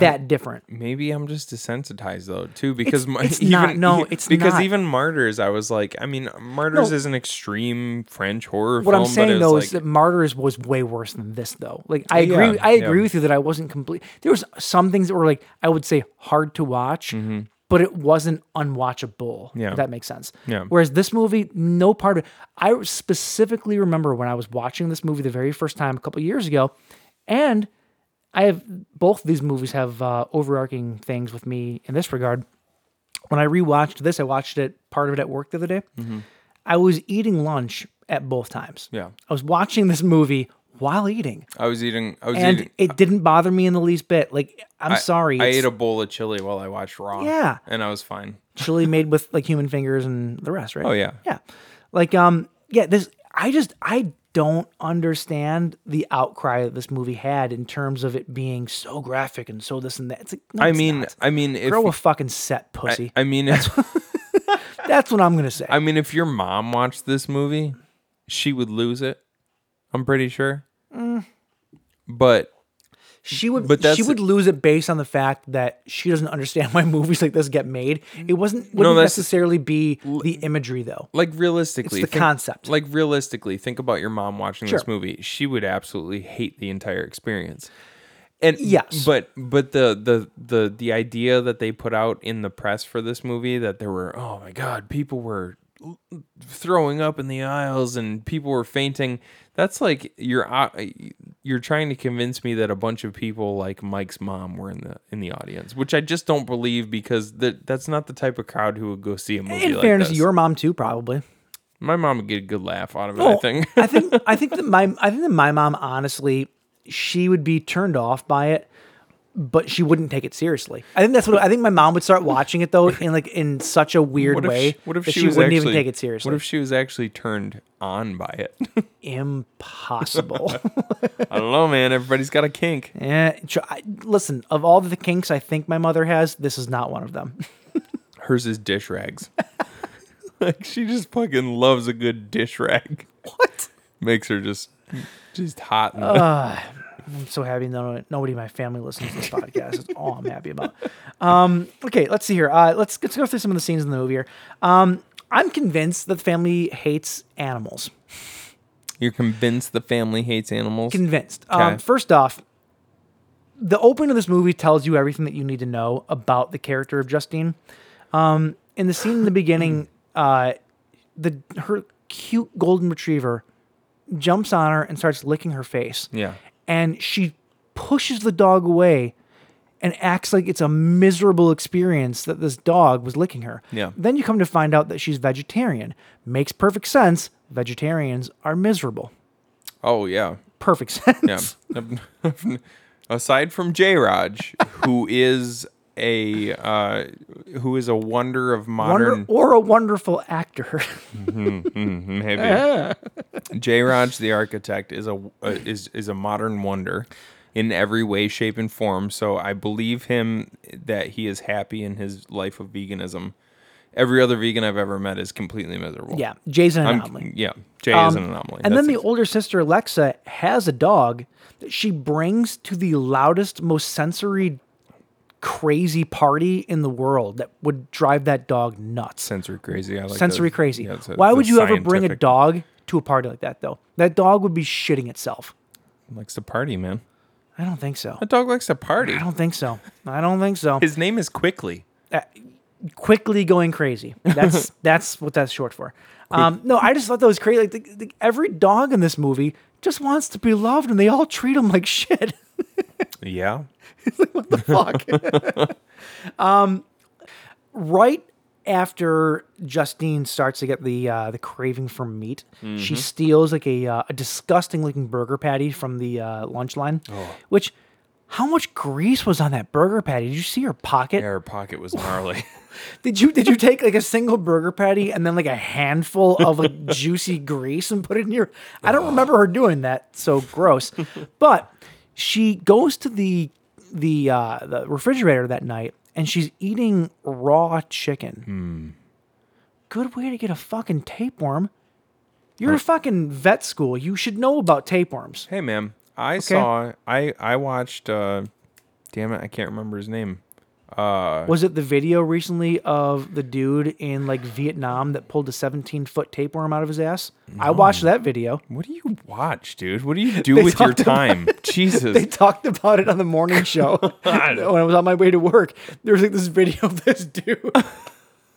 [SPEAKER 4] that different
[SPEAKER 5] maybe i'm just desensitized though too because my,
[SPEAKER 4] it's not. No,
[SPEAKER 5] e-
[SPEAKER 4] it's
[SPEAKER 5] because
[SPEAKER 4] not.
[SPEAKER 5] even martyrs i was like i mean martyrs
[SPEAKER 4] No.
[SPEAKER 5] is an extreme french horror
[SPEAKER 4] what
[SPEAKER 5] film
[SPEAKER 4] i'm saying
[SPEAKER 5] but it
[SPEAKER 4] though
[SPEAKER 5] was
[SPEAKER 4] is
[SPEAKER 5] like,
[SPEAKER 4] that martyrs was way worse than this though like i
[SPEAKER 5] Yeah,
[SPEAKER 4] agree i
[SPEAKER 5] yeah.
[SPEAKER 4] agree with you that i wasn't complete there was some things that were like i would say hard to watch but it wasn't unwatchable
[SPEAKER 5] Mm-hmm. Yeah.
[SPEAKER 4] if that makes sense
[SPEAKER 5] Yeah.
[SPEAKER 4] whereas this movie no part of i specifically remember when i was watching this movie the very first time a couple years ago and i have both these movies have uh, overarching things with me in this regard when i rewatched this i watched it part of it at work the other day i was eating lunch at both times
[SPEAKER 5] Mm-hmm. Yeah.
[SPEAKER 4] i was watching this movie while eating
[SPEAKER 5] i was eating i was
[SPEAKER 4] and
[SPEAKER 5] eating
[SPEAKER 4] it didn't bother me in the least bit like i'm
[SPEAKER 5] uh, I-
[SPEAKER 4] sorry
[SPEAKER 5] I
[SPEAKER 4] it's-
[SPEAKER 5] ate a bowl of chili while I watched Raw.
[SPEAKER 4] Yeah.
[SPEAKER 5] and I was fine.
[SPEAKER 4] chili made with like human fingers and the rest, right?
[SPEAKER 5] Oh, yeah.
[SPEAKER 4] Yeah. Like um yeah, this I just I don't understand the outcry that this movie had in terms of it being so graphic and so this and that. It's like no,
[SPEAKER 5] I
[SPEAKER 4] it's
[SPEAKER 5] mean,
[SPEAKER 4] not.
[SPEAKER 5] I mean, if
[SPEAKER 4] grow a fucking set, pussy.
[SPEAKER 5] I, I mean,
[SPEAKER 4] That's what I'm gonna say.
[SPEAKER 5] I mean, if your mom watched this movie, she would lose it. I'm pretty sure. But
[SPEAKER 4] she would
[SPEAKER 5] but that's-
[SPEAKER 4] she would lose it based on the fact that she doesn't understand why movies like this get made. It wasn't wouldn't
[SPEAKER 5] Mm. that's-
[SPEAKER 4] necessarily be the imagery though.
[SPEAKER 5] like realistically,
[SPEAKER 4] It's the concept.
[SPEAKER 5] Like realistically, think about your mom watching this
[SPEAKER 4] Sure.
[SPEAKER 5] movie. She would absolutely hate the entire experience. And
[SPEAKER 4] Yes.
[SPEAKER 5] but but the the the the idea that they put out in the press for this movie that there were oh my god people were throwing up in the aisles and people were fainting. That's like you're uh, you're trying to convince me that a bunch of people like Mike's mom were in the in the audience, which I just don't believe because that that's not the type of crowd who would go see a movie.
[SPEAKER 4] In
[SPEAKER 5] like
[SPEAKER 4] fairness,
[SPEAKER 5] this.
[SPEAKER 4] your mom too probably.
[SPEAKER 5] my mom would get a good laugh out of it. I
[SPEAKER 4] Well,
[SPEAKER 5] think.
[SPEAKER 4] I think I think that my I think that my mom honestly she would be turned off by it, but she wouldn't take it seriously. I think that's what I think my mom would start watching it though in like in such a weird
[SPEAKER 5] What if
[SPEAKER 4] way
[SPEAKER 5] she, what if
[SPEAKER 4] that
[SPEAKER 5] she,
[SPEAKER 4] she,
[SPEAKER 5] was
[SPEAKER 4] wouldn't
[SPEAKER 5] actually,
[SPEAKER 4] even take it seriously.
[SPEAKER 5] What if she was actually turned on by it?
[SPEAKER 4] Impossible.
[SPEAKER 5] I don't know, man. Everybody's got a kink.
[SPEAKER 4] Eh, tr- I- listen, of all the kinks I think my mother has, this is not one of them.
[SPEAKER 5] Hers is dish rags. like she just fucking loves a good dish rag.
[SPEAKER 4] What?
[SPEAKER 5] Makes her just just hot. in the-
[SPEAKER 4] I'm so happy no, nobody in my family listens to this podcast. That's all I'm happy about. Um, okay, let's see here. Uh, let's let's go through some of the scenes in the movie here. Um, I'm convinced that the family hates animals.
[SPEAKER 5] You're convinced the family hates animals.
[SPEAKER 4] Convinced.
[SPEAKER 5] Okay.
[SPEAKER 4] Um, first off, the opening of this movie tells you everything that you need to know about the character of Justine. Um, in the scene in the beginning, uh, the her cute golden retriever jumps on her and starts licking her face
[SPEAKER 5] yeah.
[SPEAKER 4] and she pushes the dog away and acts like it's a miserable experience that this dog was licking her.
[SPEAKER 5] Yeah.
[SPEAKER 4] Then you come to find out that she's vegetarian. Makes perfect sense. Vegetarians are miserable.
[SPEAKER 5] Oh yeah,
[SPEAKER 4] Perfect sense.
[SPEAKER 5] yeah. Aside from J. Raj, who is a uh, who is a wonder of
[SPEAKER 4] Wonder,
[SPEAKER 5] modern
[SPEAKER 4] or a wonderful actor.
[SPEAKER 5] maybe. J. Raj the architect is a uh, is is a modern wonder in every way, shape, and form. So I believe him that he is happy in his life of veganism. Every other vegan I've ever met is completely miserable.
[SPEAKER 4] yeah. Jay's an
[SPEAKER 5] I'm-
[SPEAKER 4] anomaly.
[SPEAKER 5] yeah, Jay is
[SPEAKER 4] Um,
[SPEAKER 5] an anomaly.
[SPEAKER 4] And then the
[SPEAKER 5] That's ex-
[SPEAKER 4] older sister Alexa has a dog that she brings to the loudest, most sensory, crazy party in the world that would drive that dog nuts.
[SPEAKER 5] sensory crazy. I like
[SPEAKER 4] sensory
[SPEAKER 5] those.
[SPEAKER 4] crazy.
[SPEAKER 5] Yeah, it's a-
[SPEAKER 4] Why
[SPEAKER 5] it's a
[SPEAKER 4] would you ever bring a
[SPEAKER 5] scientific-
[SPEAKER 4] dog to a party like that though? That dog would be shitting itself.
[SPEAKER 5] Likes to party, man.
[SPEAKER 4] I don't think so.
[SPEAKER 5] A dog likes to party.
[SPEAKER 4] I don't think so. I don't think so.
[SPEAKER 5] His name is Quickly.
[SPEAKER 4] quickly going crazy. That's that's what that's short for. Um, no, I just thought that was crazy. Like the, the, every dog in this movie just wants to be loved, and they all treat him like shit.
[SPEAKER 5] Yeah.
[SPEAKER 4] fuck. um, right after Justine starts to get the uh, the craving for meat, she steals like a uh, a disgusting looking burger patty from the uh, lunch line. Which, how much grease was on that burger patty? Did you see her pocket?
[SPEAKER 5] Air pocket was gnarly.
[SPEAKER 4] Did you did you take like a single burger patty and then like a handful of like juicy grease and put it in your? I don't remember her doing that. So gross. but she goes to the the uh, the refrigerator that night and she's eating raw chicken. Good way to get a fucking tapeworm. You're a fucking vet school. You should know about tapeworms.
[SPEAKER 5] hey, ma'am. I saw. I I watched. uh Damn it! I can't remember his name.
[SPEAKER 4] Was it the video recently of the dude in like Vietnam that pulled a 17 foot tapeworm out of his ass? I watched that video.
[SPEAKER 5] What do you watch, dude? What do you do
[SPEAKER 4] They
[SPEAKER 5] with your
[SPEAKER 4] talked about-
[SPEAKER 5] time?
[SPEAKER 4] they
[SPEAKER 5] Jesus.
[SPEAKER 4] talked about it on the morning show when I was on my way to work. There was like this video of this dude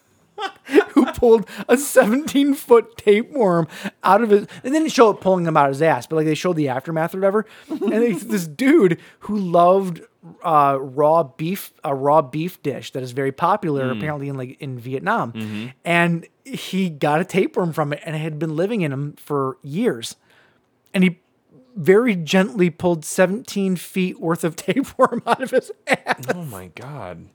[SPEAKER 4] who pulled a 17 foot tapeworm out of his, and they didn't show it pulling him out of his ass, but like they showed the aftermath or whatever. And it's this dude who loved uh, raw beef, a raw beef dish that is very popular apparently in like in Vietnam, and he got a tapeworm from it, and it had been living in him for years, and he very gently pulled 17 feet worth of tapeworm out of his ass.
[SPEAKER 5] oh my god.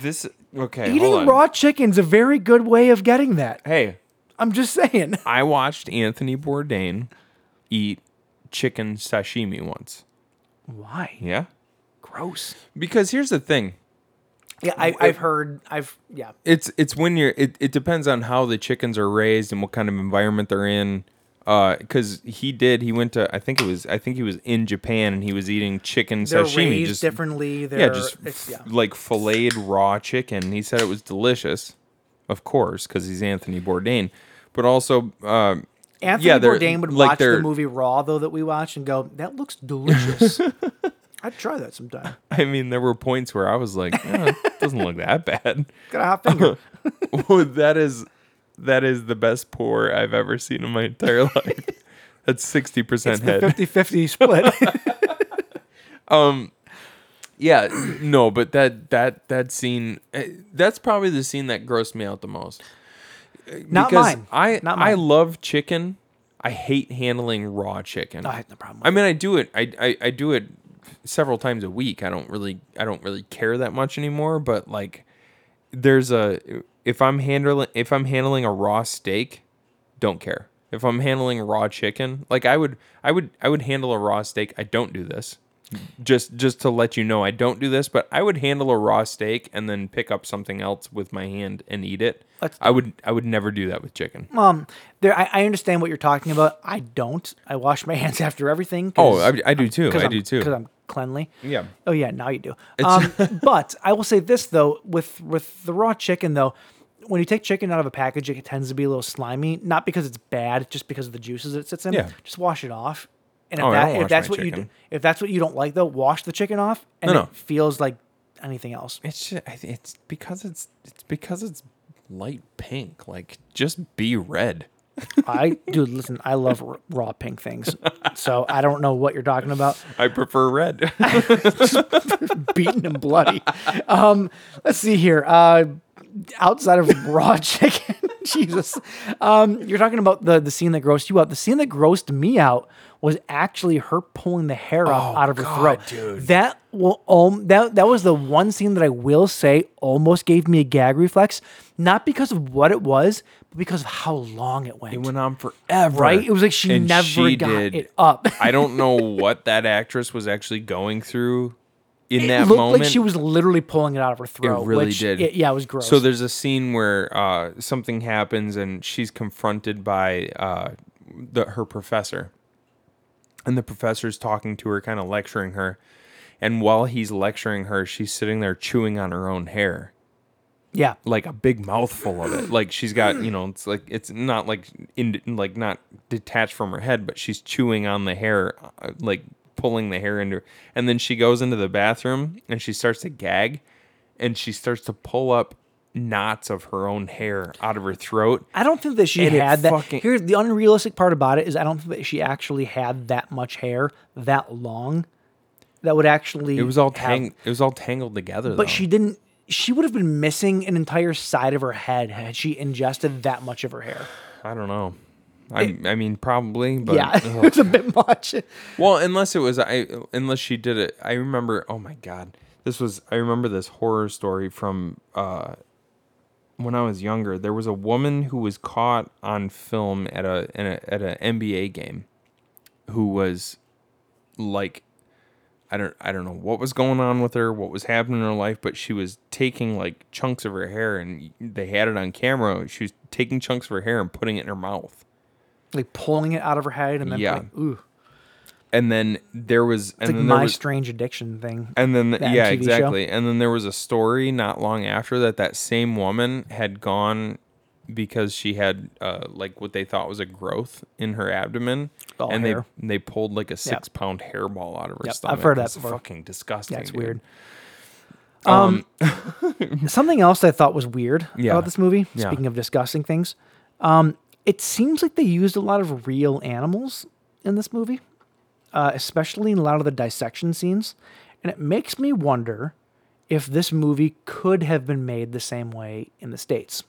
[SPEAKER 5] This okay. hold
[SPEAKER 4] Eating
[SPEAKER 5] on.
[SPEAKER 4] raw chicken's a very good way of getting that.
[SPEAKER 5] Hey,
[SPEAKER 4] I'm just saying.
[SPEAKER 5] I watched Anthony Bourdain eat chicken sashimi once.
[SPEAKER 4] Why?
[SPEAKER 5] Yeah.
[SPEAKER 4] Gross.
[SPEAKER 5] Because here's the thing.
[SPEAKER 4] Yeah, I, I've heard. I've yeah.
[SPEAKER 5] it's it's when you're it, it depends on how the chickens are raised and what kind of environment they're in because he did he went to i think it was i think he was in japan and he was eating chicken
[SPEAKER 4] They're
[SPEAKER 5] sashimi
[SPEAKER 4] raised
[SPEAKER 5] just
[SPEAKER 4] differently. They're,
[SPEAKER 5] yeah just
[SPEAKER 4] it's-
[SPEAKER 5] f-
[SPEAKER 4] yeah.
[SPEAKER 5] like filleted raw chicken he said it was delicious of course because he's anthony bourdain but also uh,
[SPEAKER 4] Anthony
[SPEAKER 5] yeah, they're-
[SPEAKER 4] Bourdain would
[SPEAKER 5] like
[SPEAKER 4] watch the
[SPEAKER 5] they're-
[SPEAKER 4] movie Raw though that we watched and go, "That looks delicious." I'd try that sometime.
[SPEAKER 5] i mean there were points where i was like eh, it doesn't look that bad
[SPEAKER 4] Got a hot finger.
[SPEAKER 5] Well, that is that is the best pour I've ever seen in my entire life. That's sixty percent head.
[SPEAKER 4] 50-50 split.
[SPEAKER 5] Yeah, no, but that that that scene eh, that's probably the scene that grossed me out the most.
[SPEAKER 4] Not
[SPEAKER 5] because
[SPEAKER 4] mine.
[SPEAKER 5] I
[SPEAKER 4] Not
[SPEAKER 5] I
[SPEAKER 4] mine.
[SPEAKER 5] love chicken. I hate handling raw chicken.
[SPEAKER 4] I had no problem with
[SPEAKER 5] I mean, I do it. I, I I do it several times a week. I don't really I don't really care that much anymore. But like, there's a if I'm handling if I'm handling a raw steak, don't care. If I'm handling raw chicken, like I would I would I would handle a raw steak. I don't do this. Just just to let you know, I don't do this. But I would handle a raw steak and then pick up something else with my hand and eat it.
[SPEAKER 4] Let's-
[SPEAKER 5] I would I would never do that with chicken.
[SPEAKER 4] Um, there, I, I understand what you're talking about. I don't. I wash my hands after everything.
[SPEAKER 5] Oh, I, I do too. I
[SPEAKER 4] am
[SPEAKER 5] do too.
[SPEAKER 4] Because I'm cleanly.
[SPEAKER 5] Yeah.
[SPEAKER 4] Oh yeah, now you do. Um, but I will say this though, with with the raw chicken though, when you take chicken out of a package, it tends to be a little slimy. Not because it's bad, just because of the juices it sits in.
[SPEAKER 5] Yeah.
[SPEAKER 4] Just wash it off. And if,
[SPEAKER 5] Oh, I
[SPEAKER 4] that,
[SPEAKER 5] don't
[SPEAKER 4] if
[SPEAKER 5] wash
[SPEAKER 4] that's
[SPEAKER 5] my
[SPEAKER 4] what you do,
[SPEAKER 5] chicken.
[SPEAKER 4] if that's what you don't like though, wash the chicken off, and
[SPEAKER 5] No,
[SPEAKER 4] it
[SPEAKER 5] no.
[SPEAKER 4] feels like anything else.
[SPEAKER 5] It's just, it's because it's it's because it's light pink. Like just be red.
[SPEAKER 4] I dude, listen, I love r- raw pink things, so I don't know what you're talking about.
[SPEAKER 5] I prefer red.
[SPEAKER 4] Beaten and bloody. Um, let's see here. Uh, outside of raw chicken, Jesus, um, you're talking about the the scene that grossed you out. The scene that grossed me out was actually her pulling the hair up out of her throat.
[SPEAKER 5] Oh, dude.
[SPEAKER 4] That will um, that that was the one scene that I will say almost gave me a gag reflex, not because of what it was, but because of how long it went.
[SPEAKER 5] It went on forever.
[SPEAKER 4] Right? It was like she never got it up.
[SPEAKER 5] I don't know what that actress was actually going through in that
[SPEAKER 4] it looked
[SPEAKER 5] moment.
[SPEAKER 4] like she was literally pulling it out of her
[SPEAKER 5] it
[SPEAKER 4] throat.
[SPEAKER 5] really
[SPEAKER 4] which-
[SPEAKER 5] did.
[SPEAKER 4] it- yeah, it was gross.
[SPEAKER 5] So there's a scene where uh, something happens and she's confronted by uh, the, her professor. And the professor's talking to her, kind of lecturing her. And while he's lecturing her, she's sitting there chewing on her own hair.
[SPEAKER 4] yeah,
[SPEAKER 5] like a big mouthful of it. Like she's got, you know, it's like it's not like in like not detached from her head, but she's chewing on the hair, uh, like pulling the hair into. And then she goes into the bathroom and she starts to gag, and she starts to pull up knots of her own hair out of her throat.
[SPEAKER 4] I don't think that she
[SPEAKER 5] And it
[SPEAKER 4] had that.
[SPEAKER 5] fucking-
[SPEAKER 4] Here's the unrealistic part about it is I don't think that she actually had that much hair that long. That would actually.
[SPEAKER 5] It was all
[SPEAKER 4] have-
[SPEAKER 5] tang- it was all tangled together.
[SPEAKER 4] but she didn't. She would have been missing an entire side of her head had she ingested that much of her hair.
[SPEAKER 5] I don't know. I, I mean probably, but
[SPEAKER 4] yeah, it was a bit much.
[SPEAKER 5] Well, unless it was I unless she did it. I remember oh my god. This was I remember this horror story from uh when I was younger. There was a woman who was caught on film at a, in a at an NBA game who was like I don't I don't know what was going on with her, what was happening in her life, but she was taking like chunks of her hair and they had it on camera. She was taking chunks of her hair and putting it in her mouth.
[SPEAKER 4] Like pulling it out of her head and then
[SPEAKER 5] Yeah.
[SPEAKER 4] like, ooh,
[SPEAKER 5] And then there was and
[SPEAKER 4] it's like
[SPEAKER 5] then there
[SPEAKER 4] my
[SPEAKER 5] was,
[SPEAKER 4] strange addiction thing.
[SPEAKER 5] And then,
[SPEAKER 4] that
[SPEAKER 5] yeah,
[SPEAKER 4] MTV show.
[SPEAKER 5] exactly. And then there was a story not long after that that same woman had gone because she had uh, like what they thought was a growth in her abdomen,
[SPEAKER 4] All
[SPEAKER 5] and
[SPEAKER 4] hair.
[SPEAKER 5] they they pulled like a six pound hairball out of her
[SPEAKER 4] Yep, I've
[SPEAKER 5] stomach.
[SPEAKER 4] heard of that
[SPEAKER 5] That's
[SPEAKER 4] before.
[SPEAKER 5] fucking disgusting.
[SPEAKER 4] That's
[SPEAKER 5] dude.
[SPEAKER 4] weird. Um, something else that I thought was weird
[SPEAKER 5] Yeah.
[SPEAKER 4] about this movie.
[SPEAKER 5] Yeah.
[SPEAKER 4] Speaking of disgusting things, um, it seems like they used a lot of real animals in this movie, uh, especially in a lot of the dissection scenes, and it makes me wonder if this movie could have been made the same way in the states.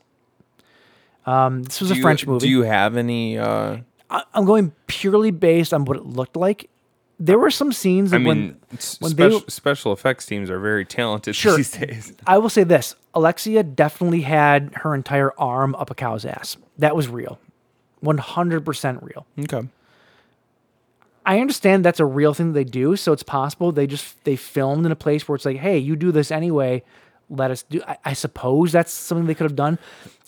[SPEAKER 4] Um, this was
[SPEAKER 5] Do
[SPEAKER 4] a
[SPEAKER 5] you-
[SPEAKER 4] French movie.
[SPEAKER 5] Do you have any? Uh,
[SPEAKER 4] I, I'm going purely based on what it looked like. There were some scenes
[SPEAKER 5] I
[SPEAKER 4] that when
[SPEAKER 5] mean, s-
[SPEAKER 4] when they-
[SPEAKER 5] special, special effects teams are very talented
[SPEAKER 4] Sure.
[SPEAKER 5] these days.
[SPEAKER 4] I will say this: Alexia definitely had her entire arm up a cow's ass. That was real, one hundred percent real.
[SPEAKER 5] Okay.
[SPEAKER 4] I understand that's a real thing that they do, so it's possible they just they filmed in a place where it's like, hey, you do this anyway. Let us do. I, I suppose that's something they could have done,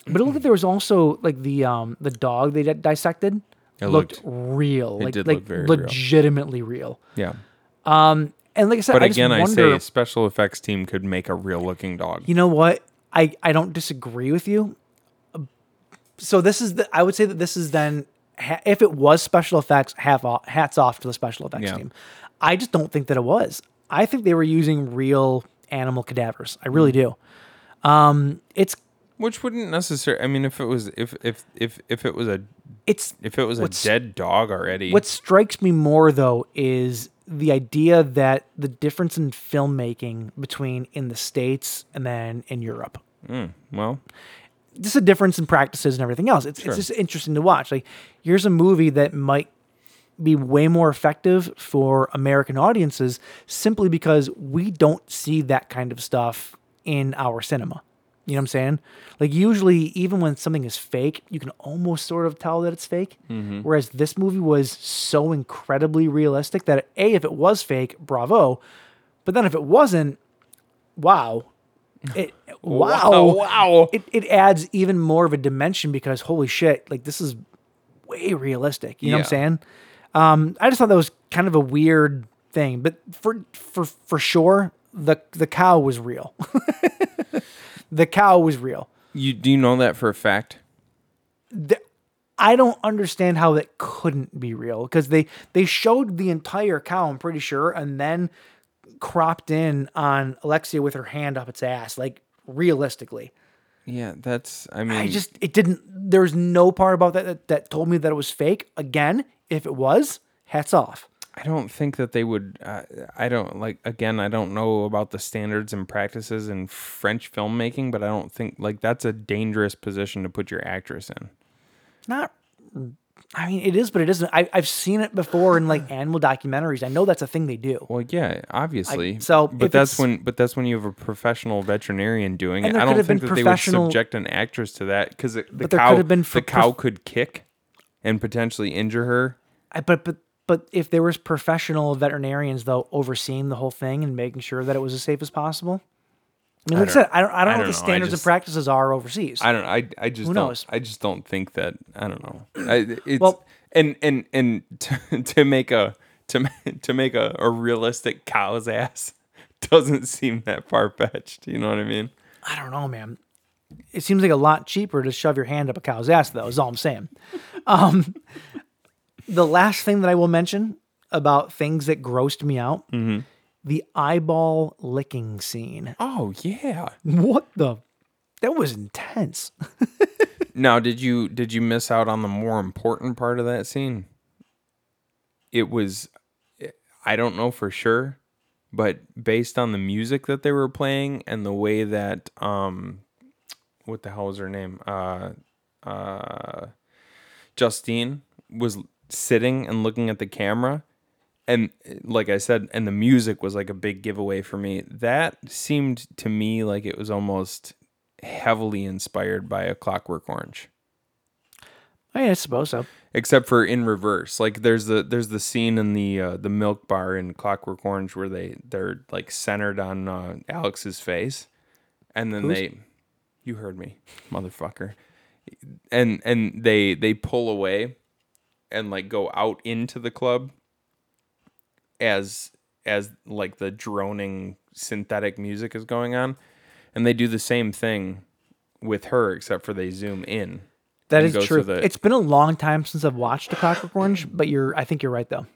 [SPEAKER 4] but it looked like there was also like the um the dog they di- dissected
[SPEAKER 5] It
[SPEAKER 4] looked,
[SPEAKER 5] looked-
[SPEAKER 4] real, like
[SPEAKER 5] did
[SPEAKER 4] like
[SPEAKER 5] look very real.
[SPEAKER 4] legitimately real.
[SPEAKER 5] Yeah.
[SPEAKER 4] And like I said,
[SPEAKER 5] But
[SPEAKER 4] I
[SPEAKER 5] again,
[SPEAKER 4] just
[SPEAKER 5] I
[SPEAKER 4] wonder,
[SPEAKER 5] say special effects team could make a real looking dog.
[SPEAKER 4] you know what i i don't disagree with you so this is the i would say that this is then ha- if it was special effects half off, hats off to the special effects
[SPEAKER 5] Yeah.
[SPEAKER 4] team i just don't think that it was i think they were using real animal cadavers i
[SPEAKER 5] Hmm.
[SPEAKER 4] really do um it's
[SPEAKER 5] Which wouldn't necessarily. I mean, if it was if if if if it was a
[SPEAKER 4] it's
[SPEAKER 5] if it was
[SPEAKER 4] What's-
[SPEAKER 5] a dead dog already,
[SPEAKER 4] What strikes me more though is the idea that the difference in filmmaking between in the states and then in Europe.
[SPEAKER 5] well,
[SPEAKER 4] just a difference in practices and everything else. It's, it's just interesting to watch. Like, here's a movie that might be way more effective for American audiences simply because we don't see that kind of stuff in our cinema. You know what I'm saying? Like, usually, even when something is fake, you can almost sort of tell that it's fake. Whereas this movie was so incredibly realistic that, A, if it was fake, bravo. But then if it wasn't, wow. It, Oh, wow.
[SPEAKER 5] Oh, wow.
[SPEAKER 4] It, it adds even more of a dimension because holy shit, like this is way realistic. You know what I'm
[SPEAKER 5] Yeah.
[SPEAKER 4] saying? Um, I just thought that was kind of a weird thing, but for for for sure, the the cow was real. the cow was real.
[SPEAKER 5] you do you know that for a fact?
[SPEAKER 4] I don't understand how that couldn't be real because they they showed the entire cow, I'm pretty sure, and then cropped in on Alexia with her hand up its ass, like realistically.
[SPEAKER 5] Yeah, that's. I mean,
[SPEAKER 4] I just it didn't. There's no part about that, that that told me that it was fake. Again, if it was, hats off.
[SPEAKER 5] I don't think that they would. Uh, I don't like. Again, I don't know about the standards and practices in French filmmaking, but I don't think like that's a dangerous position to put your actress in.
[SPEAKER 4] Not. I mean, it is, but it isn't. I, I've seen it before in like animal documentaries. I know that's a thing they do.
[SPEAKER 5] Well, yeah, obviously.
[SPEAKER 4] so
[SPEAKER 5] but
[SPEAKER 4] if
[SPEAKER 5] that's
[SPEAKER 4] it's-
[SPEAKER 5] when. But that's when you have a professional veterinarian doing
[SPEAKER 4] And
[SPEAKER 5] it.
[SPEAKER 4] there
[SPEAKER 5] I
[SPEAKER 4] could
[SPEAKER 5] don't
[SPEAKER 4] have
[SPEAKER 5] think
[SPEAKER 4] been
[SPEAKER 5] that they would
[SPEAKER 4] professional-
[SPEAKER 5] subject an actress to that because the
[SPEAKER 4] But there could
[SPEAKER 5] cow
[SPEAKER 4] have been pro-
[SPEAKER 5] the cow
[SPEAKER 4] prof-
[SPEAKER 5] could kick and potentially injure her.
[SPEAKER 4] I, but but but if there was professional veterinarians though overseeing the whole thing and making sure that it was as safe as possible. I mean, like I,
[SPEAKER 5] don't-
[SPEAKER 4] said, I don't I don't
[SPEAKER 5] I
[SPEAKER 4] know what
[SPEAKER 5] don't
[SPEAKER 4] the
[SPEAKER 5] know. I
[SPEAKER 4] standards and
[SPEAKER 5] just-
[SPEAKER 4] practices are overseas.
[SPEAKER 5] I don't. I. I just.
[SPEAKER 4] Who
[SPEAKER 5] don't,
[SPEAKER 4] knows?
[SPEAKER 5] I just don't think that. I don't know. I, it's
[SPEAKER 4] Well-
[SPEAKER 5] and and and to, to make a to ma- to make a, a realistic cow's ass doesn't seem that far fetched. You know what I mean?
[SPEAKER 4] I don't know, man. It seems like a lot cheaper to shove your hand up a cow's ass, though, is all I'm saying. Um, the last thing that I will mention about things that grossed me out
[SPEAKER 5] Mm-hmm.
[SPEAKER 4] the eyeball licking scene.
[SPEAKER 5] Oh yeah.
[SPEAKER 4] What the? That was intense.
[SPEAKER 5] Now, did you did you miss out on the more important part of that scene? It was, I don't know for sure, but based on the music that they were playing and the way that um, what the hell was her name? Uh, uh, Justine was sitting and looking at the camera, and uh, like I said, and the music was like a big giveaway for me. That seemed to me like it was almost heavily inspired by a clockwork orange
[SPEAKER 4] I, mean, I suppose so.
[SPEAKER 5] except for in reverse like there's the there's the scene in the uh, the milk bar in clockwork orange where they they're like centered on uh, alex's face and then they you heard me motherfucker and and they they pull away and like go out into the club as as like the droning synthetic music is going on and they do the same thing with her except for they zoom in
[SPEAKER 4] That
[SPEAKER 5] and
[SPEAKER 4] is
[SPEAKER 5] go
[SPEAKER 4] true.
[SPEAKER 5] through the-
[SPEAKER 4] It's been a long time since I've watched a Clockwork Orange, but you're. I think you're right though.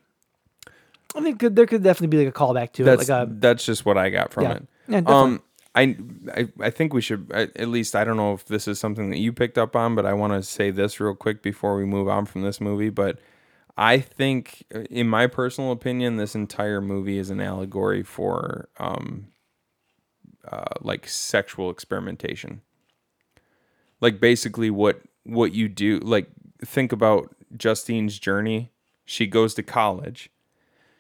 [SPEAKER 4] I think could, there could definitely be like a callback to
[SPEAKER 5] that's
[SPEAKER 4] it, like a
[SPEAKER 5] that's just what I got from
[SPEAKER 4] Yeah.
[SPEAKER 5] it.
[SPEAKER 4] Yeah, definitely.
[SPEAKER 5] um, I, I I think we should I- at least I don't know if this is something that you picked up on, but I want to say this real quick before we move on from this movie. But I think, uh, in my personal opinion, this entire movie is an allegory for um, uh, like sexual experimentation. Like basically what what you do. Like think about Justine's journey. She goes to college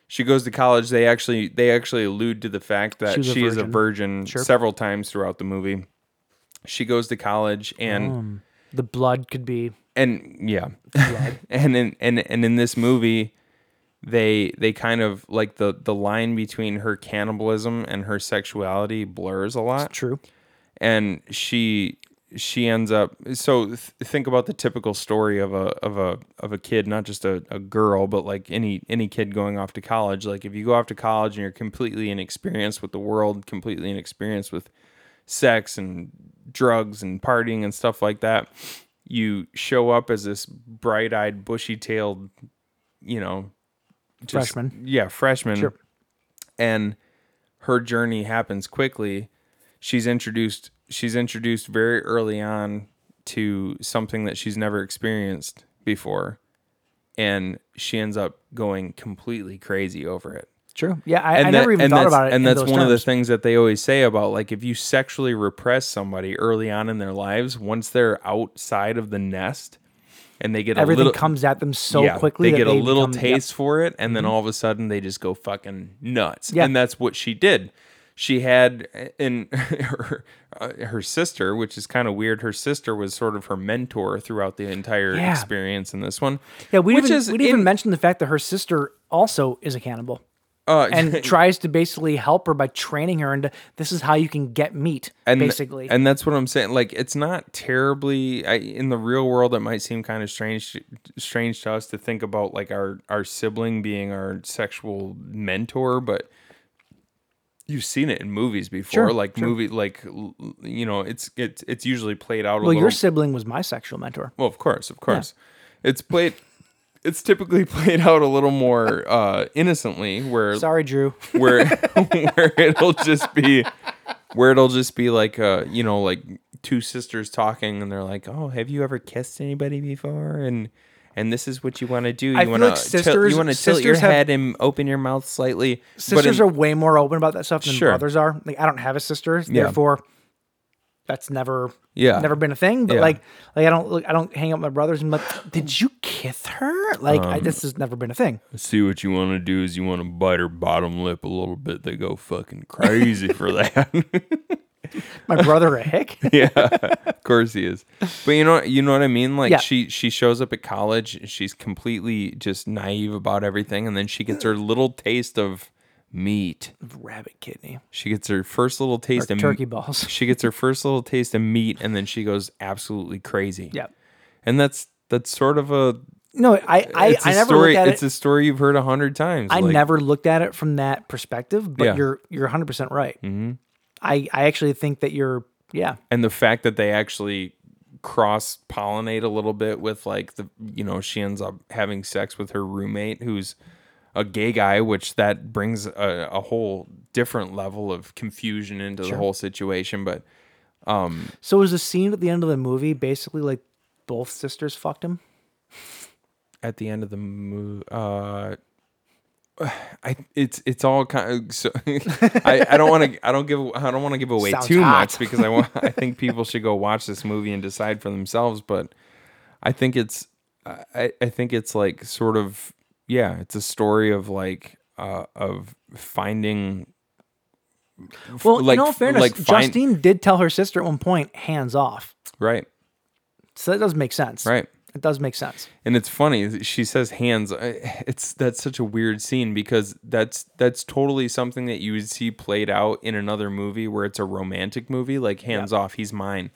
[SPEAKER 5] she goes to college they actually they actually allude to the fact that
[SPEAKER 4] She
[SPEAKER 5] she,
[SPEAKER 4] was a
[SPEAKER 5] is a
[SPEAKER 4] virgin.
[SPEAKER 5] virgin
[SPEAKER 4] Sure.
[SPEAKER 5] several times throughout the movie she goes to college and
[SPEAKER 4] the blood could be
[SPEAKER 5] and yeah and in and and in this movie they they kind of like the the line between her cannibalism and her sexuality blurs a lot
[SPEAKER 4] true.
[SPEAKER 5] and she she ends up so th- think about the typical story of a of a of a kid not just a, a girl but like any any kid going off to college like if you go off to college and you're completely inexperienced with the world completely inexperienced with sex and drugs and partying and stuff like that you show up as this bright-eyed bushy-tailed you know just-
[SPEAKER 4] Freshman.
[SPEAKER 5] yeah freshman
[SPEAKER 4] Sure.
[SPEAKER 5] and her journey happens quickly she's introduced she's introduced very early on to something that she's never experienced before and she ends up going completely crazy over it
[SPEAKER 4] True. Yeah, I,
[SPEAKER 5] and
[SPEAKER 4] I
[SPEAKER 5] that-
[SPEAKER 4] never even
[SPEAKER 5] and
[SPEAKER 4] thought
[SPEAKER 5] that's-
[SPEAKER 4] about it.
[SPEAKER 5] and
[SPEAKER 4] in
[SPEAKER 5] that's
[SPEAKER 4] those
[SPEAKER 5] one of the
[SPEAKER 4] terms.
[SPEAKER 5] things that they always say about like if you sexually repress somebody early on in their lives once they're outside of the nest and they get a
[SPEAKER 4] Everything
[SPEAKER 5] little
[SPEAKER 4] comes at them so
[SPEAKER 5] yeah,
[SPEAKER 4] quickly.
[SPEAKER 5] They get
[SPEAKER 4] that
[SPEAKER 5] a little
[SPEAKER 4] become- yeah. Mm-hmm.
[SPEAKER 5] taste for it, and then all of a sudden they just go fucking nuts.
[SPEAKER 4] Yeah.
[SPEAKER 5] And that's what she did. She had in her, uh, her sister, which is kind of weird. Her sister was sort of her mentor throughout the entire
[SPEAKER 4] Yeah.
[SPEAKER 5] experience in this one.
[SPEAKER 4] Yeah, we
[SPEAKER 5] which
[SPEAKER 4] didn't,
[SPEAKER 5] is
[SPEAKER 4] we didn't even
[SPEAKER 5] in-
[SPEAKER 4] mention the fact that her sister also is a cannibal
[SPEAKER 5] uh,
[SPEAKER 4] and tries to basically help her by training her into this is how you can get meat,
[SPEAKER 5] and
[SPEAKER 4] basically.
[SPEAKER 5] and that's what i'm saying like it's not terribly I, in the real world it might seem kind of strange strange to us to think about like our our sibling being our sexual mentor but you've seen it in movies before
[SPEAKER 4] Sure,
[SPEAKER 5] like movie like l- l- you know it's it's it's usually played out a
[SPEAKER 4] well,
[SPEAKER 5] little
[SPEAKER 4] your sibling was my sexual mentor.
[SPEAKER 5] well, of course, of course. It's played. It's typically played out a little more uh, innocently, where
[SPEAKER 4] Sorry, Drew.
[SPEAKER 5] where where it'll just be where it'll just be like uh you know like two sisters talking and they're like, "Oh, have you ever kissed anybody before?" and and this is what you want to do. You
[SPEAKER 4] I feel
[SPEAKER 5] wanna
[SPEAKER 4] like sisters-
[SPEAKER 5] you want to tilt your
[SPEAKER 4] sisters have-
[SPEAKER 5] head and open your mouth slightly.
[SPEAKER 4] Sisters
[SPEAKER 5] but in-
[SPEAKER 4] are way more open about that stuff than
[SPEAKER 5] Sure.
[SPEAKER 4] brothers are. Like I don't have a sister,
[SPEAKER 5] Yeah.
[SPEAKER 4] therefore that's never
[SPEAKER 5] Yeah.
[SPEAKER 4] never been a thing. But
[SPEAKER 5] Yeah.
[SPEAKER 4] like like I don't like, I don't hang out with my brothers and be like, did you kiss her? Like
[SPEAKER 5] Um,
[SPEAKER 4] I, this has never been a thing.
[SPEAKER 5] see what you want to do is you want to bite her bottom lip a little bit. They go fucking crazy for that.
[SPEAKER 4] My brother a hick.
[SPEAKER 5] of course he is. But you know you know what I mean? Like
[SPEAKER 4] Yeah.
[SPEAKER 5] she she shows up at college, and she's completely just naive about everything and then she gets her little taste of meat.
[SPEAKER 4] Rabbit kidney.
[SPEAKER 5] She gets her first little taste
[SPEAKER 4] Or
[SPEAKER 5] of
[SPEAKER 4] turkey balls.
[SPEAKER 5] She gets her first little taste of meat and then she goes absolutely crazy.
[SPEAKER 4] Yep.
[SPEAKER 5] And that's that's sort of a
[SPEAKER 4] No, I I,
[SPEAKER 5] it's a
[SPEAKER 4] I never
[SPEAKER 5] story
[SPEAKER 4] looked at
[SPEAKER 5] it's
[SPEAKER 4] it.
[SPEAKER 5] a story you've heard a hundred times.
[SPEAKER 4] I
[SPEAKER 5] like-
[SPEAKER 4] never looked at it from that perspective, but
[SPEAKER 5] Yeah. Mm-hmm.
[SPEAKER 4] you're you're 100 percent right. I I actually think that you're yeah
[SPEAKER 5] and the fact that they actually cross pollinate a little bit with like the you know she ends up having sex with her roommate who's a gay guy which that brings a, a whole different level of confusion into the whole situation but
[SPEAKER 4] So is the scene at the end of the movie basically like both sisters fucked him?
[SPEAKER 5] at the end of the movie uh I it's it's all kind of so I, I don't want to I don't give I don't want to give away
[SPEAKER 4] Sounds
[SPEAKER 5] too
[SPEAKER 4] hot.
[SPEAKER 5] much because I want I think people should go watch this movie and decide for themselves but I think it's I I think it's like sort of yeah it's a story of like uh of finding
[SPEAKER 4] Well,
[SPEAKER 5] like-
[SPEAKER 4] in all fairness,
[SPEAKER 5] like fine-
[SPEAKER 4] Justine did tell her sister at one point, hands off.
[SPEAKER 5] right
[SPEAKER 4] So that does make sense.
[SPEAKER 5] right
[SPEAKER 4] It does make sense.
[SPEAKER 5] and it's funny she says hands I- it's that's such a weird scene because that's that's totally something that you would see played out in another movie where it's a romantic movie like hands off he's mine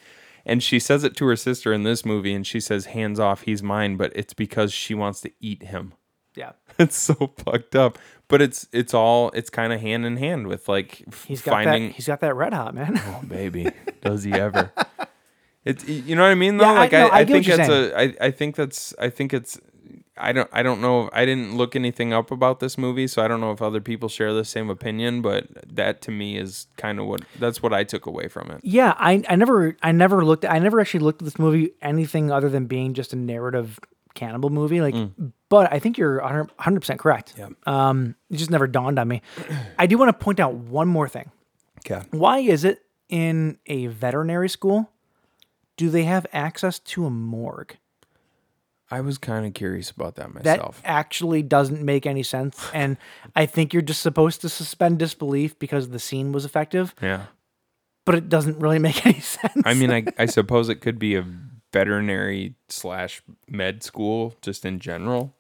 [SPEAKER 5] and she says it to her sister in this movie and she says hands off he's mine but it's because she wants to eat him
[SPEAKER 4] Yeah.
[SPEAKER 5] it's so fucked up but it's it's all it's kind of hand in hand with like f-
[SPEAKER 4] He's got
[SPEAKER 5] finding
[SPEAKER 4] that he's got that red hot, man.
[SPEAKER 5] baby does he ever it's you know what i mean though
[SPEAKER 4] Yeah, I-
[SPEAKER 5] like
[SPEAKER 4] no,
[SPEAKER 5] i,
[SPEAKER 4] I
[SPEAKER 5] I,
[SPEAKER 4] get what
[SPEAKER 5] think
[SPEAKER 4] you're
[SPEAKER 5] that's a I, I think that's i think it's i don't i don't know i didn't look anything up about this movie so i don't know if other people share the same opinion but that to me is kind of what that's what i took away from it
[SPEAKER 4] yeah, I, I never I never looked I never actually looked at this movie anything other than being just a narrative cannibal movie. Like but I think you're 100 percent correct. Yeah. Um it just never dawned on me. I do want to point out one more thing.
[SPEAKER 5] okay
[SPEAKER 4] Why is it in a veterinary school do they have access to a morgue?
[SPEAKER 5] i was kind of curious about that
[SPEAKER 4] that
[SPEAKER 5] myself
[SPEAKER 4] actually doesn't make any sense and i think you're just supposed to suspend disbelief because the scene was effective
[SPEAKER 5] yeah
[SPEAKER 4] but it doesn't really make any sense
[SPEAKER 5] i mean I, I suppose it could be a veterinary slash med school just in general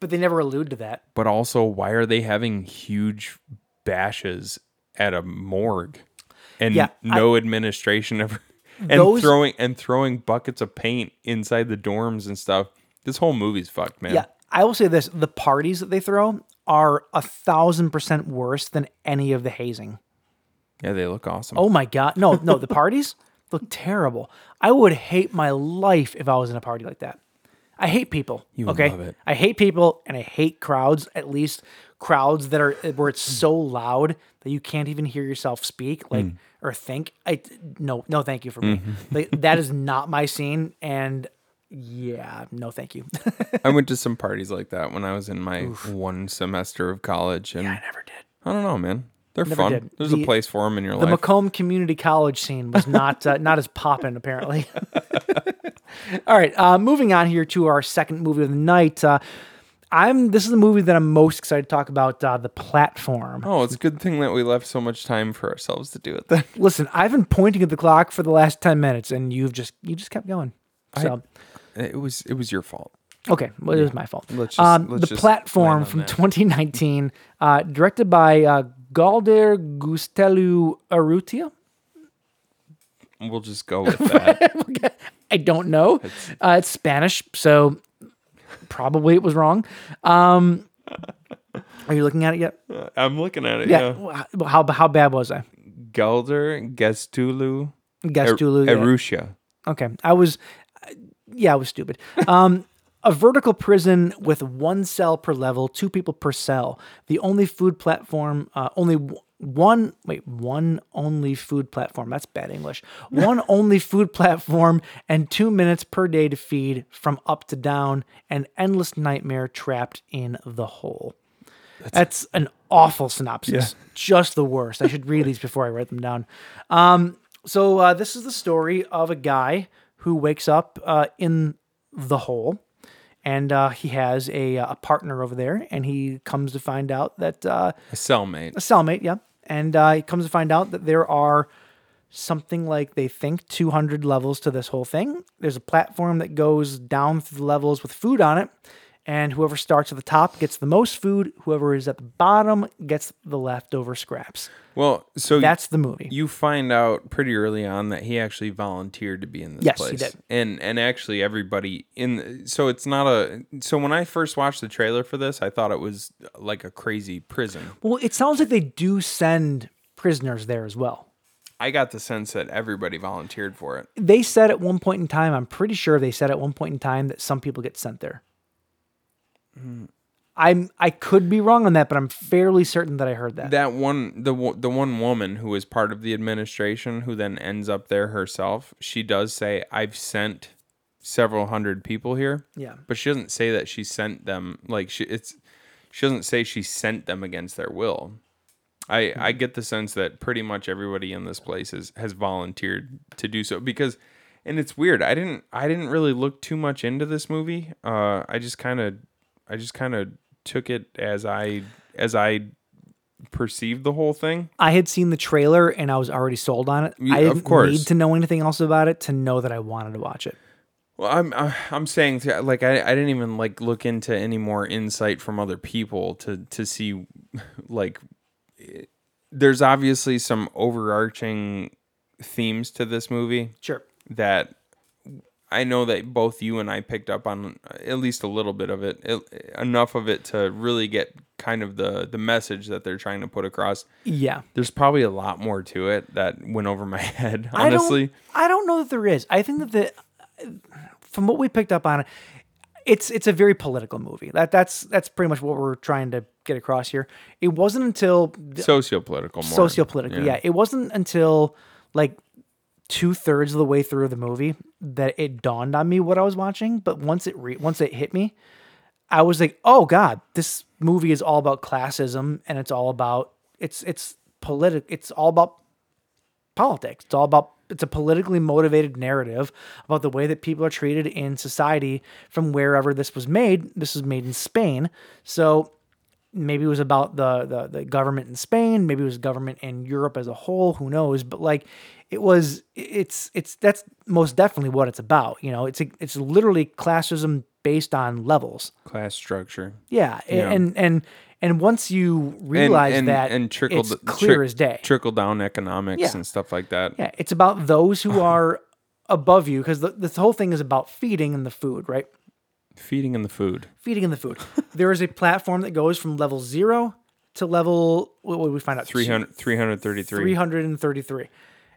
[SPEAKER 4] but they never allude to that
[SPEAKER 5] but also why are they having huge bashes at a morgue and
[SPEAKER 4] Yeah,
[SPEAKER 5] no administration ever and
[SPEAKER 4] Those-
[SPEAKER 5] throwing and throwing buckets of paint inside the dorms and stuff this whole movie's fucked man
[SPEAKER 4] yeah i will say this the parties that they throw are a thousand percent worse than any of the hazing
[SPEAKER 5] Yeah, they look awesome
[SPEAKER 4] oh my god no no the parties look terrible i would hate my life if i was in a party like that i hate people
[SPEAKER 5] You would
[SPEAKER 4] okay
[SPEAKER 5] love it.
[SPEAKER 4] i hate people and i hate crowds at least crowds that are where it's so loud that you can't even hear yourself speak like or think i no no thank you for me like, that is not my scene and yeah no thank you
[SPEAKER 5] i went to some parties like that when i was in my one semester of college and
[SPEAKER 4] i never did
[SPEAKER 5] i don't know man they're fun
[SPEAKER 4] did.
[SPEAKER 5] there's
[SPEAKER 4] The-
[SPEAKER 5] a place for them in your
[SPEAKER 4] the
[SPEAKER 5] life
[SPEAKER 4] Macomb Community College scene was not uh, not as poppin' apparently. All right, uh, moving on here to our second movie of the night. Uh, I'm this is the movie that I'm most excited to talk about. Uh, the platform.
[SPEAKER 5] oh it's a good thing that we left so much time for ourselves to do it then
[SPEAKER 4] Listen, I've been pointing at the clock for the last ten minutes, and you've just you just kept going. So
[SPEAKER 5] it was it was your fault
[SPEAKER 4] okay, well it was my fault.
[SPEAKER 5] Let's just-
[SPEAKER 4] um,
[SPEAKER 5] let's
[SPEAKER 4] the
[SPEAKER 5] just
[SPEAKER 4] platform
[SPEAKER 5] land on
[SPEAKER 4] from
[SPEAKER 5] that.
[SPEAKER 4] 2019, uh, directed by uh, Galder Gustelu Arutia.
[SPEAKER 5] we'll just go with that
[SPEAKER 4] I don't know. uh, it's Spanish, so probably it was wrong. Um, are you looking at it yet?
[SPEAKER 5] i'm looking at it
[SPEAKER 4] Yeah.
[SPEAKER 5] yeah.
[SPEAKER 4] Well, How how bad was I?
[SPEAKER 5] Gelder, Gestulu,
[SPEAKER 4] Gastulu. yeah.
[SPEAKER 5] Erusha.
[SPEAKER 4] Okay, I was. Yeah, I was stupid. Um, a vertical prison with one cell per level, two people per cell. The only food platform, uh, only w- one wait one only food platform that's bad english one only food platform and two minutes per day to feed from up to down an endless nightmare trapped in the hole that's, an awful synopsis just the worst i should read these before i write them down um, so uh, this is the story of a guy who wakes up uh, in the hole and uh, he has a, a partner over there and he comes to find out that uh,
[SPEAKER 5] A cellmate.
[SPEAKER 4] a cellmate, yeah. And uh, he comes to find out that there are something like they think 200 levels to this whole thing. There's a platform that goes down through the levels with food on it, and whoever starts at the top gets the most food. Whoever is at the bottom gets the leftover scraps.
[SPEAKER 5] Well, so
[SPEAKER 4] That's the movie.
[SPEAKER 5] you find out pretty early on that he actually volunteered to be in this
[SPEAKER 4] Yes, he
[SPEAKER 5] place.
[SPEAKER 4] did.
[SPEAKER 5] And and actually everybody in the, so it's not a so when I first watched the trailer for this, I thought it was like a crazy prison.
[SPEAKER 4] well, it sounds like they do send prisoners there as well.
[SPEAKER 5] I got the sense that everybody volunteered for it.
[SPEAKER 4] They said at one point in time, I'm pretty sure they said at one point in time that some people get sent there.
[SPEAKER 5] Hmm.
[SPEAKER 4] I'm I could be wrong on that, but I'm fairly certain that I heard that.
[SPEAKER 5] That one the wo- the one woman who was part of the administration who then ends up there herself, she does say I've sent several hundred people here.
[SPEAKER 4] Yeah.
[SPEAKER 5] But she doesn't say that she sent them like she it's she doesn't say she sent them against their will. I I get the sense that pretty much everybody in this place is, has volunteered to do so because and it's weird. I didn't I didn't really look too much into this movie. Uh I just kind of I just kind of took it as I as I perceived the whole thing.
[SPEAKER 4] I had seen the trailer and I was already sold on it.
[SPEAKER 5] Yeah,
[SPEAKER 4] I
[SPEAKER 5] of
[SPEAKER 4] didn't
[SPEAKER 5] course.
[SPEAKER 4] need to know anything else about it to know that I wanted to watch it.
[SPEAKER 5] Well, I'm I- I'm saying to- like I, I didn't even like look into any more insight from other people to to see like it- there's obviously some overarching themes to this movie
[SPEAKER 4] Sure.
[SPEAKER 5] that I know that both you and I picked up on uh, at least a little bit of it, it enough of it to really get kind of the the message that they're trying to put across.
[SPEAKER 4] Yeah.
[SPEAKER 5] There's probably a lot more to it that went over my head,
[SPEAKER 4] I don't-
[SPEAKER 5] honestly.
[SPEAKER 4] I don't, know that there is. I think that the from what we picked up on it, it's it's a very political movie. That that's that's pretty much what we're trying to get across here. It wasn't until
[SPEAKER 5] Sociopolitical more.
[SPEAKER 4] sociopolitical. Yeah. It wasn't until like two thirds of the way through the movie that it dawned on me what I was watching. But once it re- once it hit me, I was like, oh god, this movie is all about classism and it's all about it's it's political. It's all about politics. It's all about it's a politically motivated narrative about the way that people are treated in society from wherever this was made. This was made in Spain. So maybe it was about the, the the government in Spain, maybe it was government in Europe as a whole, who knows, but like it was it's it's that's most definitely what it's about, you know. It's a, it's literally classism based on levels.
[SPEAKER 5] Class structure.
[SPEAKER 4] Yeah, a- and and and once you realize that it's clear
[SPEAKER 5] trick-
[SPEAKER 4] as day.
[SPEAKER 5] Trickle down economics
[SPEAKER 4] Yeah.
[SPEAKER 5] and stuff like that.
[SPEAKER 4] Yeah, it's about those who are above you because this whole thing is about feeding and the food, right?
[SPEAKER 5] Feeding in the food.
[SPEAKER 4] Feeding and the food. there is a platform that goes from level zero to level what would we find out
[SPEAKER 5] 300, 333.
[SPEAKER 4] 333.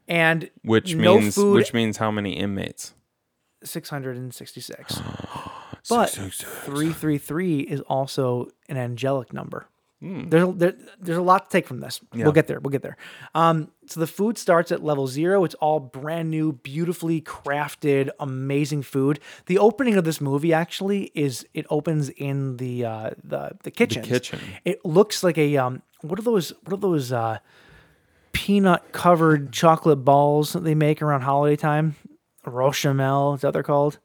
[SPEAKER 4] and
[SPEAKER 5] which
[SPEAKER 4] no
[SPEAKER 5] means
[SPEAKER 4] food,
[SPEAKER 5] which means how many inmates?
[SPEAKER 4] 666. but 333 is also an angelic number. There's, there, there's a lot to take from this. We'll get there. We'll get there. Um, so the food starts at level zero. It's all brand new, beautifully crafted, amazing food. The opening of this movie actually is it opens in the uh, the the kitchen.
[SPEAKER 5] kitchen.
[SPEAKER 4] It looks like a um. What are those? What are those? Uh, peanut covered chocolate balls that they make around holiday time. Rochamel is that what they're called?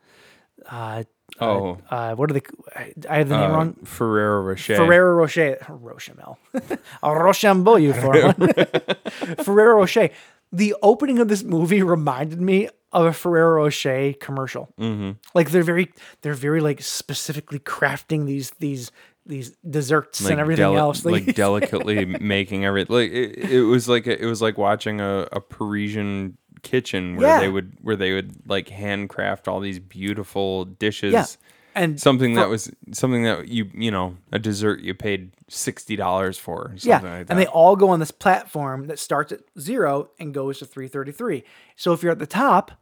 [SPEAKER 5] Oh,
[SPEAKER 4] Uh, what are they? I- I have the
[SPEAKER 5] Uh,
[SPEAKER 4] name wrong.
[SPEAKER 5] Ferrero Rocher.
[SPEAKER 4] Ferrero Rocher, Rochamel, a Rochambeau, you for one. Ferrero Rocher. The opening of this movie reminded me of a Ferrero Rocher commercial.
[SPEAKER 5] Mm-hmm.
[SPEAKER 4] Like they're very, they're very like specifically crafting these these these desserts and everything
[SPEAKER 5] deli-
[SPEAKER 4] else.
[SPEAKER 5] like delicately making everything. Like it, it was like it was like watching a, a Parisian kitchen where
[SPEAKER 4] Yeah.
[SPEAKER 5] they would where they would like handcraft all these beautiful dishes.
[SPEAKER 4] yeah, and
[SPEAKER 5] Something that
[SPEAKER 4] for-
[SPEAKER 5] was something that you you know a dessert you paid sixty dollars for. Or something
[SPEAKER 4] Yeah,
[SPEAKER 5] like that.
[SPEAKER 4] and they all go on this platform that starts at zero and goes to 333. So if you're at the top,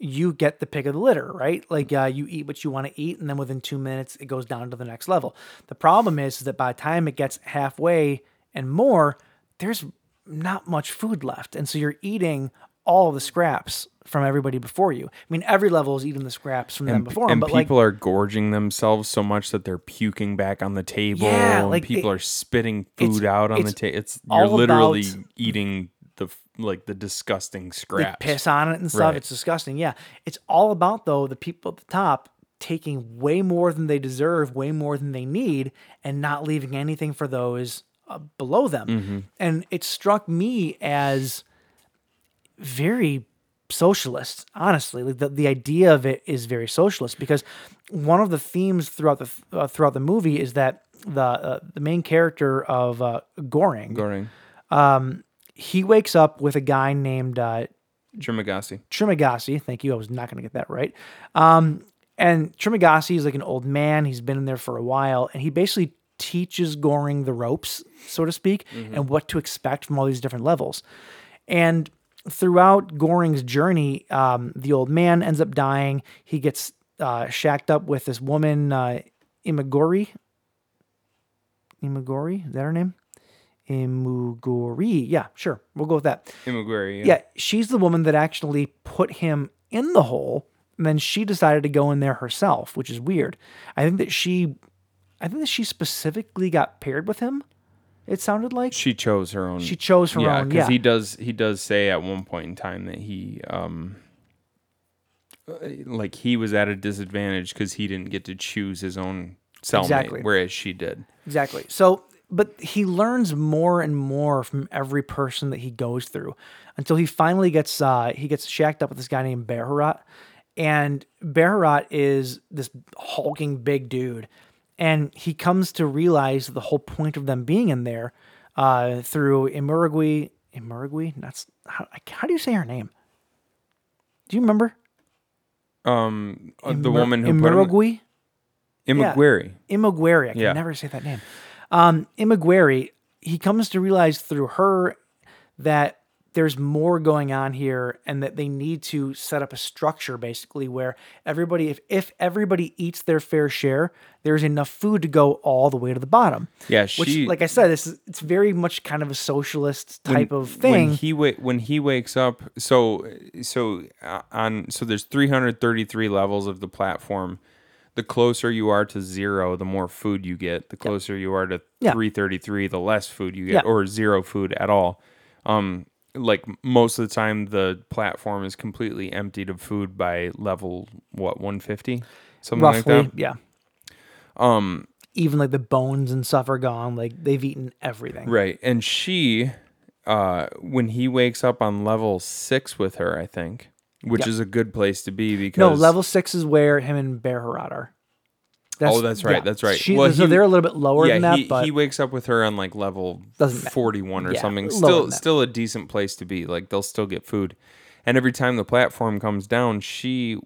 [SPEAKER 4] you get the pick of the litter, right? Like uh, you eat what you want to eat, and then within two minutes, it goes down to the next level. The problem is, is that by the time it gets halfway and more, there's not much food left. And so you're eating all the scraps from everybody before you. I mean, every level is eating the scraps from them
[SPEAKER 5] And,
[SPEAKER 4] before them,
[SPEAKER 5] and
[SPEAKER 4] but like
[SPEAKER 5] people are gorging themselves so much that they're puking back on the table.
[SPEAKER 4] Yeah,
[SPEAKER 5] and
[SPEAKER 4] like,
[SPEAKER 5] people
[SPEAKER 4] it-
[SPEAKER 5] are spitting
[SPEAKER 4] it's-
[SPEAKER 5] food out on the
[SPEAKER 4] it's
[SPEAKER 5] table. It's
[SPEAKER 4] all
[SPEAKER 5] you're literally
[SPEAKER 4] about-
[SPEAKER 5] eating the f- like the disgusting
[SPEAKER 4] they
[SPEAKER 5] scraps.
[SPEAKER 4] piss on it and stuff.
[SPEAKER 5] Right.
[SPEAKER 4] It's disgusting. Yeah. It's all about though the people at the top taking way more than they deserve, way more than they need, and not leaving anything for those uh, below them. And it struck me as very socialist honestly like the, the idea of it is very socialist because one of the themes throughout the uh, throughout the movie is that the uh, the main character of uh, Goring
[SPEAKER 5] Goring,
[SPEAKER 4] he wakes up with a guy named uh,
[SPEAKER 5] Trimagasi.
[SPEAKER 4] Trimagasi. Thank you. I was not going to get that right. Um, and Trimagasi is like an old man. He's been in there for a while, and he basically teaches Goring the ropes, so to speak, and what to expect from all these different levels. And throughout Goring's journey, um, the old man ends up dying. He gets uh, shacked up with this woman, uh, Imagori. Imagori, is that her name? Imugori. Yeah, sure. We'll go with that.
[SPEAKER 5] Imaguri.
[SPEAKER 4] Yeah, she's the woman that actually put him in the hole, and then she decided to go in there herself, which is weird. I think that she, I think that she specifically got paired with him. It sounded like
[SPEAKER 5] She chose her own.
[SPEAKER 4] She chose her own, yeah.
[SPEAKER 5] he does. He does say at one point in time that he, um, uh, like he was at a disadvantage because he didn't get to choose his own cellmate,
[SPEAKER 4] Exactly.
[SPEAKER 5] whereas she did.
[SPEAKER 4] Exactly. So, but he learns more and more from every person that he goes through, until he finally gets uh, he gets shacked up with this guy named Berharat, and Berharat is this hulking big dude, and he comes to realize the whole point of them being in there uh, through Imurigui. Imurigui, that's how, how do you say her name? Do you remember
[SPEAKER 5] Um, uh, the
[SPEAKER 4] Imur-
[SPEAKER 5] woman who put
[SPEAKER 4] Imurigui?
[SPEAKER 5] him,
[SPEAKER 4] Yeah.
[SPEAKER 5] Imaguri.
[SPEAKER 4] Imogwari. I can
[SPEAKER 5] Yeah.
[SPEAKER 4] never say that name. Um, Imogwari, he comes to realize through her that there's more going on here and that they need to set up a structure basically where everybody, if, if everybody eats their fair share, there's enough food to go all the way to the bottom.
[SPEAKER 5] Yeah,
[SPEAKER 4] Which,
[SPEAKER 5] she-
[SPEAKER 4] like I said, this is, it's very much kind of a socialist type of
[SPEAKER 5] When
[SPEAKER 4] thing.
[SPEAKER 5] he wa- when he wakes up, so so uh, on so there's 333 levels of the platform. The closer you are to zero, the more food you get. The closer you are to
[SPEAKER 4] Yeah.
[SPEAKER 5] 333, the less food you get,
[SPEAKER 4] Yeah.
[SPEAKER 5] or zero food at all. Um, like most of the time, the platform is completely emptied of food by level what 150, something
[SPEAKER 4] roughly,
[SPEAKER 5] like that. Um,
[SPEAKER 4] yeah. Um, even like the bones and stuff are gone. Like they've eaten everything.
[SPEAKER 5] Right, and she, uh, when he wakes up on level six with her, I think, which
[SPEAKER 4] Yep.
[SPEAKER 5] is a good place to be because
[SPEAKER 4] No, level six is where him and Bear Harad are.
[SPEAKER 5] oh, that's right.
[SPEAKER 4] yeah.
[SPEAKER 5] That's right.
[SPEAKER 4] She- so they're a little bit lower
[SPEAKER 5] yeah,
[SPEAKER 4] than that,
[SPEAKER 5] he,
[SPEAKER 4] but
[SPEAKER 5] he wakes up with her on like level
[SPEAKER 4] Doesn't matter.
[SPEAKER 5] forty-one or
[SPEAKER 4] Yeah,
[SPEAKER 5] something.
[SPEAKER 4] lower than
[SPEAKER 5] Still,
[SPEAKER 4] that.
[SPEAKER 5] still a decent place to be. Like they'll still get food, and every time the platform comes down, she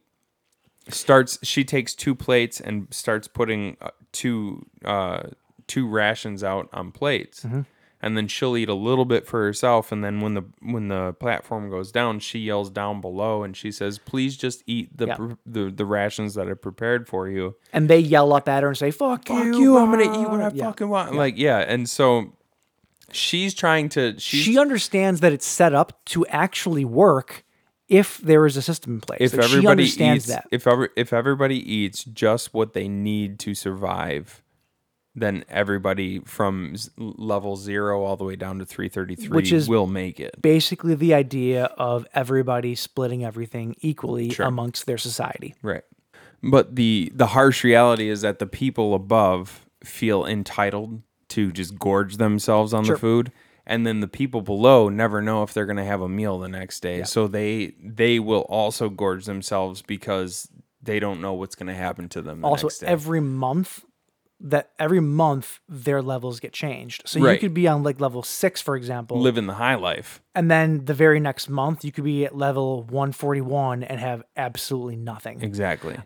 [SPEAKER 5] starts. She takes two plates and starts putting uh, two uh, two rations out on plates.
[SPEAKER 4] Mm-hmm.
[SPEAKER 5] And then she'll eat a little bit for herself, and then when the when the platform goes down, she yells down below, and she says, "Please just eat the
[SPEAKER 4] Yeah.
[SPEAKER 5] pr- the, the rations that I prepared for you."
[SPEAKER 4] and they yell up at her and say, "Fuck,
[SPEAKER 5] fuck
[SPEAKER 4] you,
[SPEAKER 5] you, I'm gonna eat what I
[SPEAKER 4] Yeah.
[SPEAKER 5] fucking want. Like, yeah, and so she's trying to she's
[SPEAKER 4] She understands that it's set up to actually work if there is a system in place.
[SPEAKER 5] if
[SPEAKER 4] Like, she
[SPEAKER 5] everybody
[SPEAKER 4] understands
[SPEAKER 5] eats
[SPEAKER 4] that.
[SPEAKER 5] if ever if everybody eats just what they need to survive, then everybody from z- level zero all the way down to three thirty three
[SPEAKER 4] Which is-
[SPEAKER 5] will make it.
[SPEAKER 4] Basically, the idea of everybody splitting everything equally amongst their society.
[SPEAKER 5] Right. But the the harsh reality is that the people above feel entitled to just gorge themselves on
[SPEAKER 4] Sure.
[SPEAKER 5] the food and then the people below never know if they're going to have a meal the next day. So they they will also gorge themselves because they don't know what's going to happen to them the
[SPEAKER 4] also
[SPEAKER 5] next day.
[SPEAKER 4] every month that every month their levels get changed. So you
[SPEAKER 5] Right.
[SPEAKER 4] could be on like level six, for example,
[SPEAKER 5] living the high life.
[SPEAKER 4] and then the very next month you could be at level 141 and have absolutely nothing.
[SPEAKER 5] Exactly.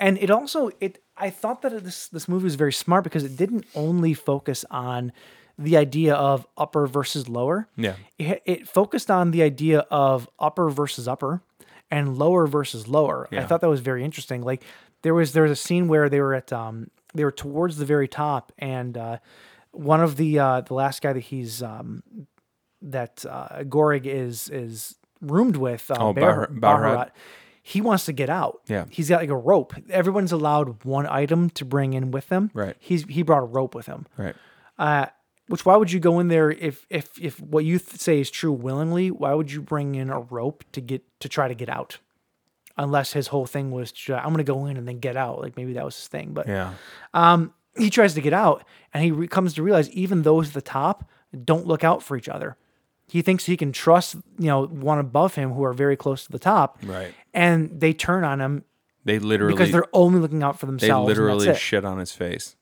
[SPEAKER 4] and it also it i thought that this this movie was very smart because it didn't only focus on the idea of upper versus lower
[SPEAKER 5] Yeah.
[SPEAKER 4] it, it focused on the idea of upper versus upper and lower versus lower i thought that was very interesting like there was there was a scene where they were at um they were towards the very top and uh one of the uh the last guy that he's um that uh, Gorig is is roomed with uh,
[SPEAKER 5] Oh,
[SPEAKER 4] Bar-
[SPEAKER 5] Bahar- Bahrat.
[SPEAKER 4] Bahrat, he wants to get out.
[SPEAKER 5] Yeah.
[SPEAKER 4] he's got like a rope. Everyone's allowed one item to bring in with them.
[SPEAKER 5] Right.
[SPEAKER 4] He's he brought a rope with him.
[SPEAKER 5] Right.
[SPEAKER 4] Uh, which why would you go in there if if if what you th- say is true willingly? Why would you bring in a rope to get to try to get out? Unless his whole thing was, to, I'm gonna go in and then get out. Like maybe that was his thing. But
[SPEAKER 5] Yeah.
[SPEAKER 4] he tries to get out and he re- comes to realize even those at the top don't look out for each other. He thinks he can trust, you know, one above him who are very close to the top.
[SPEAKER 5] Right.
[SPEAKER 4] And they turn on him
[SPEAKER 5] They literally
[SPEAKER 4] because they're only looking out for
[SPEAKER 5] they
[SPEAKER 4] themselves. and that's
[SPEAKER 5] literally
[SPEAKER 4] it.
[SPEAKER 5] shit on his face.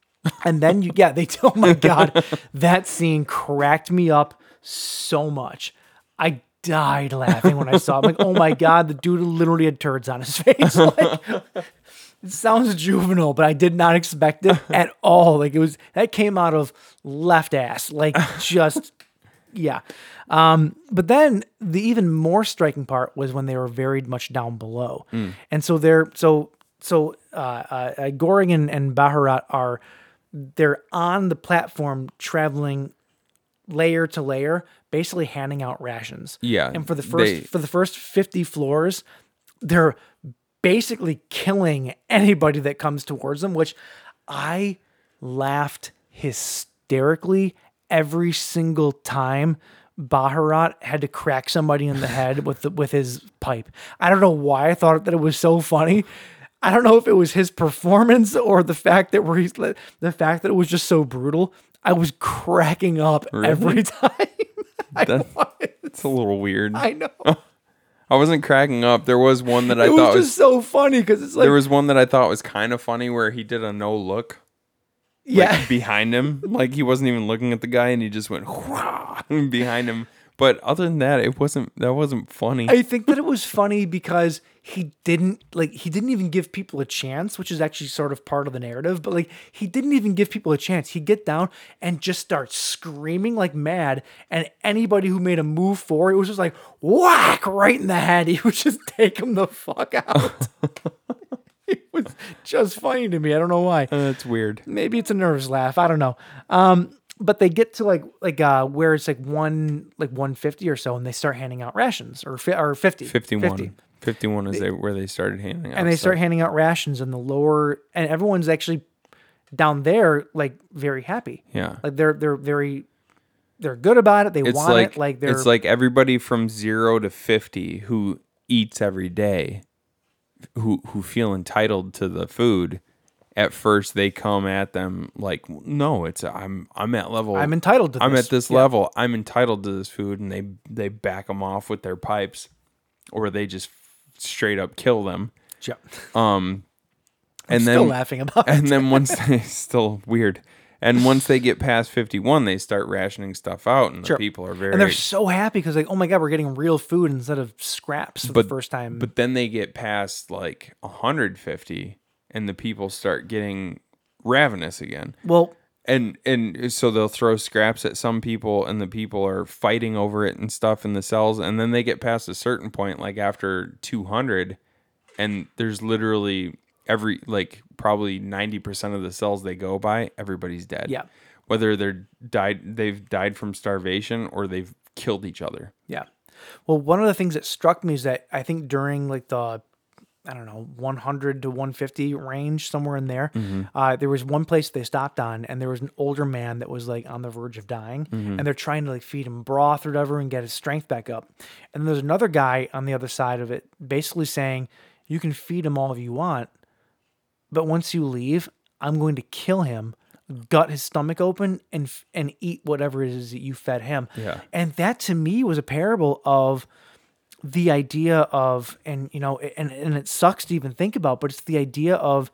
[SPEAKER 4] And then you, yeah, they. Oh my god, that scene cracked me up so much. I died laughing when I saw it. I'm like, oh my god, the dude literally had turds on his face. Like, it sounds juvenile, but I did not expect it at all. Like it was that came out of left ass. Like just yeah. Um, but then the even more striking part was when they were very much down below.
[SPEAKER 5] Mm.
[SPEAKER 4] And so they're so so uh, uh, uh, Goring and, and Baharat are they're on the platform traveling layer to layer, basically handing out rations.
[SPEAKER 5] Yeah,
[SPEAKER 4] And for the first
[SPEAKER 5] they-
[SPEAKER 4] for the first 50 floors, they're basically killing anybody that comes towards them, which I laughed hysterically every single time Baharat had to crack somebody in the head with the, with his pipe. I don't know why I thought that it was so funny. I don't know if it was his performance or the fact that where he's the fact that it was just so brutal. I was cracking up every time. I
[SPEAKER 5] That-
[SPEAKER 4] was.
[SPEAKER 5] It's a little weird.
[SPEAKER 4] I
[SPEAKER 5] I,
[SPEAKER 4] know.
[SPEAKER 5] wasn't cracking up. There was one that I
[SPEAKER 4] it was
[SPEAKER 5] thought
[SPEAKER 4] just
[SPEAKER 5] was
[SPEAKER 4] so funny because it's like
[SPEAKER 5] there was one that I thought was kind of funny where he did a no look
[SPEAKER 4] yeah.
[SPEAKER 5] behind him, like he wasn't even looking at the guy, and he just went behind him. But other than that, it wasn't that wasn't funny.
[SPEAKER 4] I think that it was funny because he didn't like he didn't even give people a chance, which is actually sort of part of the narrative, but like he didn't even give people a chance. He'd get down and just start screaming like mad, and anybody who made a move forward, it was just like whack right in the head. He would just take him the fuck out. it was just funny to me. I don't know why
[SPEAKER 5] Uh, that's weird.
[SPEAKER 4] maybe it's a nervous laugh. I don't know. Um, but they get to like like uh where it's like one like one fifty or so, and they start handing out rations or fi- or fifty.
[SPEAKER 5] 51.
[SPEAKER 4] 50.
[SPEAKER 5] 51 is they, where they started handing out.
[SPEAKER 4] And they
[SPEAKER 5] stuff.
[SPEAKER 4] start handing out rations, and the lower and everyone's actually down there like very happy.
[SPEAKER 5] Yeah.
[SPEAKER 4] like they're they're very they're good about it. They
[SPEAKER 5] it's
[SPEAKER 4] want
[SPEAKER 5] like,
[SPEAKER 4] it. Like they're
[SPEAKER 5] it's like everybody from 0 to 50 who eats every day who who feel entitled to the food at first they come at them like no it's I'm I'm at level
[SPEAKER 4] I'm entitled to.
[SPEAKER 5] I'm
[SPEAKER 4] this.
[SPEAKER 5] at this
[SPEAKER 4] Yeah.
[SPEAKER 5] level. I'm entitled to this food, and they they back them off with their pipes, or they just straight up kill them. Um,
[SPEAKER 4] Yeah.
[SPEAKER 5] and
[SPEAKER 4] Still
[SPEAKER 5] then
[SPEAKER 4] laughing about. it.
[SPEAKER 5] and then once they still weird, and once they get past fifty one, they start rationing stuff out, and
[SPEAKER 4] Sure.
[SPEAKER 5] the people are very.
[SPEAKER 4] And they're so happy because like, oh my god, we're getting real food instead of scraps for the first time.
[SPEAKER 5] But then they get past like hundred fifty, and the people start getting ravenous again.
[SPEAKER 4] well,
[SPEAKER 5] and and so they'll throw scraps at some people and the people are fighting over it and stuff in the cells and then they get past a certain point like after 200 and there's literally every like probably 90% of the cells they go by everybody's dead
[SPEAKER 4] Yeah.
[SPEAKER 5] whether they're died they've died from starvation or they've killed each other
[SPEAKER 4] Yeah. Well, one of the things that struck me is that I think during like the I don't know 100 to 150 range somewhere in there, uh, there was one place they stopped on, and there was an older man that was like on the verge of dying, and they're trying to like feed him broth or whatever and get his strength back up. And there's another guy on the other side of it, basically saying, "You can feed him all you want, but once you leave, I'm going to kill him, gut his stomach open, and f- and eat whatever it is that you fed him.
[SPEAKER 5] Yeah.
[SPEAKER 4] And that to me was a parable of the idea of and you know and and it sucks to even think about, but it's the idea of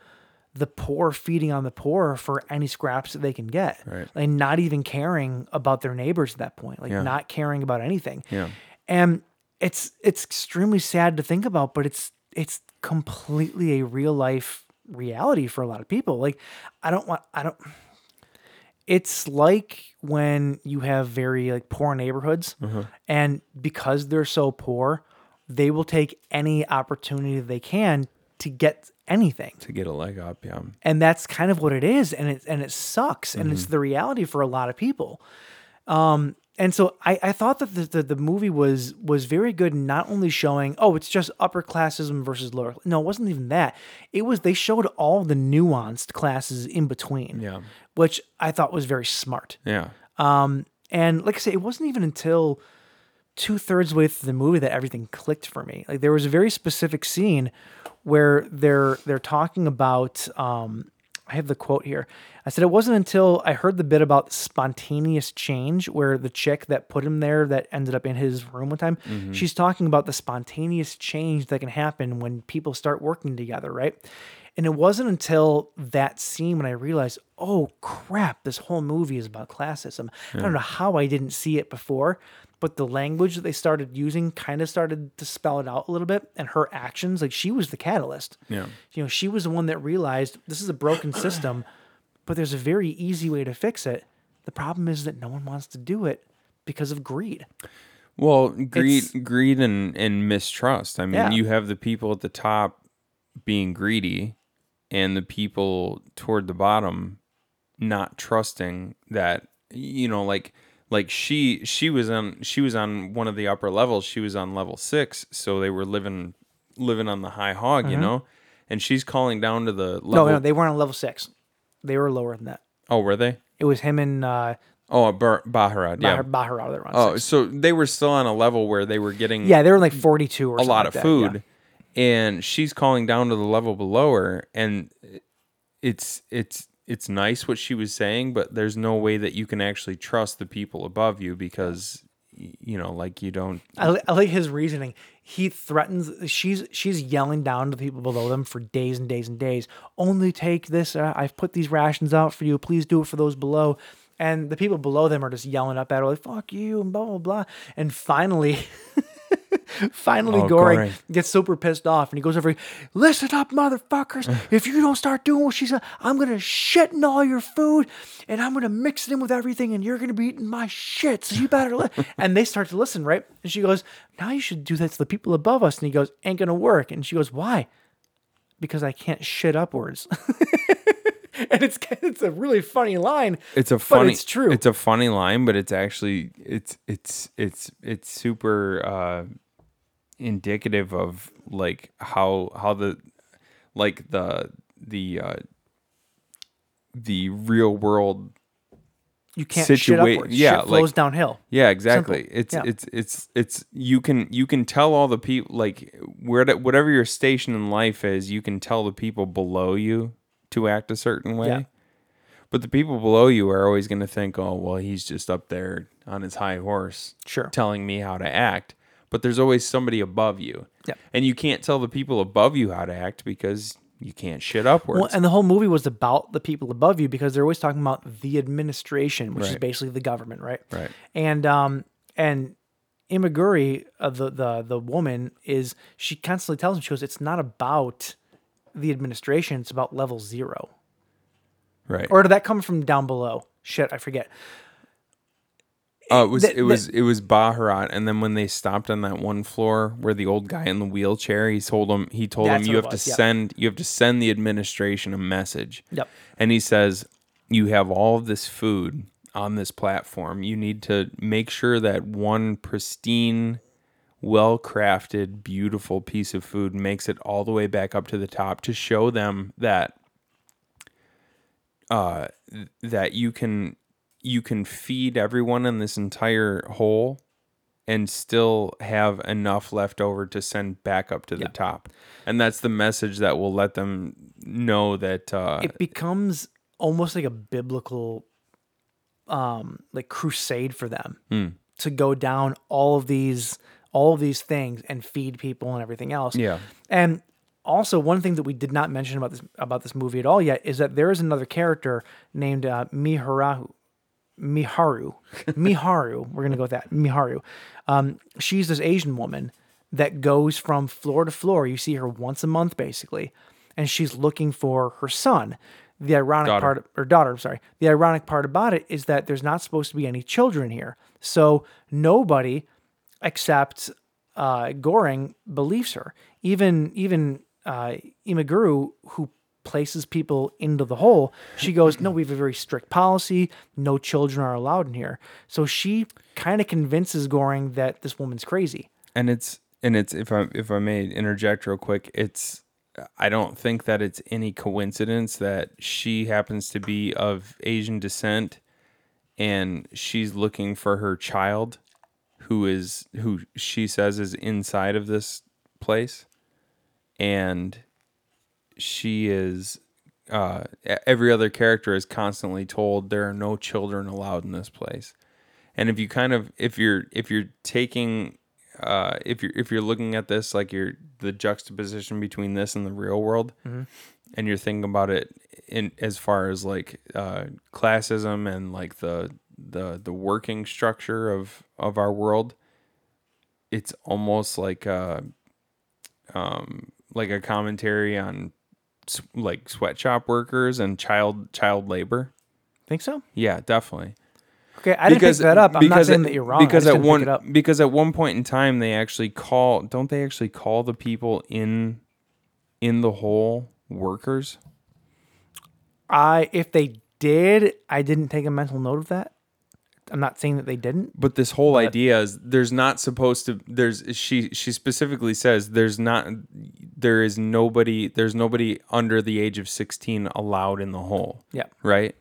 [SPEAKER 4] the poor feeding on the poor for any scraps that they can get,
[SPEAKER 5] Right.
[SPEAKER 4] and not even caring about their neighbors at that point, like
[SPEAKER 5] Yeah.
[SPEAKER 4] not caring about anything.
[SPEAKER 5] Yeah.
[SPEAKER 4] And it's it's extremely sad to think about, but it's it's completely a real life reality for a lot of people. Like I don't want I don't it's like when you have very like poor neighborhoods
[SPEAKER 5] Uh-huh.
[SPEAKER 4] and because they're so poor, they will take any opportunity they can to get anything
[SPEAKER 5] to get a leg up yeah
[SPEAKER 4] and that's kind of what it is and it and it sucks and it's the reality for a lot of people um and so I, I thought that the, the, the movie was was very good, not only showing oh it's just upper classism versus lower. No, it wasn't even that. It was they showed all the nuanced classes in between,
[SPEAKER 5] Yeah.
[SPEAKER 4] which I thought was very smart.
[SPEAKER 5] Yeah.
[SPEAKER 4] And like I say, it wasn't even until two thirds way through the movie that everything clicked for me. Like there was a very specific scene where they're they're talking about. Um, I have the quote here. I said it wasn't until I heard the bit about spontaneous change, where the chick that put him there, that ended up in his room one time, she's talking about the spontaneous change that can happen when people start working together, right? And it wasn't until that scene when I realized, oh crap, this whole movie is about classism. I don't know how I didn't see it before, but the language that they started using kind of started to spell it out a little bit. And her actions, like she was the catalyst.
[SPEAKER 5] Yeah.
[SPEAKER 4] You know, she was the one that realized this is a broken system, but there's a very easy way to fix it. The problem is that no one wants to do it because of greed.
[SPEAKER 5] Well, greed,
[SPEAKER 4] It's-
[SPEAKER 5] greed, and and mistrust. I mean,
[SPEAKER 4] Yeah.
[SPEAKER 5] you have the people at the top being greedy, and the people toward the bottom not trusting that you know, like like she she was on she was on one of the upper levels. She was on level six, so they were living living on the high hog, you know. And she's calling down to the level.
[SPEAKER 4] Mm-hmm. No, no, they weren't on level six. They were lower than that.
[SPEAKER 5] oh, were they?
[SPEAKER 4] It was him and uh,
[SPEAKER 5] Oh, Bar- Baharad, yeah.
[SPEAKER 4] Bahar, Bahar out of there on
[SPEAKER 5] oh,
[SPEAKER 4] six.
[SPEAKER 5] so they were still on a level where they were getting
[SPEAKER 4] Yeah, they were like 42 or
[SPEAKER 5] a lot of
[SPEAKER 4] something like that,
[SPEAKER 5] food and she's calling down to the level below her and it's it's it's nice what she was saying but there's no way that you can actually trust the people above you because y- you know like you don't
[SPEAKER 4] yeah. I, li- I like his reasoning. He threatens. She's she's yelling down to the people below them for days and days and days. Only take this. uh, I've put these rations out for you. Please do it for those below. And the people below them are just yelling up at her like "fuck you" and blah blah blah. And finally, finally,
[SPEAKER 5] Oh,
[SPEAKER 4] Goring,
[SPEAKER 5] Goring.
[SPEAKER 4] gets super pissed off and he goes over. Listen up, motherfuckers! if you don't start doing what she said, I'm gonna shit in all your food, and I'm gonna mix it in with everything, and you're gonna be eating my shit. So you better. Li-. and they start to listen, right? And she goes, "Now you should do that to the people above us." And he goes, "Ain't gonna work." And she goes, "Why?" Because I can't shit upwards. and it's it's a really funny line.
[SPEAKER 5] it's a funny
[SPEAKER 4] But it's true.
[SPEAKER 5] it's a funny line but it's actually it's it's it's it's super uh indicative of like how how the like the the uh the real world
[SPEAKER 4] you can't shit
[SPEAKER 5] situa-
[SPEAKER 4] upwards.
[SPEAKER 5] yeah,
[SPEAKER 4] shit flows
[SPEAKER 5] like-
[SPEAKER 4] downhill.
[SPEAKER 5] Yeah, exactly.
[SPEAKER 4] Simple.
[SPEAKER 5] It's
[SPEAKER 4] Yeah.
[SPEAKER 5] it's it's it's you can you can tell all the people like where to, whatever your station in life is, you can tell the people below you to act a certain way.
[SPEAKER 4] Yeah.
[SPEAKER 5] But the people below you are always going to think, "Oh, well, he's just up there on his high horse,
[SPEAKER 4] Sure.
[SPEAKER 5] telling me how to act." But there's always somebody above you,
[SPEAKER 4] Yeah.
[SPEAKER 5] and you can't tell the people above you how to act because you can't shit upwards.
[SPEAKER 4] Well, and the whole movie was about the people above you because they're always talking about the administration, which is
[SPEAKER 5] Right.
[SPEAKER 4] basically the government, right?
[SPEAKER 5] Right.
[SPEAKER 4] And um and Imaguri, uh, the the the woman is she constantly tells him she goes, it's not about the administration, it's about level zero.
[SPEAKER 5] right?
[SPEAKER 4] Or did that come from down below? Shit, I forget.
[SPEAKER 5] Oh, it was
[SPEAKER 4] the-
[SPEAKER 5] it was it was Baharat, and then when they stopped on that one floor where the old guy in the wheelchair, he told him he told
[SPEAKER 4] That's
[SPEAKER 5] him
[SPEAKER 4] what
[SPEAKER 5] you
[SPEAKER 4] it
[SPEAKER 5] have
[SPEAKER 4] was,
[SPEAKER 5] to
[SPEAKER 4] yeah.
[SPEAKER 5] send you have to send the administration a message.
[SPEAKER 4] Yep.
[SPEAKER 5] And he says you have all of this food on this platform. You need to make sure that one pristine, well crafted, beautiful piece of food makes it all the way back up to the top to show them that uh th- that you can you can feed everyone in this entire hole and still have enough left over to send back up to the top. And that's the message that will let them know that uh
[SPEAKER 4] It becomes almost like a biblical um like crusade for them to go down all of these all of these things and feed people and everything else.
[SPEAKER 5] Yeah.
[SPEAKER 4] And also, one thing that we did not mention about this about this movie at all yet is that there is another character named uh, Miharahu. Miharu, Miharu, we're gonna go with that. Miharu, um, she's this Asian woman that goes from floor to floor. You see her once a month, basically, and she's looking for her son. The ironic
[SPEAKER 5] Daughter.
[SPEAKER 4] part, or daughter, I'm sorry. The ironic part about it is that there's not supposed to be any children here, so nobody except uh, Goring believes her. Even even uh, Imaguru, who places people into the hole. She goes, No, we have a very strict policy. No children are allowed in here. So she kind of convinces Goring that this woman's crazy.
[SPEAKER 5] and it's and it's if I if I may interject real quick, it's I don't think that it's any coincidence that she happens to be of Asian descent and she's looking for her child who is who she says is inside of this place and she is uh, e- every other character is constantly told there are no children allowed in this place and if you kind of if you're if you're taking uh, if you're if you're looking at this like you're the juxtaposition between this and the real world and you're thinking about it in as far as like uh, classism and like the the the working structure of of our world it's almost like a um like a commentary on s- like sweatshop workers and child child labor
[SPEAKER 4] Think so?
[SPEAKER 5] yeah definitely
[SPEAKER 4] Okay, I didn't pick that up. I'm not saying that you're wrong. I
[SPEAKER 5] because
[SPEAKER 4] just didn't
[SPEAKER 5] at
[SPEAKER 4] pick
[SPEAKER 5] one
[SPEAKER 4] it up.
[SPEAKER 5] because at one point in time they actually call don't they actually call the people in in the hole workers?
[SPEAKER 4] I if they did, I didn't take a mental note of that. I'm not saying that they didn't.
[SPEAKER 5] But this whole idea is there's not supposed to there's she she specifically says there's not there is nobody there's nobody under the age of 16 allowed in the hole.
[SPEAKER 4] Yeah.
[SPEAKER 5] Right?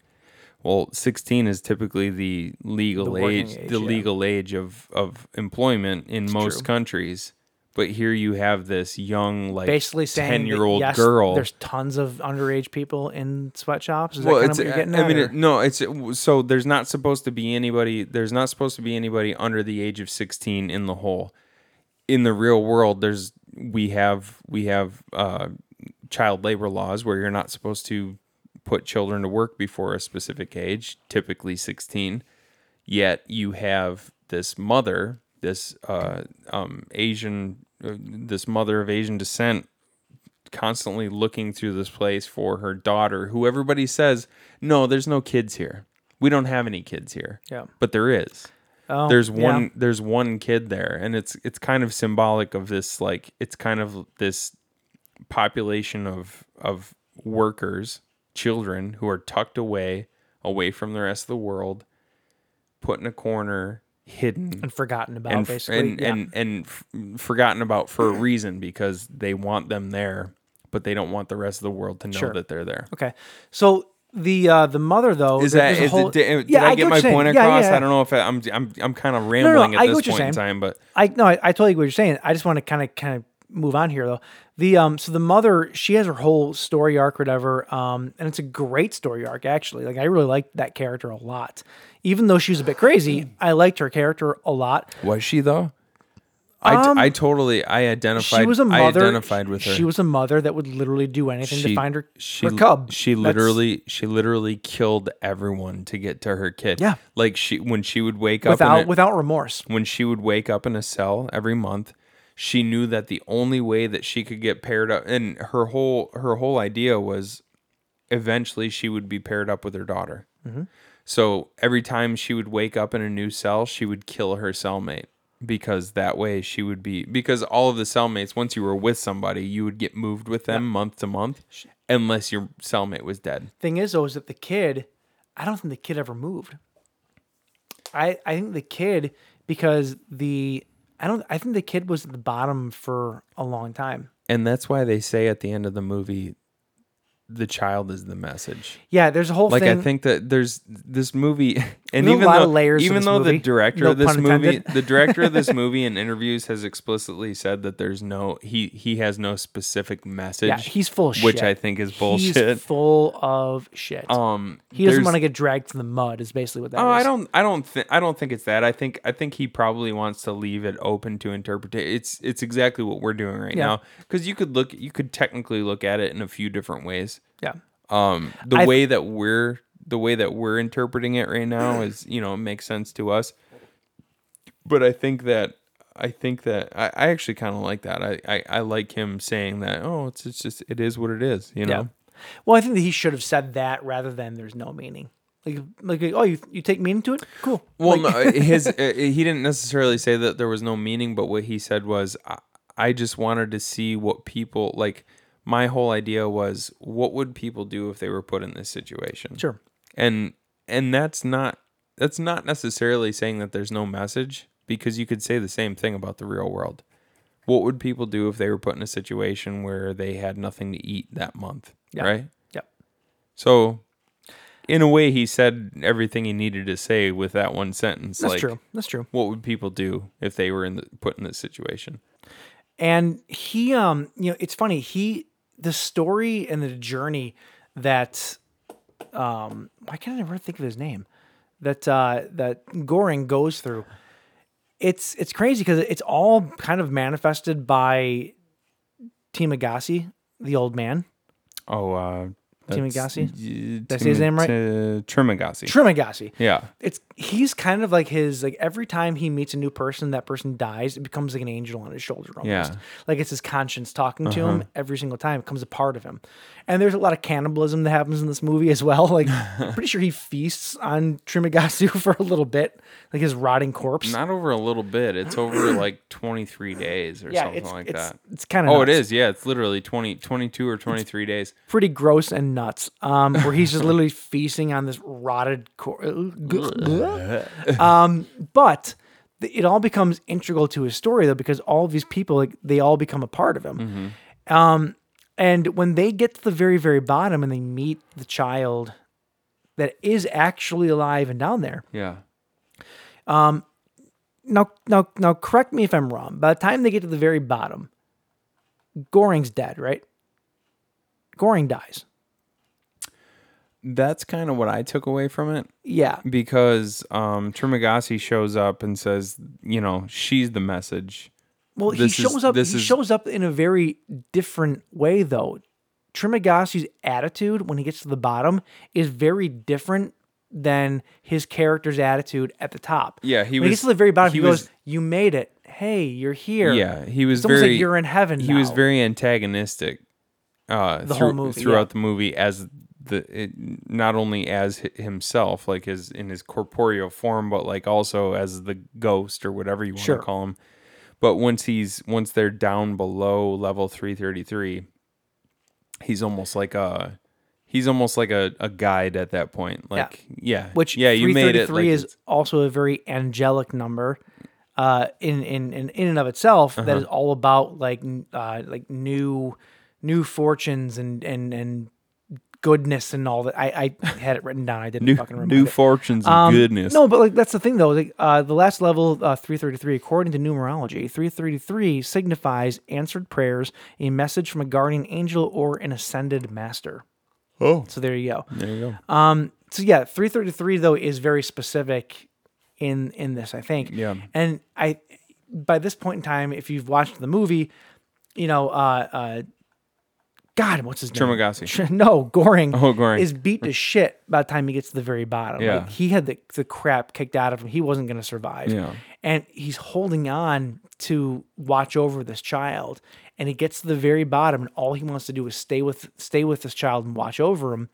[SPEAKER 5] Well, 16 is typically the legal
[SPEAKER 4] working
[SPEAKER 5] age,
[SPEAKER 4] age,
[SPEAKER 5] the
[SPEAKER 4] yeah.
[SPEAKER 5] legal age of of employment in most
[SPEAKER 4] true.
[SPEAKER 5] countries. But here you have this young like
[SPEAKER 4] Basically saying that,
[SPEAKER 5] 10-year-old
[SPEAKER 4] yes,
[SPEAKER 5] girl
[SPEAKER 4] There's tons of underage people in sweatshops. Is that kind of what you're getting
[SPEAKER 5] I
[SPEAKER 4] at?
[SPEAKER 5] mean,
[SPEAKER 4] or-
[SPEAKER 5] it, no, it's so there's not supposed to be anybody. There's not supposed to be anybody under the age of 16 in the hole. In the real world, there's we have we have uh, child labor laws where you're not supposed to put children to work before a specific age, typically 16. Yet you have this mother, this uh, um, Asian, uh, this mother of Asian descent constantly looking through this place for her daughter, who everybody says, no, there's no kids here. We don't have any kids here.
[SPEAKER 4] Yeah.
[SPEAKER 5] But there is.
[SPEAKER 4] Oh,
[SPEAKER 5] there's
[SPEAKER 4] yeah.
[SPEAKER 5] one there's one kid there. And it's it's kind of symbolic of this like it's kind of this population of of workers, children who are tucked away, away from the rest of the world, put in a corner, hidden
[SPEAKER 4] and forgotten about
[SPEAKER 5] and f-
[SPEAKER 4] basically.
[SPEAKER 5] and
[SPEAKER 4] yeah.
[SPEAKER 5] and, and f- forgotten about for a reason because they want them there, but they don't want the rest of the world to know
[SPEAKER 4] Sure.
[SPEAKER 5] that they're there.
[SPEAKER 4] okay. So the uh, the mother though
[SPEAKER 5] Is
[SPEAKER 4] there-
[SPEAKER 5] that
[SPEAKER 4] there's a
[SPEAKER 5] is
[SPEAKER 4] whole-
[SPEAKER 5] it, did,
[SPEAKER 4] Yeah,
[SPEAKER 5] did I
[SPEAKER 4] get
[SPEAKER 5] get
[SPEAKER 4] what
[SPEAKER 5] my
[SPEAKER 4] you're saying.
[SPEAKER 5] point
[SPEAKER 4] Yeah,
[SPEAKER 5] across?
[SPEAKER 4] yeah, yeah.
[SPEAKER 5] I don't know if I, I'm I'm I'm kind of rambling
[SPEAKER 4] I
[SPEAKER 5] at
[SPEAKER 4] get
[SPEAKER 5] this
[SPEAKER 4] what you're
[SPEAKER 5] point in
[SPEAKER 4] saying.
[SPEAKER 5] time, but
[SPEAKER 4] I no, I, I totally get what you're saying. I just want to kind of kind of move on here though. The um, so the mother, she has her whole story arc, whatever. Um, and it's a great story arc actually. Like I really liked that character a lot, even though she was a bit crazy. I liked her character a lot.
[SPEAKER 5] was she though? I,
[SPEAKER 4] Um,
[SPEAKER 5] I totally I identified.
[SPEAKER 4] She was a
[SPEAKER 5] I
[SPEAKER 4] mother.
[SPEAKER 5] identified with her.
[SPEAKER 4] She was a mother that would literally do anything to find her her
[SPEAKER 5] l-
[SPEAKER 4] cub.
[SPEAKER 5] She
[SPEAKER 4] That's-
[SPEAKER 5] literally she literally killed everyone to get to her kid.
[SPEAKER 4] Yeah.
[SPEAKER 5] like she when she would wake up
[SPEAKER 4] without
[SPEAKER 5] in a-
[SPEAKER 4] without remorse.
[SPEAKER 5] when she would wake up in a cell every month she knew that the only way that she could get paired up and her whole her whole idea was eventually she would be paired up with her daughter so every time she would wake up in a new cell she would kill her cellmate because that way she would be because all of the cellmates once you were with somebody you would get moved with them month to month unless your cellmate was dead
[SPEAKER 4] Thing is though, is that the kid, I don't think the kid ever moved. I I think the kid because the I don't I think the kid was at the bottom for a long time.
[SPEAKER 5] and that's why they say at the end of the movie the child is the message
[SPEAKER 4] Yeah, there's a whole
[SPEAKER 5] like
[SPEAKER 4] thing.
[SPEAKER 5] I think that there's this movie, and
[SPEAKER 4] There's a
[SPEAKER 5] even
[SPEAKER 4] lot
[SPEAKER 5] though
[SPEAKER 4] of layers to
[SPEAKER 5] even
[SPEAKER 4] this
[SPEAKER 5] though
[SPEAKER 4] movie.
[SPEAKER 5] the director
[SPEAKER 4] No
[SPEAKER 5] of this
[SPEAKER 4] pun
[SPEAKER 5] movie,
[SPEAKER 4] intended.
[SPEAKER 5] the director of this movie in interviews has explicitly said that there's no he he has no specific message.
[SPEAKER 4] yeah, he's full of shit.
[SPEAKER 5] which I think is bullshit.
[SPEAKER 4] He's full of shit.
[SPEAKER 5] um,
[SPEAKER 4] he doesn't
[SPEAKER 5] there's-
[SPEAKER 4] want to get dragged to the mud. Is basically what that is.
[SPEAKER 5] Oh, I don't, I don't think, I don't think it's that. I think, I think he probably wants to leave it open to interpretation. It's, it's exactly what we're doing right
[SPEAKER 4] Yeah.
[SPEAKER 5] now because you could look, you could technically look at it in a few different ways.
[SPEAKER 4] Yeah.
[SPEAKER 5] um the
[SPEAKER 4] I-
[SPEAKER 5] way that we're the way that we're interpreting it right now is you know it makes sense to us but i think that i think that i, I actually kind of like that I, I i like him saying that oh it's, it's just it is what it is you know
[SPEAKER 4] Yeah. Well, I think that he should have said that rather than there's no meaning. Like, like, oh, you you take meaning to it? Cool.
[SPEAKER 5] well no, his uh, he didn't necessarily say that there was no meaning but what he said was I, I just wanted to see what people like my whole idea was what would people do if they were put in this situation?
[SPEAKER 4] Sure.
[SPEAKER 5] And and that's not that's not necessarily saying that there's no message because you could say the same thing about the real world. What would people do if they were put in a situation where they had nothing to eat that month,
[SPEAKER 4] Yeah.
[SPEAKER 5] right?
[SPEAKER 4] Yep.
[SPEAKER 5] So in a way he said everything he needed to say with that one sentence.
[SPEAKER 4] That's
[SPEAKER 5] like,
[SPEAKER 4] true. That's true.
[SPEAKER 5] What would people do if they were in the, put in this situation?
[SPEAKER 4] and he um you know it's funny he the story and the journey that um why can not I never think of his name that uh that Goring goes through it's it's crazy because it's all kind of manifested by Timagasi the old man
[SPEAKER 5] Oh, uh,
[SPEAKER 4] Timagasi?
[SPEAKER 5] Did
[SPEAKER 4] I say his name right?
[SPEAKER 5] Trimagasi.
[SPEAKER 4] Trimagasi
[SPEAKER 5] yeah.
[SPEAKER 4] it's he's kind of like his like every time he meets a new person that person dies it becomes like an angel on his shoulder almost
[SPEAKER 5] Yeah. Uh-huh.
[SPEAKER 4] like it's his conscience talking to him every single time it becomes a part of him and there's a lot of cannibalism that happens in this movie as well like I'm pretty sure he feasts on Trimagasu for a little bit like his rotting corpse
[SPEAKER 5] Not over a little bit. It's over like 23 days or
[SPEAKER 4] yeah
[SPEAKER 5] something
[SPEAKER 4] it's
[SPEAKER 5] like
[SPEAKER 4] it's,
[SPEAKER 5] that.
[SPEAKER 4] it's kind of
[SPEAKER 5] Oh, it is. Yeah, it's literally 20, 22 or 23 days.
[SPEAKER 4] pretty gross and nuts. Um, where he's just literally feasting on this rotted core. um, but th- it all becomes integral to his story though, because all of these people, like they all become a part of him. Um, and when they get to the very, very bottom and they meet the child that is actually alive and down there.
[SPEAKER 5] Yeah.
[SPEAKER 4] Now, now, now, correct me if I'm wrong. By the time they get to the very bottom, Goring's dead, right? Goring dies.
[SPEAKER 5] That's kind of what I took away from it
[SPEAKER 4] Yeah.
[SPEAKER 5] because um, Trimagasi shows up and says, you know, she's the message.
[SPEAKER 4] Well, he
[SPEAKER 5] This
[SPEAKER 4] shows
[SPEAKER 5] is-
[SPEAKER 4] up. He
[SPEAKER 5] this is-
[SPEAKER 4] shows up in a very different way, though. Trimagasi's attitude when he gets to the bottom is very different than his character's attitude at the top.
[SPEAKER 5] Yeah, he
[SPEAKER 4] when he
[SPEAKER 5] was-
[SPEAKER 4] gets to the very bottom.
[SPEAKER 5] he
[SPEAKER 4] He,
[SPEAKER 5] was-
[SPEAKER 4] goes, "You made it. Hey, you're here."
[SPEAKER 5] Yeah, he was
[SPEAKER 4] It's almost
[SPEAKER 5] very.
[SPEAKER 4] like you're in heaven.
[SPEAKER 5] He was
[SPEAKER 4] now.
[SPEAKER 5] very antagonistic. Uh,
[SPEAKER 4] The
[SPEAKER 5] through,
[SPEAKER 4] whole movie, yeah.
[SPEAKER 5] throughout the movie as the it, not only as hi- himself, like his in his corporeal form, but like also as the ghost or whatever you want
[SPEAKER 4] Sure.
[SPEAKER 5] to call him. But once he's once they're down below level three thirty three, he's almost like a he's almost like a, a guide at that point. Like yeah,
[SPEAKER 4] which
[SPEAKER 5] yeah you made it.
[SPEAKER 4] 333
[SPEAKER 5] like,
[SPEAKER 4] is also a very angelic number uh in in in, in and of itself that
[SPEAKER 5] Uh-huh.
[SPEAKER 4] is all about like n- uh like new new fortunes and and and goodness and all that i i had it written down i didn't
[SPEAKER 5] new,
[SPEAKER 4] fucking remember
[SPEAKER 5] new fortunes and goodness.
[SPEAKER 4] no, but like that's the thing though. Like uh, the last level, uh, three thirty three. According to numerology, three thirty three signifies answered prayers, a message from a guardian angel, or an ascended master.
[SPEAKER 5] Oh.
[SPEAKER 4] so there you go. Um,
[SPEAKER 5] there you go.
[SPEAKER 4] So yeah, 333 though is very specific in in this, I think.
[SPEAKER 5] Yeah.
[SPEAKER 4] And I by this point in time, if you've watched the movie, you know, uh uh God, what's his name?
[SPEAKER 5] Trimagasi.
[SPEAKER 4] Tr- No, Goring.
[SPEAKER 5] Oh, Goring.
[SPEAKER 4] Is beat to shit by the time he gets to the very bottom.
[SPEAKER 5] Yeah.
[SPEAKER 4] Like, he had the, the crap kicked out of him. He wasn't going to survive.
[SPEAKER 5] Yeah.
[SPEAKER 4] And he's holding on to watch over this child. And he gets to the very bottom, and all he wants to do is stay with stay with this child and watch over him,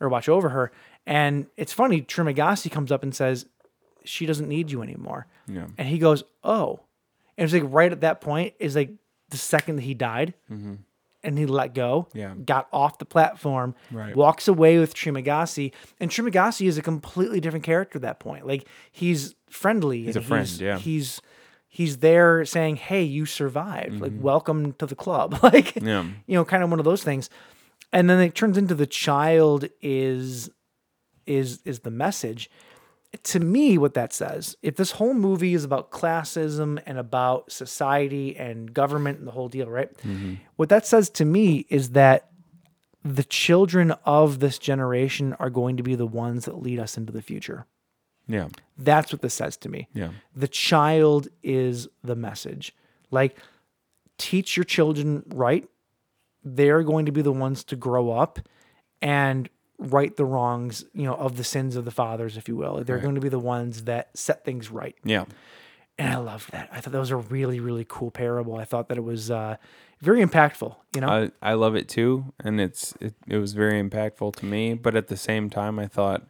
[SPEAKER 4] or watch over her. And it's funny. Trimagasi comes up and says, "She doesn't need you anymore." Yeah. And he goes, "Oh." And it's like right at that point is like the second that he died and he let go.
[SPEAKER 5] Mm-hmm. Yeah.
[SPEAKER 4] Got off the platform.
[SPEAKER 5] Right.
[SPEAKER 4] Walks away with Trimagasi. And Trimagasi is a completely different character at that point. Like he's friendly. He's
[SPEAKER 5] a friend, yeah.
[SPEAKER 4] He's he's there saying, Hey, you survived. Like, welcome to the club. Like
[SPEAKER 5] Mm-hmm. Yeah.
[SPEAKER 4] you know, kind of one of those things. And then it turns into the child is is is the message to me what that says if this whole movie is about classism and about society and government and the whole deal right
[SPEAKER 5] Mm-hmm.
[SPEAKER 4] what that says to me is that the children of this generation are going to be the ones that lead us into the future
[SPEAKER 5] Yeah.
[SPEAKER 4] that's what this says to me
[SPEAKER 5] Yeah.
[SPEAKER 4] the child is the message like teach your children right they're going to be the ones to grow up and right the wrongs you know of the sins of the fathers if you will they're going to be the ones that set things right
[SPEAKER 5] Yeah.
[SPEAKER 4] and i loved that i thought that was a really really cool parable i thought that it was uh very impactful you know
[SPEAKER 5] I, I love it too, and it's it, it was very impactful to me. But at the same time, I thought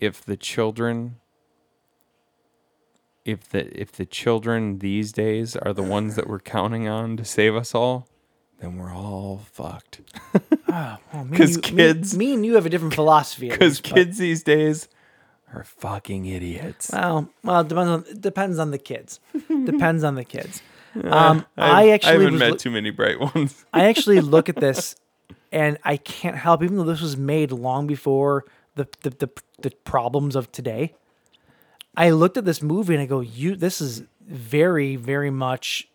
[SPEAKER 5] if the children, if the if the children these days are the ones that we're counting on to save us all, then we're all fucked.
[SPEAKER 4] Oh, me and
[SPEAKER 5] 'Cause
[SPEAKER 4] you- me-
[SPEAKER 5] kids-
[SPEAKER 4] Me, and you have a different philosophy. at
[SPEAKER 5] Because
[SPEAKER 4] least, but-
[SPEAKER 5] kids these days are fucking idiots.
[SPEAKER 4] Well, well, it depends on it depends on the kids. depends on the kids. Um, I actually
[SPEAKER 5] I haven't
[SPEAKER 4] was
[SPEAKER 5] met
[SPEAKER 4] loo-
[SPEAKER 5] too many bright ones.
[SPEAKER 4] I actually look at this, and I can't help. Even though this was made long before the the, the the problems of today, I looked at this movie and I go, "You, this is very, very much."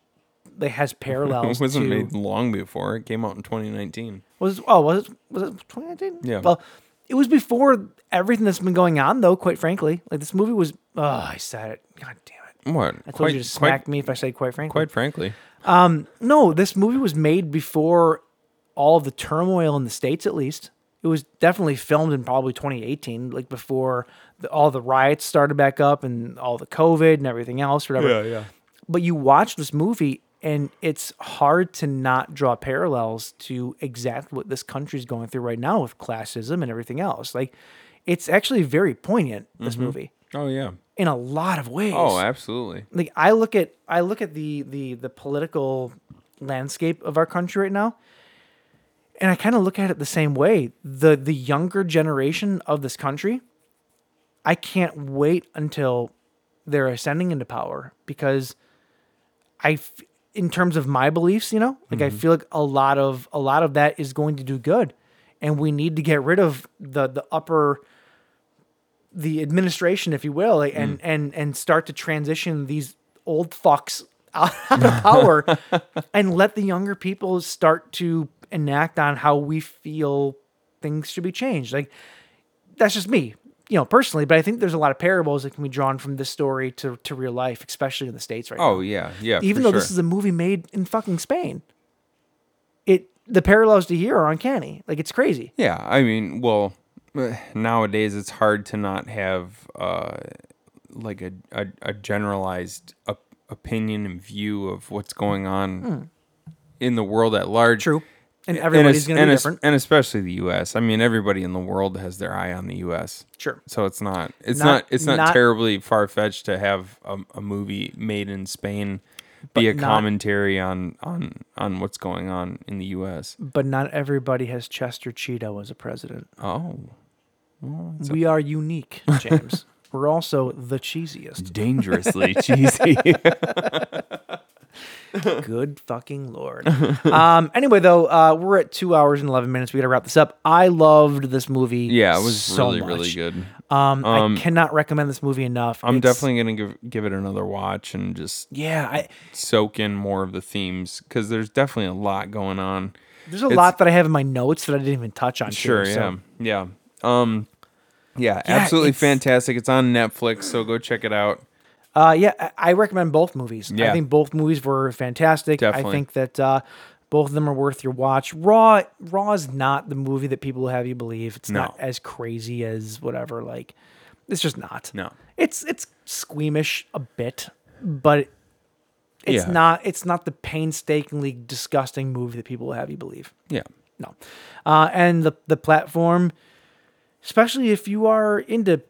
[SPEAKER 4] It has parallels.
[SPEAKER 5] It wasn't
[SPEAKER 4] to,
[SPEAKER 5] made long before. It came out in 2019.
[SPEAKER 4] Was oh was it was it 2019?
[SPEAKER 5] Yeah.
[SPEAKER 4] Well, it was before everything that's been going on, though. Quite frankly, like this movie was. Oh, I said it. God damn it.
[SPEAKER 5] What?
[SPEAKER 4] I told you to smack me if I say quite frankly.
[SPEAKER 5] Quite frankly,
[SPEAKER 4] No, this movie was made before all of the turmoil in the states. At least it was definitely filmed in probably 2018, like before the, all the riots started back up and all the COVID and everything else, whatever.
[SPEAKER 5] yeah.
[SPEAKER 4] But you watch this movie, and it's hard to not draw parallels to exactly what this country's going through right now with classism and everything else. Like, it's actually very poignant. This movie,
[SPEAKER 5] Oh yeah.
[SPEAKER 4] in a lot of ways
[SPEAKER 5] Oh, absolutely.
[SPEAKER 4] like I look at I look at the the the political landscape of our country right now, and I kind of look at it the same way. the The younger generation of this country, I can't wait until they're ascending into power because I, f- in terms of my beliefs, you know, like I feel like a lot of a lot of that is going to do good, and we need to get rid of the the upper the administration, if you will, like, and and and start to transition these old fucks out of power, and let the younger people start to enact on how we feel things should be changed. Like that's just me, you know, personally. But I think there's a lot of parables that can be drawn from this story to to real life, especially in the states right now.
[SPEAKER 5] Oh yeah, yeah.
[SPEAKER 4] Even though
[SPEAKER 5] for
[SPEAKER 4] this
[SPEAKER 5] sure.
[SPEAKER 4] is a movie made in fucking Spain, it the parallels to here are uncanny. Like it's crazy.
[SPEAKER 5] Yeah, I mean, well, eh, nowadays it's hard to not have uh, like a, a, a generalized op- opinion and view of what's going on in the world at large.
[SPEAKER 4] Hmm. True. And
[SPEAKER 5] A-
[SPEAKER 4] everybody's
[SPEAKER 5] es-
[SPEAKER 4] gonna be
[SPEAKER 5] and es-
[SPEAKER 4] different.
[SPEAKER 5] and especially the U.S. I mean, everybody in the world has their eye on the U.S.
[SPEAKER 4] Sure.
[SPEAKER 5] So it's not it's
[SPEAKER 4] Not-
[SPEAKER 5] not, it's not,
[SPEAKER 4] not-
[SPEAKER 5] terribly far fetched to have a, a movie made in Spain be a
[SPEAKER 4] not-
[SPEAKER 5] commentary on on on what's going on in the U.S.
[SPEAKER 4] But not everybody has Chester Cheeto as a president.
[SPEAKER 5] Oh,
[SPEAKER 4] we are unique, James. We're also the cheesiest.
[SPEAKER 5] dangerously cheesy.
[SPEAKER 4] Good fucking lord. um. Anyway, though, uh, we're at two hours and eleven minutes. We got to wrap this up. I loved this movie.
[SPEAKER 5] Yeah, it was
[SPEAKER 4] so
[SPEAKER 5] really really
[SPEAKER 4] much.
[SPEAKER 5] good.
[SPEAKER 4] Um, I cannot recommend this movie enough.
[SPEAKER 5] I'm
[SPEAKER 4] It's-
[SPEAKER 5] definitely gonna give give it another watch and just
[SPEAKER 4] Yeah, I,
[SPEAKER 5] soak in more of the themes because there's definitely a lot going on.
[SPEAKER 4] there's a
[SPEAKER 5] It's-
[SPEAKER 4] lot that I have in my notes that I didn't even touch on.
[SPEAKER 5] Sure,
[SPEAKER 4] too,
[SPEAKER 5] yeah,
[SPEAKER 4] so-
[SPEAKER 5] yeah, um, yeah, absolutely
[SPEAKER 4] it's-
[SPEAKER 5] fantastic. It's on Netflix, so go check it out.
[SPEAKER 4] Uh, yeah, I- I recommend both movies. I
[SPEAKER 5] Yeah.
[SPEAKER 4] think both movies were fantastic. I
[SPEAKER 5] Definitely.
[SPEAKER 4] think that uh, both of them are worth your watch. Raw, Raw is not the movie that people have you believe. It's not
[SPEAKER 5] No.
[SPEAKER 4] as crazy as whatever. Like, it's just not.
[SPEAKER 5] No.
[SPEAKER 4] it's it's squeamish a bit, but it's
[SPEAKER 5] Yeah.
[SPEAKER 4] not. It's not the painstakingly disgusting movie that people will have you believe.
[SPEAKER 5] Yeah,
[SPEAKER 4] No, uh, and the the platform, especially if you are into,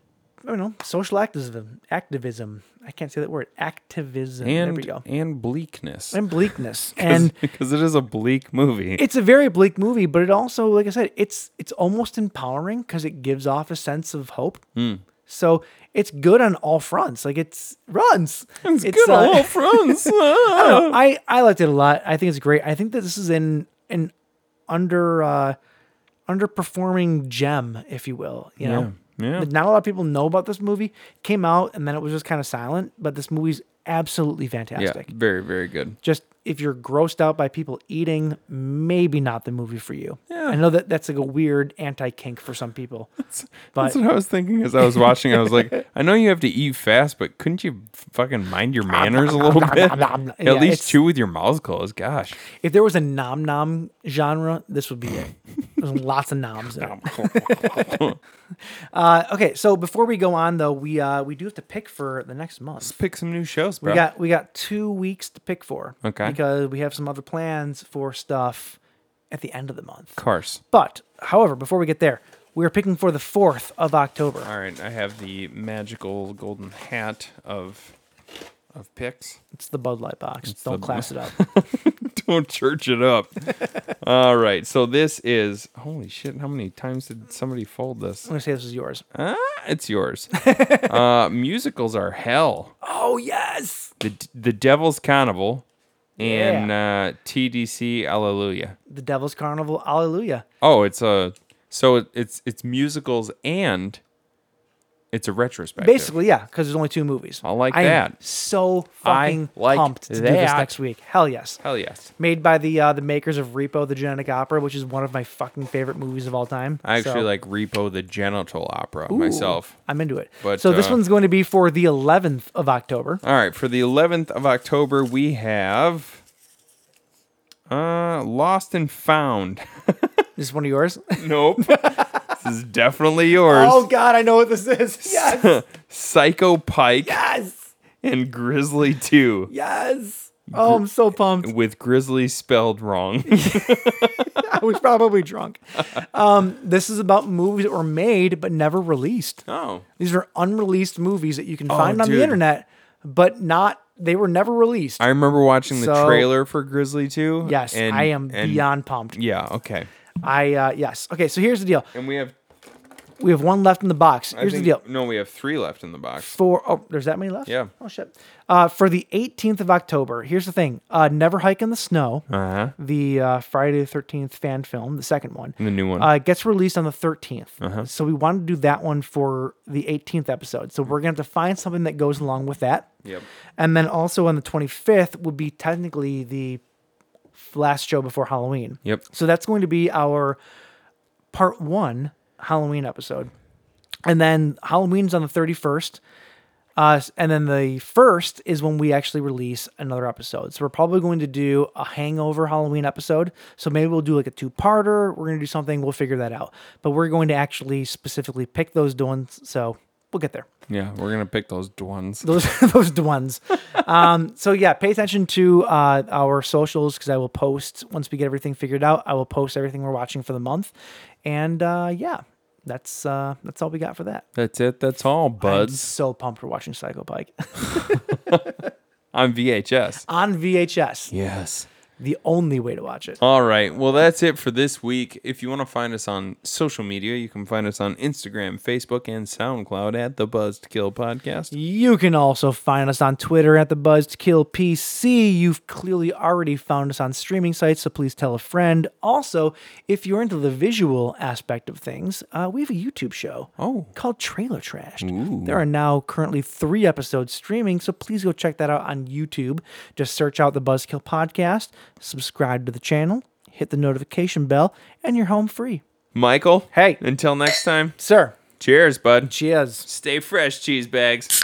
[SPEAKER 4] I don't know, social activism. Activism. I can't say that word. Activism. there we
[SPEAKER 5] and
[SPEAKER 4] go.
[SPEAKER 5] and bleakness,
[SPEAKER 4] And bleakness. and
[SPEAKER 5] because it is a bleak movie.
[SPEAKER 4] it's a very bleak movie, but it also, like I said, it's it's almost empowering because it gives off a sense of hope.
[SPEAKER 5] Hmm.
[SPEAKER 4] So it's good on all fronts. Like it's runs. It's,
[SPEAKER 5] good
[SPEAKER 4] uh,
[SPEAKER 5] on all fronts.
[SPEAKER 4] I, don't know. I I liked it a lot. I think it's great. I think that this is an an under uh, underperforming gem, if you will. You know,
[SPEAKER 5] Yeah, yeah.
[SPEAKER 4] Like, Not a lot of people know about this movie. It came out and then it was just kind of silent. But this movie's absolutely
[SPEAKER 5] yeah,
[SPEAKER 4] fantastic.
[SPEAKER 5] very very good.
[SPEAKER 4] Just if you're grossed out by people eating, maybe not the movie for you. Yeah. I know that that's like a weird anti kink for some people. But
[SPEAKER 5] That's what I was thinking as I was watching. I was like, I know you have to eat fast, but couldn't you f- fucking mind your manners a little bit?
[SPEAKER 4] nom. Yeah,
[SPEAKER 5] At least
[SPEAKER 4] it's-
[SPEAKER 5] chew with your mouth closed. Gosh.
[SPEAKER 4] if there was a nom nom genre, this would be it. There's lots of noms. In it. Uh, okay, so before we go on though, we uh, we do have to pick for the next month.
[SPEAKER 5] Pick some new shows, bro.
[SPEAKER 4] We got we got two weeks to pick for.
[SPEAKER 5] Okay.
[SPEAKER 4] Because we have some other plans for stuff at the end of the month.
[SPEAKER 5] Cars.
[SPEAKER 4] But however, before we get there, we are picking for the fourth of October.
[SPEAKER 5] All right, I have the magical golden hat of of picks.
[SPEAKER 4] It's the Bud Light box. Don't
[SPEAKER 5] the-
[SPEAKER 4] class it up.
[SPEAKER 5] Don't church it up. All right. So this is holy shit. How many times did somebody fold this?
[SPEAKER 4] I'm gonna say this is yours.
[SPEAKER 5] Ah, it's yours. uh, musicals are hell.
[SPEAKER 4] Oh yes,
[SPEAKER 5] The The Devil's Carnival and uh, TDC Alleluia.
[SPEAKER 4] the Devil's Carnival. Hallelujah.
[SPEAKER 5] Oh, it's a so it, it's it's musicals and it's a retrospective.
[SPEAKER 4] Basically, yeah, because there's only two movies.
[SPEAKER 5] I like
[SPEAKER 4] I'm
[SPEAKER 5] that.
[SPEAKER 4] So
[SPEAKER 5] I
[SPEAKER 4] fucking
[SPEAKER 5] like
[SPEAKER 4] pumped to do this
[SPEAKER 5] that.
[SPEAKER 4] next week. Hell yes.
[SPEAKER 5] hell yes.
[SPEAKER 4] Made by the uh, the makers of Repo: The Genetic Opera, which is one of my fucking favorite movies of all time.
[SPEAKER 5] I actually
[SPEAKER 4] So-
[SPEAKER 5] like Repo the Genital Opera
[SPEAKER 4] Ooh,
[SPEAKER 5] myself.
[SPEAKER 4] I'm into it.
[SPEAKER 5] But,
[SPEAKER 4] so this
[SPEAKER 5] uh,
[SPEAKER 4] one's going to be for the 11th of October.
[SPEAKER 5] All right, for the 11th of October, we have uh Lost and Found.
[SPEAKER 4] This is one of yours.
[SPEAKER 5] Nope. this is definitely yours.
[SPEAKER 4] oh God, I know what this is. Yes,
[SPEAKER 5] Psycho Pike
[SPEAKER 4] yes,
[SPEAKER 5] and Grizzly 2
[SPEAKER 4] yes. Oh, I'm so pumped.
[SPEAKER 5] with Grizzly spelled wrong.
[SPEAKER 4] I was probably drunk. Um, this is about movies that were made but never released.
[SPEAKER 5] oh.
[SPEAKER 4] These are unreleased movies that you can find on
[SPEAKER 5] dude.
[SPEAKER 4] the internet, but not they were never released.
[SPEAKER 5] I remember watching the
[SPEAKER 4] So-
[SPEAKER 5] trailer for Grizzly 2.
[SPEAKER 4] yes,
[SPEAKER 5] and-
[SPEAKER 4] I am
[SPEAKER 5] and-
[SPEAKER 4] beyond pumped.
[SPEAKER 5] Yeah, okay.
[SPEAKER 4] I uh, yes. Okay, so here's the deal.
[SPEAKER 5] And we have
[SPEAKER 4] We have one left in the box.
[SPEAKER 5] I
[SPEAKER 4] Here's
[SPEAKER 5] think-
[SPEAKER 4] the deal.
[SPEAKER 5] No, we have 3 left in the box.
[SPEAKER 4] for oh there's that many left
[SPEAKER 5] Yeah.
[SPEAKER 4] oh shit uh for the 18th of october here's the thing uh never hike in the snow
[SPEAKER 5] Uh-huh.
[SPEAKER 4] the uh friday the 13th fan film the second one
[SPEAKER 5] The new one. Uh-huh.
[SPEAKER 4] uh gets released on the 13th so we want to do that one for the 18th episode so we're gonna have to find something that goes along with that
[SPEAKER 5] Yep.
[SPEAKER 4] and then also on the 25th would be technically the last show before halloween
[SPEAKER 5] Yep.
[SPEAKER 4] so that's going to be our part one Halloween episode. And then Halloween's on the 31st. Uh, and then the first is when we actually release another episode. So we're probably going to do a hangover Halloween episode. So maybe we'll do like a two parter. We're going to do something. We'll figure that out. But we're going to actually specifically pick those ones. So we'll get there
[SPEAKER 5] Yeah, we're going to pick those ones.
[SPEAKER 4] those those ones. Um, so yeah, pay attention to uh, our socials because I will post once we get everything figured out. I will post everything we're watching for the month, and uh, yeah, that's uh, that's all we got for that.
[SPEAKER 5] That's it. That's all,
[SPEAKER 4] I'm
[SPEAKER 5] buds.
[SPEAKER 4] so pumped for watching Psycho Pike
[SPEAKER 5] On VHS.
[SPEAKER 4] on VHS.
[SPEAKER 5] Yes.
[SPEAKER 4] The only way to watch it.
[SPEAKER 5] All right. Well, that's it for this week. If you want to find us on social media, you can find us on Instagram, Facebook, and SoundCloud at the Buzzed Kill Podcast.
[SPEAKER 4] You can also find us on Twitter at the Buzzed Kill PC. You've clearly already found us on streaming sites, so please tell a friend. Also, if you're into the visual aspect of things, uh, we have a YouTube show
[SPEAKER 5] Oh.
[SPEAKER 4] called Trailer Trashed. There are now currently three episodes streaming, so please go check that out on YouTube. Just search out the Buzzkill Podcast, subscribe to the channel, hit the notification bell, and you're home free.
[SPEAKER 5] Michael.
[SPEAKER 4] Hey.
[SPEAKER 5] Until next time.
[SPEAKER 4] Sir,
[SPEAKER 5] Cheers, bud.
[SPEAKER 4] cheers.
[SPEAKER 5] Stay fresh, cheese bags.